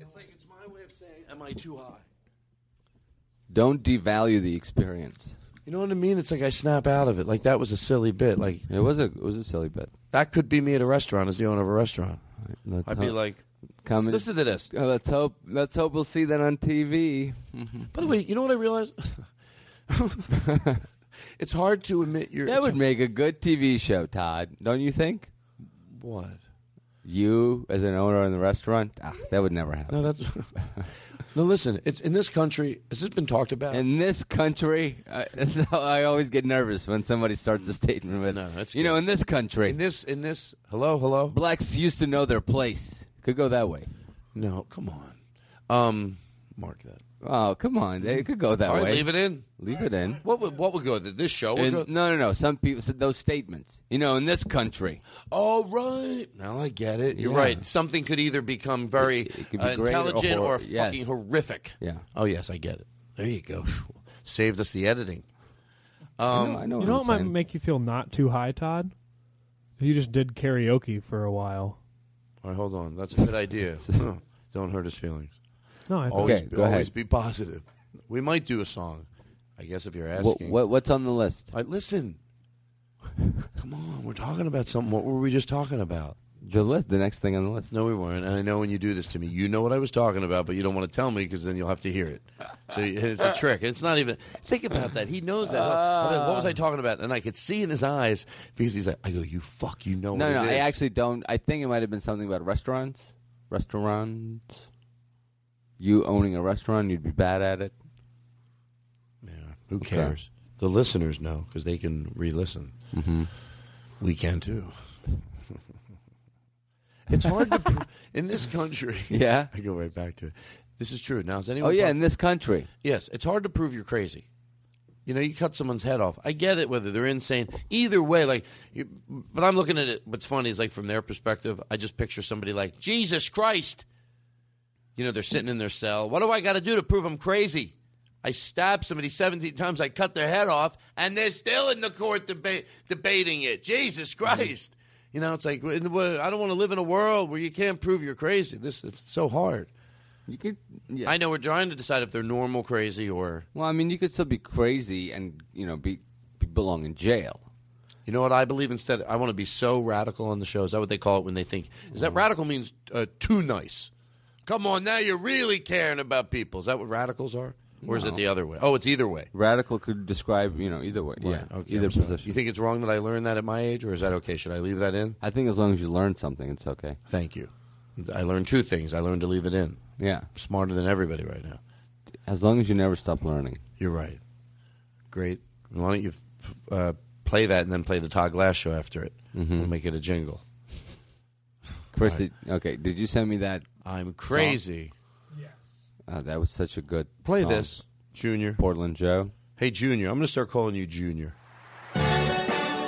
S4: It's like it's my way of saying, am I too high?
S7: Don't devalue the experience.
S4: You know what I mean? It's like I snap out of it. Like that was a silly bit. Like
S7: It was a it was a silly bit.
S4: that could be me at a restaurant as the owner of a restaurant.
S7: Let's
S4: I'd be
S7: hope-
S4: like,
S7: Coming.
S4: listen to this.
S7: Uh, let's hope. Let's hope we'll see that on TV. Mhm.
S4: By the way, you know what I realized? it's hard to admit your.
S7: That would make a good TV show, Todd. Don't you think?
S4: What?
S7: You as an owner in the restaurant, ah, that would never happen.
S4: No, that's. no, listen. It's in this country. Has this been talked about?
S7: In this country, I, that's how I always get nervous when somebody starts a statement with, you know, in this country, in
S4: this, in this, hello, hello,
S7: blacks used to know their place. Could go that way.
S4: no, come on. Um, mark that.
S7: Oh, come on, it could go that
S4: All right,
S7: way.
S4: leave it in.
S7: Leave it in.
S4: What would what would go th- this show? Would
S7: In-
S4: go,
S7: no, no, no. Some people said those statements. You know, in this country,
S4: oh right, now I get it. You're
S7: Yeah.
S4: right. Something could either become very
S7: could be
S4: uh,
S7: great or
S4: intelligent or,
S7: hor- yes.
S4: fucking horrific.
S7: Yeah.
S4: Oh yes, I get it. There you go. Saved us the editing. Um,
S7: Um,
S11: you know, you know what might make you feel not too high, Todd? If you just did karaoke for a while.
S4: All right, hold on. That's a good idea. Huh. Don't hurt his feelings.
S11: No, I-
S4: always,
S11: Okay,
S4: be,
S11: go
S4: always
S11: ahead.
S4: be positive. We might do a song, I guess, if you're
S7: What,
S4: asking.
S7: what, what's on the list?
S4: I, listen. Come on, we're talking about something. What were we just talking about?
S7: The list, the next thing on the list.
S4: No, we weren't. And I know when you do this to me, you know what I was talking about, but you don't want to tell me because then you'll have to hear it. So you- it's a trick. It's not even. Think about that. He knows that. What- what was I talking about? And I could see in his eyes because he's like, I go, you fuck, you know.
S7: No,
S4: what
S7: no,
S4: it
S7: I
S4: is."
S7: actually don't. I think it might have been something about restaurants. Restaurants. You owning a restaurant, you'd be bad at it.
S4: Who cares? The listeners know because they can re-listen.
S7: Mhm.
S4: We can too. it's hard to pr- in this country.
S7: Yeah.
S4: I go right back to it. This is true. Now, is anyone?
S7: Oh yeah,
S4: talking-
S7: in this country.
S4: Yes, it's hard to prove you're crazy. You know, you cut someone's head off. I get it whether they're insane. Either way, like, you, but I'm looking at it. What's funny is like from their perspective, I just picture somebody like Jesus Christ. You know, they're sitting in their cell. What do I got to do to prove I'm crazy? I stabbed somebody 17 times. I cut their head off, and they're still in the court deba- debating it. Jesus Christ! You know, it's like w- w- I don't want to live in a world where you can't prove you're crazy. This it's so hard.
S7: You could.
S4: I know we're trying to decide if they're normal crazy or.
S7: Well, I mean, you could still be crazy and you know be, be belong in jail.
S4: You know what I believe instead? I want to be so radical on the show. Is that what they call it when they think? Is
S7: Mm.
S4: that radical means uh, too nice? Come on, now you're really caring about people. Is that what radicals are? Or is it
S7: No.
S4: the other way? Oh, it's either way.
S7: Radical could describe you know either way. Yeah,
S4: okay,
S7: either
S4: I'm sorry.
S7: position.
S4: You think it's wrong that I learned that at my age, or is that okay? Should I leave that in?
S7: I think as long as you learn something, it's okay.
S4: Thank you. I learned two things. I learned to leave it in.
S7: Yeah.
S4: Smarter than everybody right now.
S7: As long as you never stop learning.
S4: You're right. Great. Why don't you uh, play that and then play the Todd Glass show after it?
S7: Mm-hmm.
S4: We'll make it a jingle.
S7: Chris,
S4: All right.
S7: did- okay, did you send me that?
S4: I'm crazy.
S7: Yes. that was such a good
S4: Play
S7: song.
S4: this, Junior.
S7: Portland Joe.
S4: Hey, Junior, I'm going to start calling you Junior.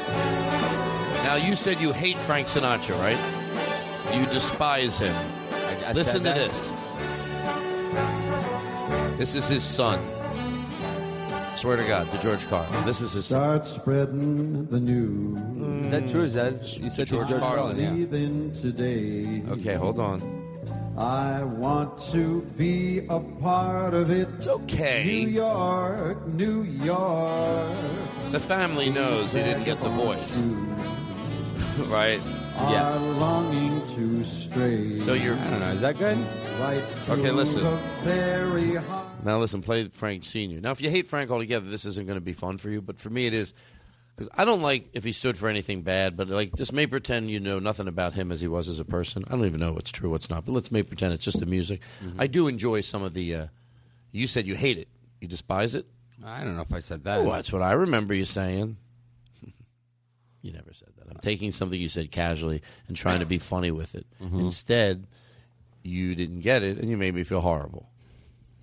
S4: Now, you said you hate Frank Sinatra, right? You despise him.
S7: I
S4: Listen to
S7: said that?
S4: this. This is his son. Swear to God, to George Carlin. This is his son.
S21: Start spreading the news.
S4: Is that true? Is that- you said to George George Carlin, yeah.
S21: Believe in today.
S4: Okay, hold on.
S21: I want to be a part of it.
S4: okay.
S21: New York, New York.
S4: The family knows he didn't get the voice. right?
S21: Our longing to stray.
S4: So you're. I don't know. Is that good?
S21: Right
S4: Okay,
S21: through
S4: listen.
S21: the very heart.
S4: Now listen, play Frank Senior. Now, if you hate Frank altogether, this isn't going to be fun for you. But for me, it is because I don't like if he stood for anything bad. But like, just may pretend you know nothing about him as he was as a person. I don't even know what's true, what's not. But let's make pretend it's just the music. I do enjoy some of the. Uh, you said you hate it. You despise it.
S7: I don't know if I said that.
S4: Oh, that's what I remember you saying. you never said that. I'm taking something you said casually and trying to be funny with it.
S7: Mhm.
S4: Instead, you didn't get it, and you made me feel horrible.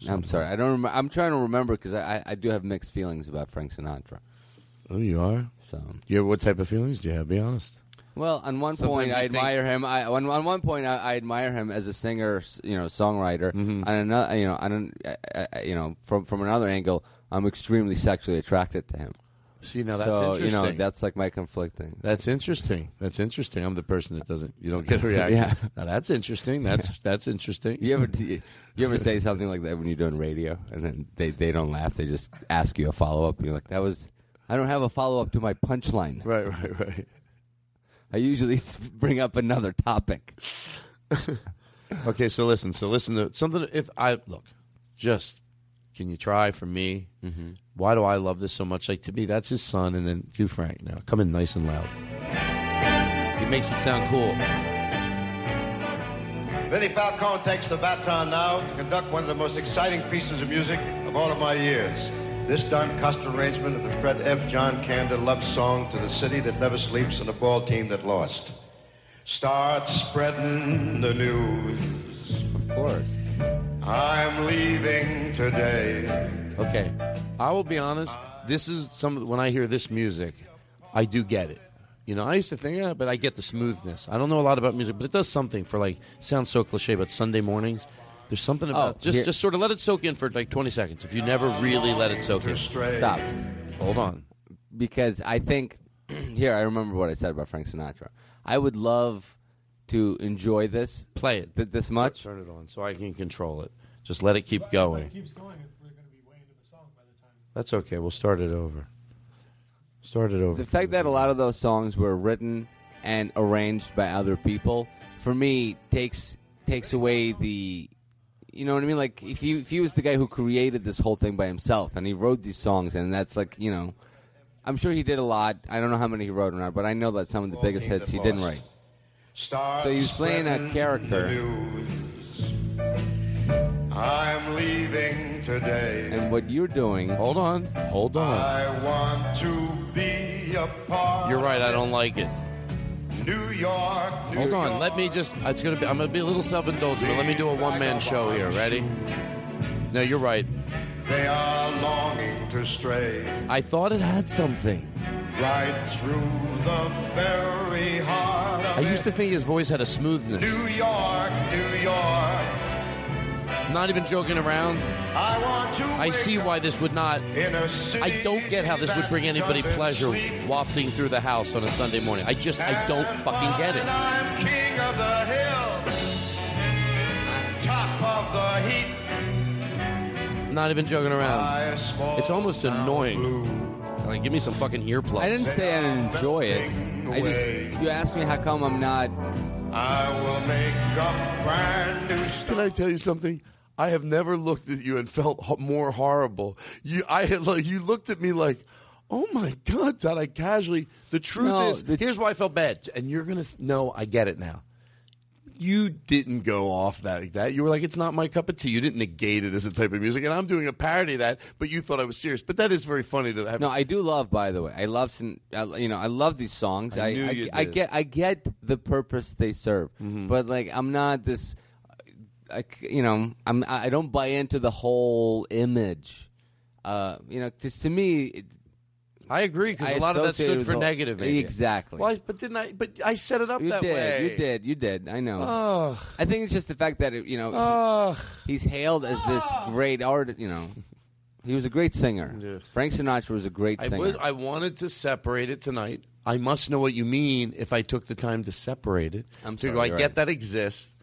S7: I'm sorry. I don't. Rem- I'm trying to remember because I, I, I do have mixed feelings about Frank Sinatra.
S4: Oh, you are.
S7: So,
S4: you have, what type of feelings do you have? Be honest.
S7: Well, on one
S4: Sometimes
S7: point
S4: you
S7: I
S4: think-
S7: admire him. I on, on one point I, I admire him as a singer, s- you know, songwriter.
S4: Mm-hmm.
S7: On another, you know, on an, I, I- I, you know, from from another angle, I'm extremely sexually attracted to him.
S4: See, now that's
S7: so, You know,
S4: interesting.
S7: that's like my conflicting.
S4: That's interesting. That's interesting. I'm the person that doesn't. You don't get a reaction.
S7: Yeah.
S4: Now that's interesting. That's that's interesting.
S7: You ever you ever say something like that when you're doing radio, and then they, they don't laugh. They just ask you a follow up. You're like, that was I don't have a follow up to my punchline.
S4: Right, right, right.
S7: I usually bring up another topic.
S4: okay, so listen. So listen to something. If I look, just can you try for me?
S7: Mhm.
S4: Why do I love this so much? Like to me, that's his son, and then do Frank now. Come in nice and loud. He makes it sound cool.
S3: Vinnie Falcone takes the baton now to conduct one of the most exciting pieces of music of all of my years. This Don Costa arrangement of the Fred F. John Kander love song to the city that never sleeps and the ball team that lost. Start spreading the news. Of course. I'm leaving today.
S4: Okay, I will be honest. This is some of- when I hear this music, I do get it. You know, I used to think, yeah, but I get the smoothness. I don't know a lot about music, but it does something for like sounds so cliche, but Sunday mornings, There's something about just
S7: Oh, here-
S4: just sort of let it soak in for like 20 seconds. If you never really let it soak in,
S7: Stop.
S4: Hold on.
S7: Because I think here I remember what I said about Frank Sinatra. I would love to enjoy this.
S4: Play it.
S7: Th- this much.
S4: Turn it on so I can control it. Just let it keep going. That's okay. We'll start it over. Start it over.
S7: The fact that a lot of those songs were written and arranged by other people, for me, takes takes away the, you know what I mean? Like if you if he was the guy who created this whole thing by himself and he wrote these songs, and that's like you know, I'm sure he did a lot. I don't know how many he wrote or not, but I know that some of the
S3: Well,
S7: biggest
S3: he
S7: hits he
S3: did
S7: didn't
S3: most.
S7: write.
S3: Start
S7: So he was playing a
S3: spreading
S7: character.
S3: the news. I'm leaving today.
S7: And what you're doing?
S4: Hold on. Hold on.
S3: I want to be a part.
S4: You're right. I don't like it.
S3: New York. New
S4: Hold on. Let me just. It's gonna be. I'm gonna be a little self-indulgent, but let me do a one-man show here. Ready? No, you're right.
S3: They are longing to stray
S4: I thought it had something.
S3: right through the very heart of
S4: I used to think his voice had a
S3: it. New
S4: smoothness.
S3: York, New York.
S4: Not even joking around.
S3: I want to.
S4: I see why this would not. I don't get how this would bring anybody pleasure wafting through the house on a Sunday morning. I just, I don't fucking get it.
S3: I'm king of the hill, top of the heap.
S4: Not even joking around. It's almost annoying. Like, give me some fucking earplugs.
S7: I didn't say I didn't enjoy it. I just you asked me how come I'm not.
S3: I will make a brand new
S4: Can I tell you something? I have never looked at you and felt ho- more horrible. You, I had like you looked at me like, oh my god, Todd. I casually. The truth
S7: No,
S4: is, here's why I felt bad, and you're gonna th- no, I get it now. You didn't go off that like that. You were like, it's not my cup of tea. You didn't negate it as a type of music, and I'm doing a parody of that, but you thought I was serious. But that is very funny to have.
S7: No, I do love. By the way, I love. Sin, I, you know, I love these songs.
S4: I
S7: I
S4: knew
S7: I,
S4: you
S7: I
S4: did. Mm-hmm.
S7: get. I get the purpose they serve. But like, I'm not this. I, c- you know, I'm. I don't buy into the whole image. Uh, you know, 'cause to me, it,
S4: I agree because
S7: I
S4: a lot of that
S7: associate it
S4: stood
S7: with
S4: for
S7: the-
S4: negative. media.
S7: Exactly.
S4: Well, I- but didn't I? But I set it up
S7: you
S4: that
S7: did,
S4: way. Oh.
S7: You did. You did. I know.
S4: Ugh.
S7: I think it's just the fact that it, you know
S4: Ugh.
S7: he's hailed as this
S4: Oh.
S7: great artist. You know, he was a great singer. Frank Sinatra was a great
S4: I
S7: singer.
S4: would. I wanted to separate it tonight. I must know what you mean if I took the time to separate it.
S7: I'm
S4: To go,
S7: sorry,
S4: I
S7: you're
S4: get
S7: right.
S4: that exists,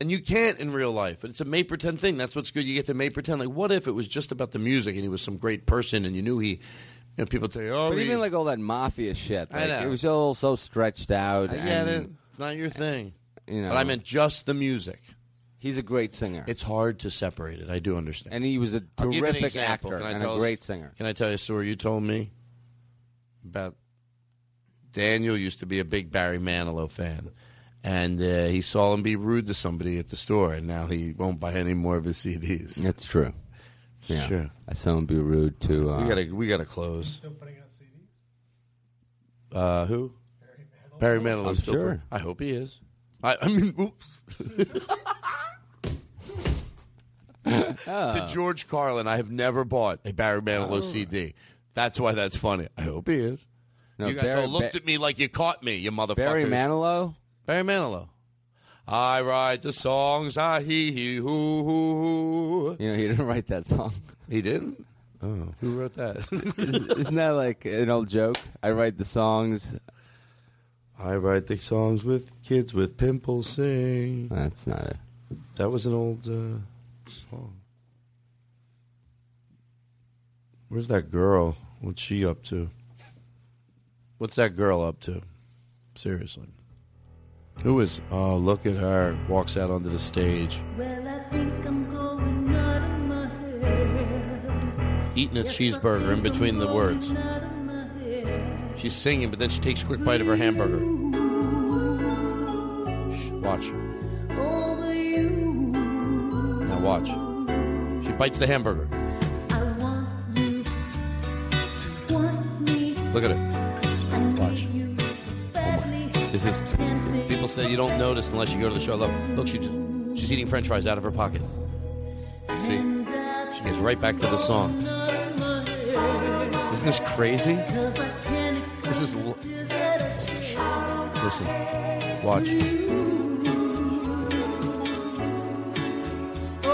S4: and you can't in real life. It's a may pretend thing. That's what's good. You get to may pretend. Like, what if it was just about the music and he was some great person and you knew he? You know, people tell you, oh,
S7: but
S4: he-
S7: even like all that mafia shit,
S4: I
S7: like,
S4: know.
S7: it was all so stretched out.
S4: I get
S7: and,
S4: it. It's not your thing.
S7: You know,
S4: But I meant just the music.
S7: He's a great singer.
S4: It's hard to separate it. I do understand.
S7: and he was a
S4: I'll give you an
S7: terrific
S4: example.
S7: actor
S4: Can I
S7: and
S4: tell
S7: a
S4: us-
S7: great singer.
S4: Can I tell you a story you told me about Daniel used to be a big Barry Manilow fan, and uh, he saw him be rude to somebody at the store, and now he won't buy any more of his CDs.
S7: That's true.
S4: It's true.
S7: I saw him be rude to. Uh,
S4: we gotta we gotta close. Uh, who? Barry Manilow.
S7: I'm
S4: still
S7: sure.
S4: pr- I hope he is. I, I mean, oops. To George Carlin, I have never bought a Barry Manilow
S7: Oh.
S4: CD. That's why that's funny. I hope he is.
S7: No,
S4: you guys
S7: Barry-
S4: all looked at me like you caught me, you motherfuckers.
S7: Barry Manilow.
S4: Barry Manilow. I write the songs I hee hee hoo hoo hoo.
S7: You know, he didn't write that song.
S4: He didn't. Oh, who wrote that?
S7: Isn't that like an old joke? I write the songs.
S4: I write the songs with kids with pimples sing.
S7: That's not it.
S4: That was an old uh, song. Where's that girl? What's she up to? What's that girl up to? Seriously. Who is? Oh, look at her. Walks out onto the stage.
S1: Well, I think I'm going out of my head.
S4: eating a cheeseburger in between the words. She's singing, but then she takes a quick bite of her hamburger. Shh, watch.
S1: Over you,
S4: Now watch. She bites the hamburger.
S1: I want you to want me.
S4: Look at it.
S1: I need
S4: Watch.
S1: you badly.
S4: This is. People say you don't notice unless you go to the show. Look, look, she just, she's eating French fries out of her pocket. See, she gets right back to the song.
S1: Out of my head.
S4: Isn't this crazy?
S1: 'Cause I can't
S4: This is. l-
S1: explain that I should.
S4: Listen, watch.
S1: Oh,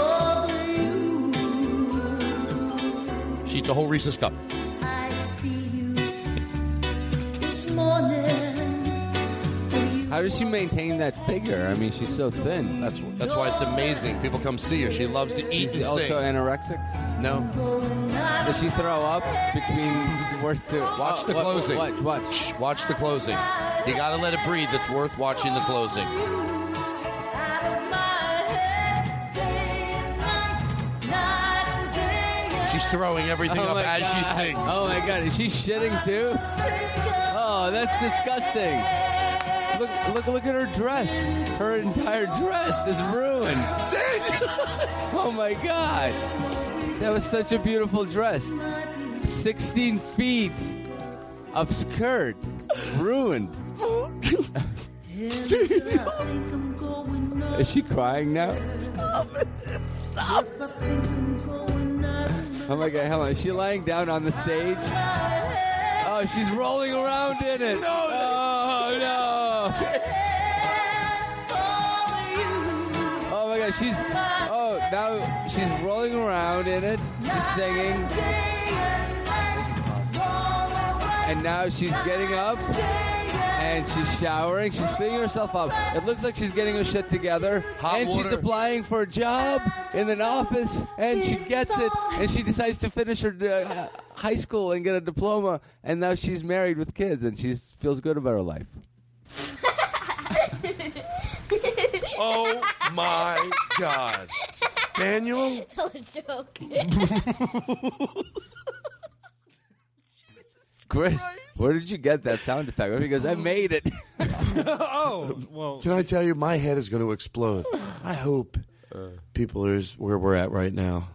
S4: She eats a whole Reese's cup.
S1: I see you each morning.
S7: How does she maintain that figure? I mean, she's so thin.
S4: That's that's why it's amazing. People come see her. She loves to eat
S7: Is
S4: and
S7: she also
S4: sing.
S7: anorexic?
S4: No.
S7: Does she throw up between worth two?
S4: Watch the closing.
S7: Watch, watch.
S4: Watch the closing. You gotta let it breathe. It's worth watching the closing. She's throwing everything
S7: Oh
S4: up
S7: my
S4: as she
S7: God.
S4: sings.
S7: Oh my god, is she shitting too? Oh, that's disgusting. Look, look, look at her dress. Her entire dress is ruined. oh my god, that was such a beautiful dress. Sixteen feet of skirt ruined. Is she crying now?
S1: Stop.
S7: Oh my god, Helen, is she lying down on the stage? Oh, she's rolling around in it. No, oh no. Oh my god, she's oh now she's rolling around in it. She's singing. And now she's getting up and she's showering. She's cleaning herself up. It looks like she's getting her shit together.
S4: Hot
S7: and she's
S4: water.
S7: applying for a job in an office and she gets it and she decides to finish her uh, high school and get a diploma and now she's married with kids and she feels good about her life.
S4: Oh my god. Daniel?
S19: Tell a joke.
S7: Chris, where did you get that sound effect? Because I made it.
S11: oh, well.
S4: Can I tell you, my head is going to explode. I hope Uh. people are where we're at right now.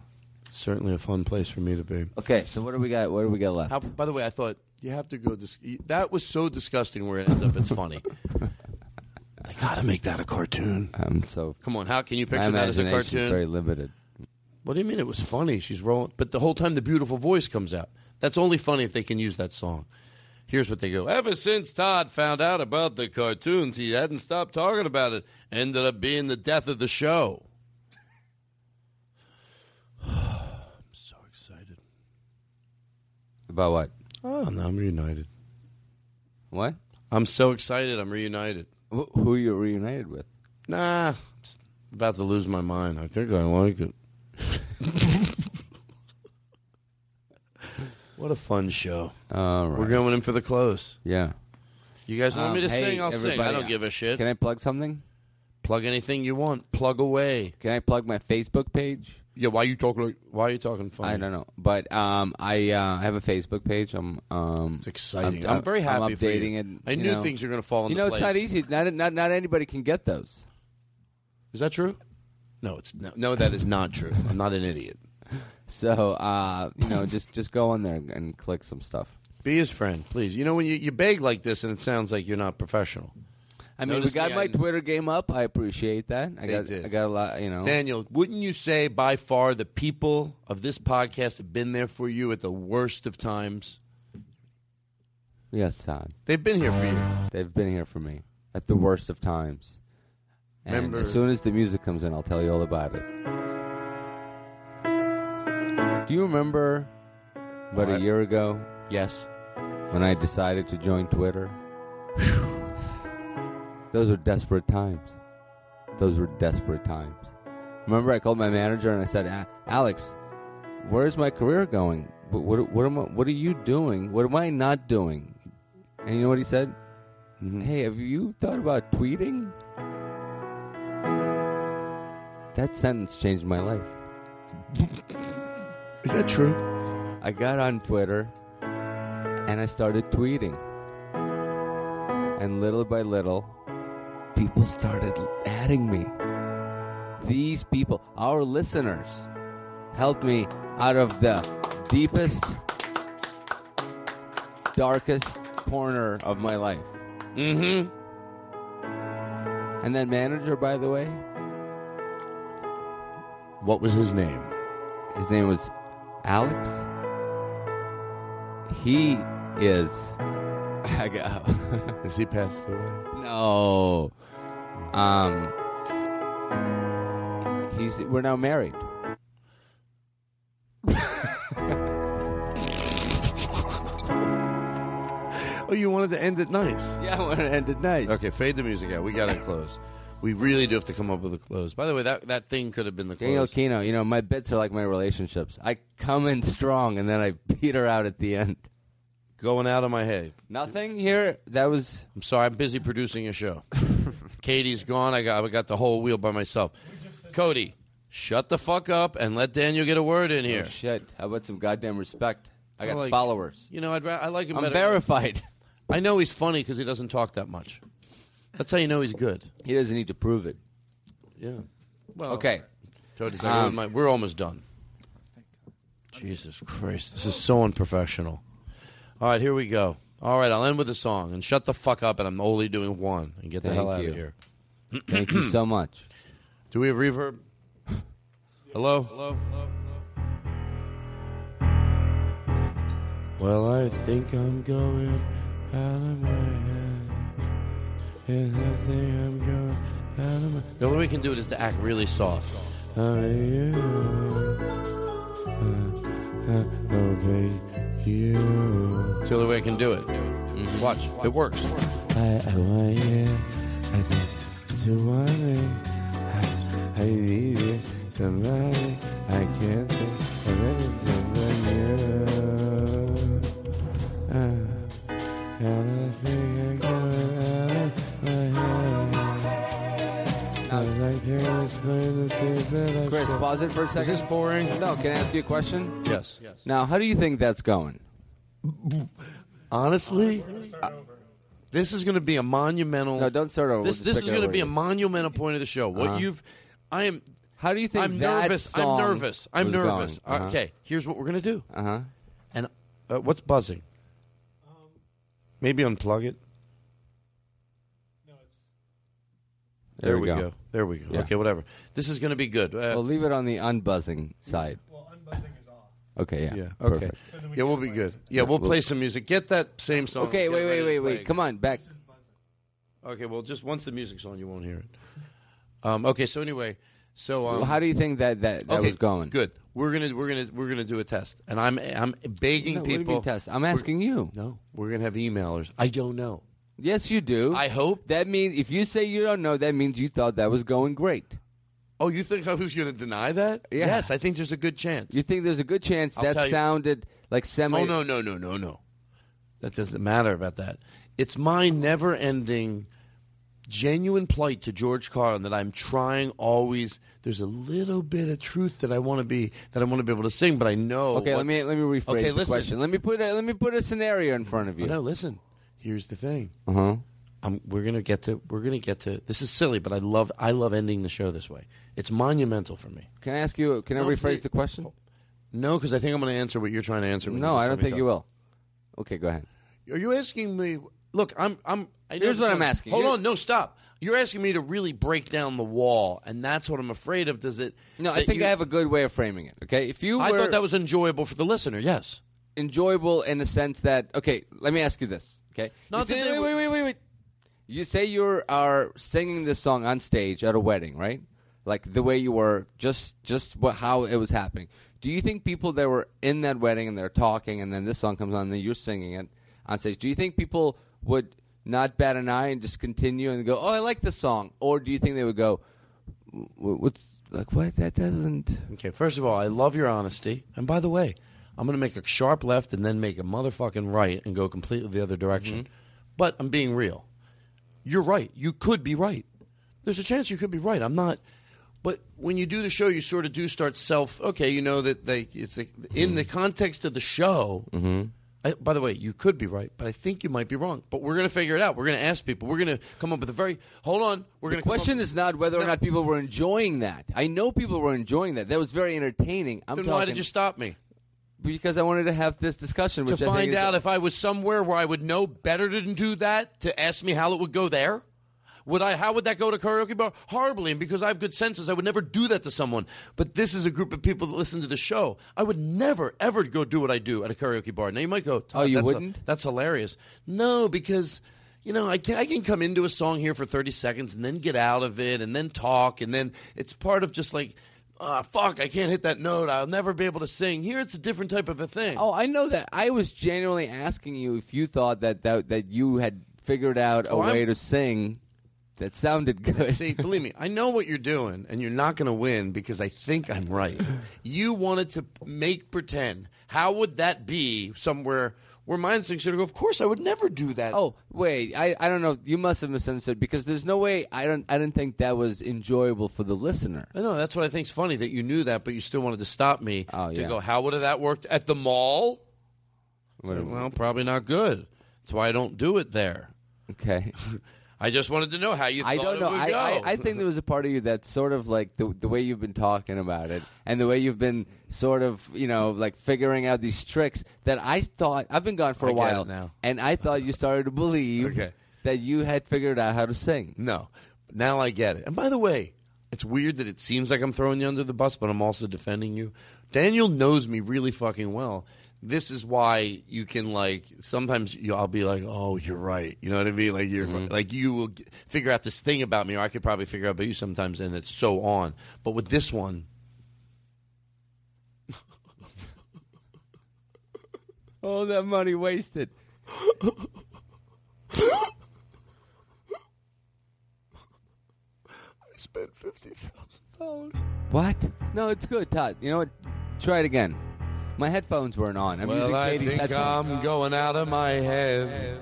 S4: Certainly a fun place for me to be.
S7: Okay, so what do we got? What do we got left?
S4: How, by the way, I thought you have to go. Dis- that was so disgusting where it ends up. It's funny. I gotta make that a cartoon.
S7: I'm Um, so.
S4: Come on, how can you
S7: My
S4: picture that as a
S7: imagination's
S4: cartoon?
S7: Very limited.
S4: What do you mean it was funny? She's rolling, but the whole time the beautiful voice comes out. That's only funny if they can use that song. Here's what they go. Ever since Todd found out about the cartoons, he hadn't stopped talking about it. Ended up being the death of the show. I'm so excited.
S7: About what?
S4: Oh, no, I'm reunited.
S7: What?
S4: I'm so excited. I'm reunited.
S7: Who are you reunited with?
S4: Nah, I'm just about to lose my mind. I think I like it. what a fun show.
S7: All
S4: We're going in for the close.
S7: Yeah.
S4: You guys want
S7: Um,
S4: me to
S7: hey,
S4: sing? I'll sing. I
S7: everybody,
S4: don't give a shit.
S7: Can I plug something?
S4: Plug anything you want. Plug away.
S7: Can I plug my Facebook page?
S4: Yeah. Why you talking? like- Why are you talking funny?
S7: I don't know, but um, I uh, have a Facebook page. I'm. Um, it's
S4: exciting. I'm very happy
S7: I'm updating
S4: for you.
S7: it.
S4: I
S7: you
S4: knew
S7: know.
S4: things were gonna fall
S7: You
S4: into
S7: know,
S4: place.
S7: it's not easy. Not, not not anybody can get those.
S4: Is that true? No, it's no, no. That is not true. I'm not an idiot.
S7: So uh, you know, just just go on there and click some stuff.
S4: Be his friend, please. You know when you, you beg like this and it sounds like you're not professional.
S7: I mean,
S4: Notice
S7: we got
S4: me,
S7: my
S4: I-
S7: Twitter game up. I appreciate that. I
S4: They
S7: got
S4: did.
S7: I got a lot. You know,
S4: Daniel, wouldn't you say by far the people of this podcast have been there for you at the worst of times?
S7: Yes, Todd.
S4: They've been here for you.
S7: They've been here for me at the worst of times. And
S4: Remember-
S7: as soon as the music comes in, I'll tell you all about it. Do you remember about a year ago?
S4: Yes.
S7: When I decided to join Twitter? Those were desperate times. Those were desperate times. Remember, I called my manager and I said, "A- Alex, where's my career going? What, what, what, am I, what are you doing? What am I not doing? And you know what he said? Hey, have you thought about tweeting? That sentence changed my life.
S4: Is that true?
S7: I got on Twitter and I started tweeting. And little by little, people started adding me. These people, our listeners, helped me out of the deepest, darkest corner of my life.
S4: Mm-hmm.
S7: And that manager, by the way,
S4: What was his name?
S7: His name was Alex. He is. I go.
S4: Is he passed away?
S7: no. Um. He's. We're now married.
S4: Oh, you wanted to end it nice.
S7: Yeah, I wanted to end it nice.
S4: Okay, fade the music out. We got to close. We really do have to come up with a close. By the way, that, that thing could have been the close.
S7: Daniel Kino, you know, my bits are like my relationships. I come in strong and then I peter out at the end.
S4: Going out of my head.
S7: Nothing here. That was. oh,
S4: I'm sorry. I'm busy producing a show. Katie's gone. I got I got the whole wheel by myself. Cody, shut the fuck up and let Daniel get a word in here.
S7: shit. How about some goddamn respect? I got
S4: like-
S7: followers.
S4: You know, I'd ra- I like him
S7: I'm
S4: better.
S7: verified.
S4: I know he's funny because he doesn't talk that much. That's how you know he's good.
S7: He doesn't need to prove it.
S4: Yeah.
S7: Well, okay. Um,
S4: Cody's like, "Oh, my- we're almost done. Jesus Christ, this is so unprofessional. All right, here we go. All right, I'll end with a song and shut the fuck up. And I'm only doing one and get the
S7: Thank
S4: hell out
S7: you.
S4: of here.
S7: Thank you so much.
S4: Do we have reverb? Hello. Hello. Well, I think I'm going out of my head. Yes, I think I'm going out of my The only way we can do it is to act really soft. Uh, yeah. Uh, uh, over you. It's the only way I can do it. Watch. It works. I, I want you. I think you want me. I, I need you. Somebody. I can't think of anything but you. Uh, and I think I'm going out of my head. 'Cause I can't explain the things that I
S7: Chris,
S4: feel.
S7: pause it for a second.
S4: Is this boring?
S7: No, can I ask you a question?
S4: Yes. Yes.
S7: Now, how do you think that's going?
S4: Honestly, I- this is going to be a monumental.
S7: No, don't start over.
S4: This,
S7: We'll just
S4: this
S7: pick
S4: is
S7: it
S4: going to
S7: over
S4: be a
S7: again.
S4: monumental point of the show. What
S7: Uh-huh.
S4: you've, I am.
S7: How do you think
S4: I'm
S7: that
S4: nervous.
S7: song
S4: I'm nervous. I'm
S7: was
S4: nervous.
S7: going? Uh-huh.
S4: Okay, Uh, here's what we're going to do.
S7: Uh huh.
S4: And uh, what's buzzing? Maybe unplug it. There, we go. There we go.
S7: Yeah.
S4: Okay, whatever. This is going to be good. Uh,
S7: We'll leave it on the unbuzzing side. Well, unbuzzing is off. Okay, yeah.
S4: yeah. Okay.
S7: perfect.
S4: yeah, we'll be good. Yeah, we'll,
S7: we'll-
S4: play some music. Get that same song.
S7: Okay,
S4: Get
S7: wait, wait,
S4: ready to
S7: wait,
S4: play
S7: wait. Come on, back.
S4: Okay, well, just once the music's on, you won't hear it. Um, okay, so anyway, so um,
S7: Well, how do you think that that, that
S4: okay,
S7: was going?
S4: Good. We're gonna we're gonna we're gonna do a test, and I'm I'm begging
S7: No, what do you
S4: people.
S7: mean test? I'm
S4: We're-
S7: asking you.
S4: No, we're gonna have emailers. I don't know.
S7: Yes, you do.
S4: I hope.
S7: That means if you say you don't know, that means you thought that was going great.
S4: Oh, you think I was gonna deny that?
S7: Yeah.
S4: Yes, I think there's a good chance.
S7: You think there's a good chance
S4: I'll tell
S7: that
S4: you-
S7: sounded like semi.
S4: oh no no no no no, that doesn't matter about that. It's my never-ending, genuine plight to George Carlin that I'm trying always. There's a little bit of truth that I want to be that I want to be able to sing, but I know.
S7: Okay,
S4: Oh,
S7: let
S4: what-
S7: me let me rephrase
S4: Okay,
S7: the
S4: listen.
S7: question. Let me put a, let me put a scenario in front of you.
S4: No, listen. Here's the thing.
S7: Uh huh.
S4: i we're gonna get to. We're gonna get to. This is silly, but I love. I love ending the show this way. It's monumental for me.
S7: Can I ask you? Can I
S4: No,
S7: rephrase
S4: please-
S7: the question?
S4: No, because I think I'm gonna answer what you're trying to answer. when
S7: No,
S4: you
S7: I
S4: just
S7: don't
S4: let me
S7: think you
S4: talk.
S7: will. Okay, go ahead.
S4: Are you asking me? Look, I'm. I'm. I know
S7: Here's
S4: this
S7: what I'm
S4: sounds-
S7: asking.
S4: Hold
S7: You-
S4: on. No, stop. You're asking me to really break down the wall, and that's what I'm afraid of. Does it?
S7: No, I
S4: that
S7: think
S4: you-
S7: I have a good way of framing it. Okay, if you were
S4: I thought that was enjoyable for the listener. Yes.
S7: enjoyable in the sense that okay, let me ask you this. Okay,
S4: Not
S7: you
S4: that
S7: say,
S4: they
S7: wait,
S4: were-
S7: wait, wait, wait, wait. You say you are singing this song on stage at a wedding, right? Like the way you were, just just what how it was happening. Do you think people that were in that wedding and they're talking, and then this song comes on, and then you're singing it on stage? Do you think people would not bat an eye and just continue and go, "Oh, I like this song," or do you think they would go, "Wh- "What's like what that doesn't"?
S4: Okay. First of all, I love your honesty, and by the way, I'm gonna make a sharp left and then make a motherfucking right and go completely the other direction.
S7: Mm-hmm.
S4: But I'm being real. You're right. You could be right. There's a chance you could be right. I'm not. But when you do the show, you sort of do start self. Okay, you know that they. It's like, in
S7: Mm-hmm.
S4: the context of the show. I, by the way, you could be right, but I think you might be wrong. But we're going to figure it out. We're going to ask people. We're going to come up with a very. Hold on. We're
S7: The
S4: going to
S7: question is not whether or not people were enjoying that. I know people were enjoying that. That was very entertaining. I'm
S4: Then
S7: talking
S4: why did you stop me?
S7: because I wanted to have this discussion,
S4: to
S7: which I think
S4: find
S7: is-
S4: out if I was somewhere where I would know better to do that, to ask me how it would go there? Would I? How would that go to karaoke bar? Horribly, and because I have good senses, I would never do that to someone. But this is a group of people that listen to the show. I would never, ever go do what I do at a karaoke bar. Now you might go, "Todd,
S7: Oh, you
S4: that's a-
S7: wouldn't?
S4: that's hilarious. No, because you know I can I can come into a song here for thirty seconds and then get out of it and then talk and then it's part of just like ah, fuck, I can't hit that note. I'll never be able to sing. Here, it's a different type of a thing.
S7: Oh, I know that. I was genuinely asking you if you thought that that, that you had figured out a
S4: Oh, I'm-
S7: way to sing that sounded good.
S4: See, believe me, I know what you're doing, and you're not going to win because I think I'm right. You wanted to make pretend. How would that be somewhere where my instincts should go? Of course, I would never do that.
S7: Oh wait, I, I don't know. You must have misunderstood because there's no way. I don't I didn't think that was enjoyable for the listener.
S4: I know that's what I think's funny that you knew that, but you still wanted to stop me to
S7: Oh, yeah.
S4: go. How would have that worked at the mall? It's like, well, probably not good. That's why I don't do it there.
S7: Okay.
S4: I just wanted to know how you. Thought
S7: I don't know.
S4: It would
S7: I,
S4: go.
S7: I, I think there was a part of you that's sort of like the the way you've been talking about it, and the way you've been sort of you know like figuring out these tricks that I thought I've been gone for
S4: I
S7: a
S4: get
S7: while
S4: it now.
S7: and I thought you started to believe that you had figured out how to sing.
S4: No, now I get it. And by the way, it's weird that it seems like I'm throwing you under the bus, but I'm also defending you. Daniel knows me really fucking well. This is why you can like sometimes you, I'll be like, oh, you're right. You know what I mean? Like you're
S7: Mm-hmm.
S4: like you will g- figure out this thing about me, or I could probably figure out about you sometimes, and it's so on. But with this one,
S7: All that money wasted.
S4: I spent fifty thousand dollars.
S7: What? No, it's good, Todd. You know what? Try it again. My headphones weren't on. I'm using
S4: well, I
S7: Katie's
S4: think
S7: headphones.
S4: I'm going out of my head.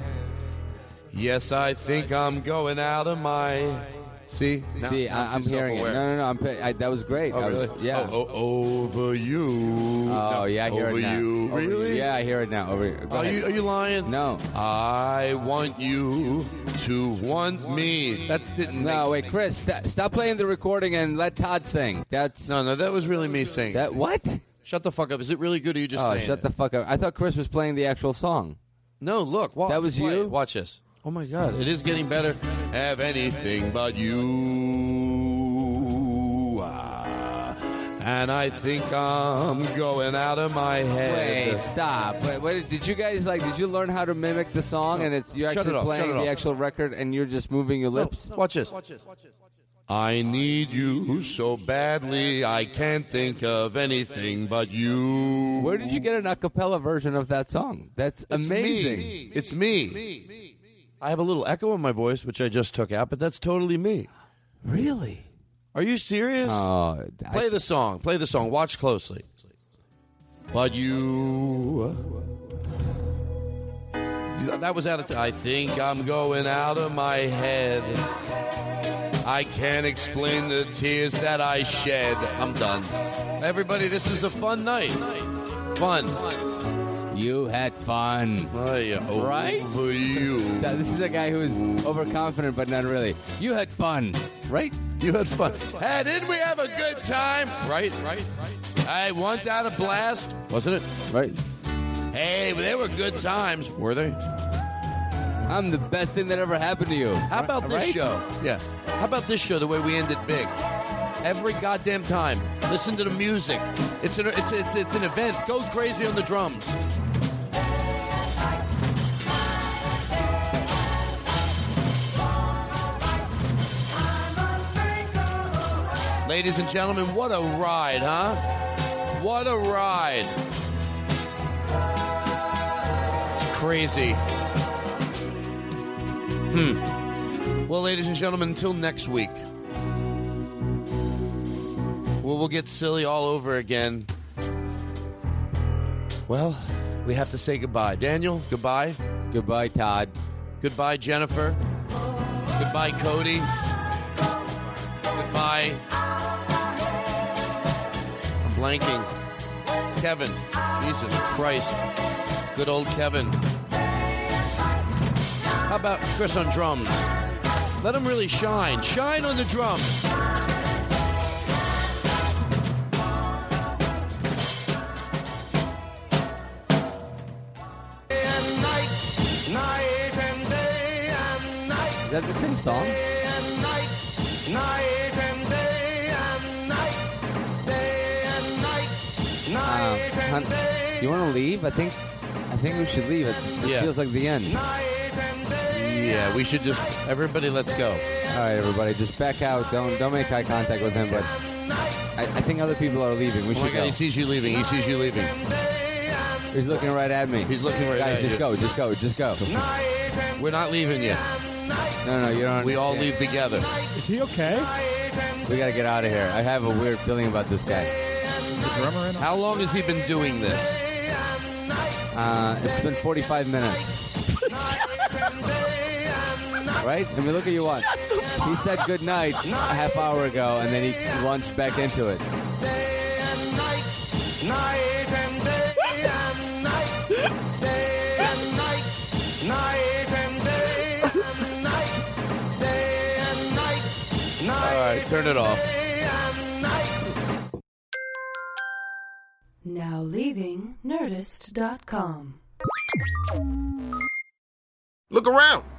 S4: Yes, I think I'm going out of my. See, Now-
S7: See,
S4: now
S7: I, I'm
S4: too
S7: hearing it. No, no,
S4: self-aware.
S7: no. I'm, pa- I, that was great.
S4: Oh,
S7: I was,
S4: really?
S7: Yeah.
S4: Oh, over you.
S7: Oh,
S4: No,
S7: yeah, I hear
S4: over
S7: it now.
S4: you.
S7: Over you.
S4: Really?
S7: Yeah, I hear it now. Over you. Go
S4: Are
S7: ahead.
S4: you, are you lying?
S7: No.
S4: I want you to want me. That's didn't.
S7: No, wait, Chris, st- stop playing the recording and let Todd sing. That's
S4: no, no. That was really me singing.
S7: That what?
S4: Shut the fuck up. Is it really good? Or you just?
S7: oh,
S4: saying
S7: shut
S4: it?
S7: the fuck up! I thought Chris was playing the actual song.
S4: No, look. Wa-
S7: That was
S4: play
S7: you?
S4: it. Watch this. Oh my God, it is getting better. Have anything but you. Ah, And I think I'm going out of my head.
S7: Wait, stop! Wait, what, did you guys like? Did you learn how to mimic the song? And it's you're
S4: Shut it
S7: actually
S4: off, shut
S7: playing
S4: it
S7: the
S4: off.
S7: actual record, and you're just moving your lips.
S4: Watch this. I need you so badly, I can't think of anything but you.
S7: Where did you get an a cappella version of that song? That's
S4: It's me.
S7: amazing.
S4: It's me. I have a little echo in my voice, which I just took out, but that's totally me.
S7: Really?
S4: Are you serious?
S7: Oh,
S4: Play the song. Play the song. Watch closely. But you. uh, That was out of. T- I think I'm going out of my head. I can't explain the tears that I shed. I'm done. Everybody, this is a fun night. Fun.
S7: You had fun. Right?
S4: Over you.
S7: Th- This is a guy who is overconfident, but not really. You had fun, right?
S4: You had fun. Hey, didn't we have a good time? Right, right, right. I want that a blast, wasn't it?
S7: Right.
S4: Hey, but they were good times, were they?
S7: I'm the best thing that ever happened to you.
S4: How about this
S7: Right?
S4: show? Yeah. How about this show? The way we ended big. Every goddamn time. Listen to the music. It's an it's it's it's an event. Go crazy on the drums. Ladies and gentlemen, what a ride, huh? What a ride. It's crazy. Hmm. Well, ladies and gentlemen, until next week. Well, we'll get silly all over again. Well, we have to say goodbye. Daniel, goodbye.
S7: Goodbye, Todd.
S4: Goodbye, Jennifer. Goodbye, Cody. Goodbye. I'm blanking. Kevin. Jesus Christ. Good old Kevin. How about Chris on drums? Let him really shine. Shine on the drums.
S12: Day and night, night and day and night,
S7: Is that the same song?
S12: day and night, night and day and night, day and night,
S7: Uh,
S12: night
S7: hon,
S12: and day.
S7: you want to leave? I think, I think we should leave. It, it
S4: Yeah.
S7: feels like the end.
S4: Yeah, we should just. Everybody, let's go.
S7: All right, everybody, just back out. Don't don't make eye contact with him, but I, I think other people are leaving. We
S4: Oh
S7: should
S4: my God,
S7: go.
S4: he sees you leaving. He sees you leaving.
S7: He's looking right at me. He's looking right
S4: at
S7: Guys, just
S4: you.
S7: go, just go, just go.
S4: We're not leaving yet.
S7: No, no, you don't.
S4: We all
S7: understand.
S4: leave together.
S11: Is he okay?
S7: We gotta get out of here. I have a weird feeling about this guy.
S4: How long has he been doing this?
S7: Uh, it's been 45 minutes. right? I mean, look at your watch. He said good night a half hour ago, and then he launched back into it.
S12: Night and day and night, day and night, night and day and night, day and night,
S4: All right, turn it off.
S12: day and night.
S6: Now leaving Nerdist.com.
S22: Look around.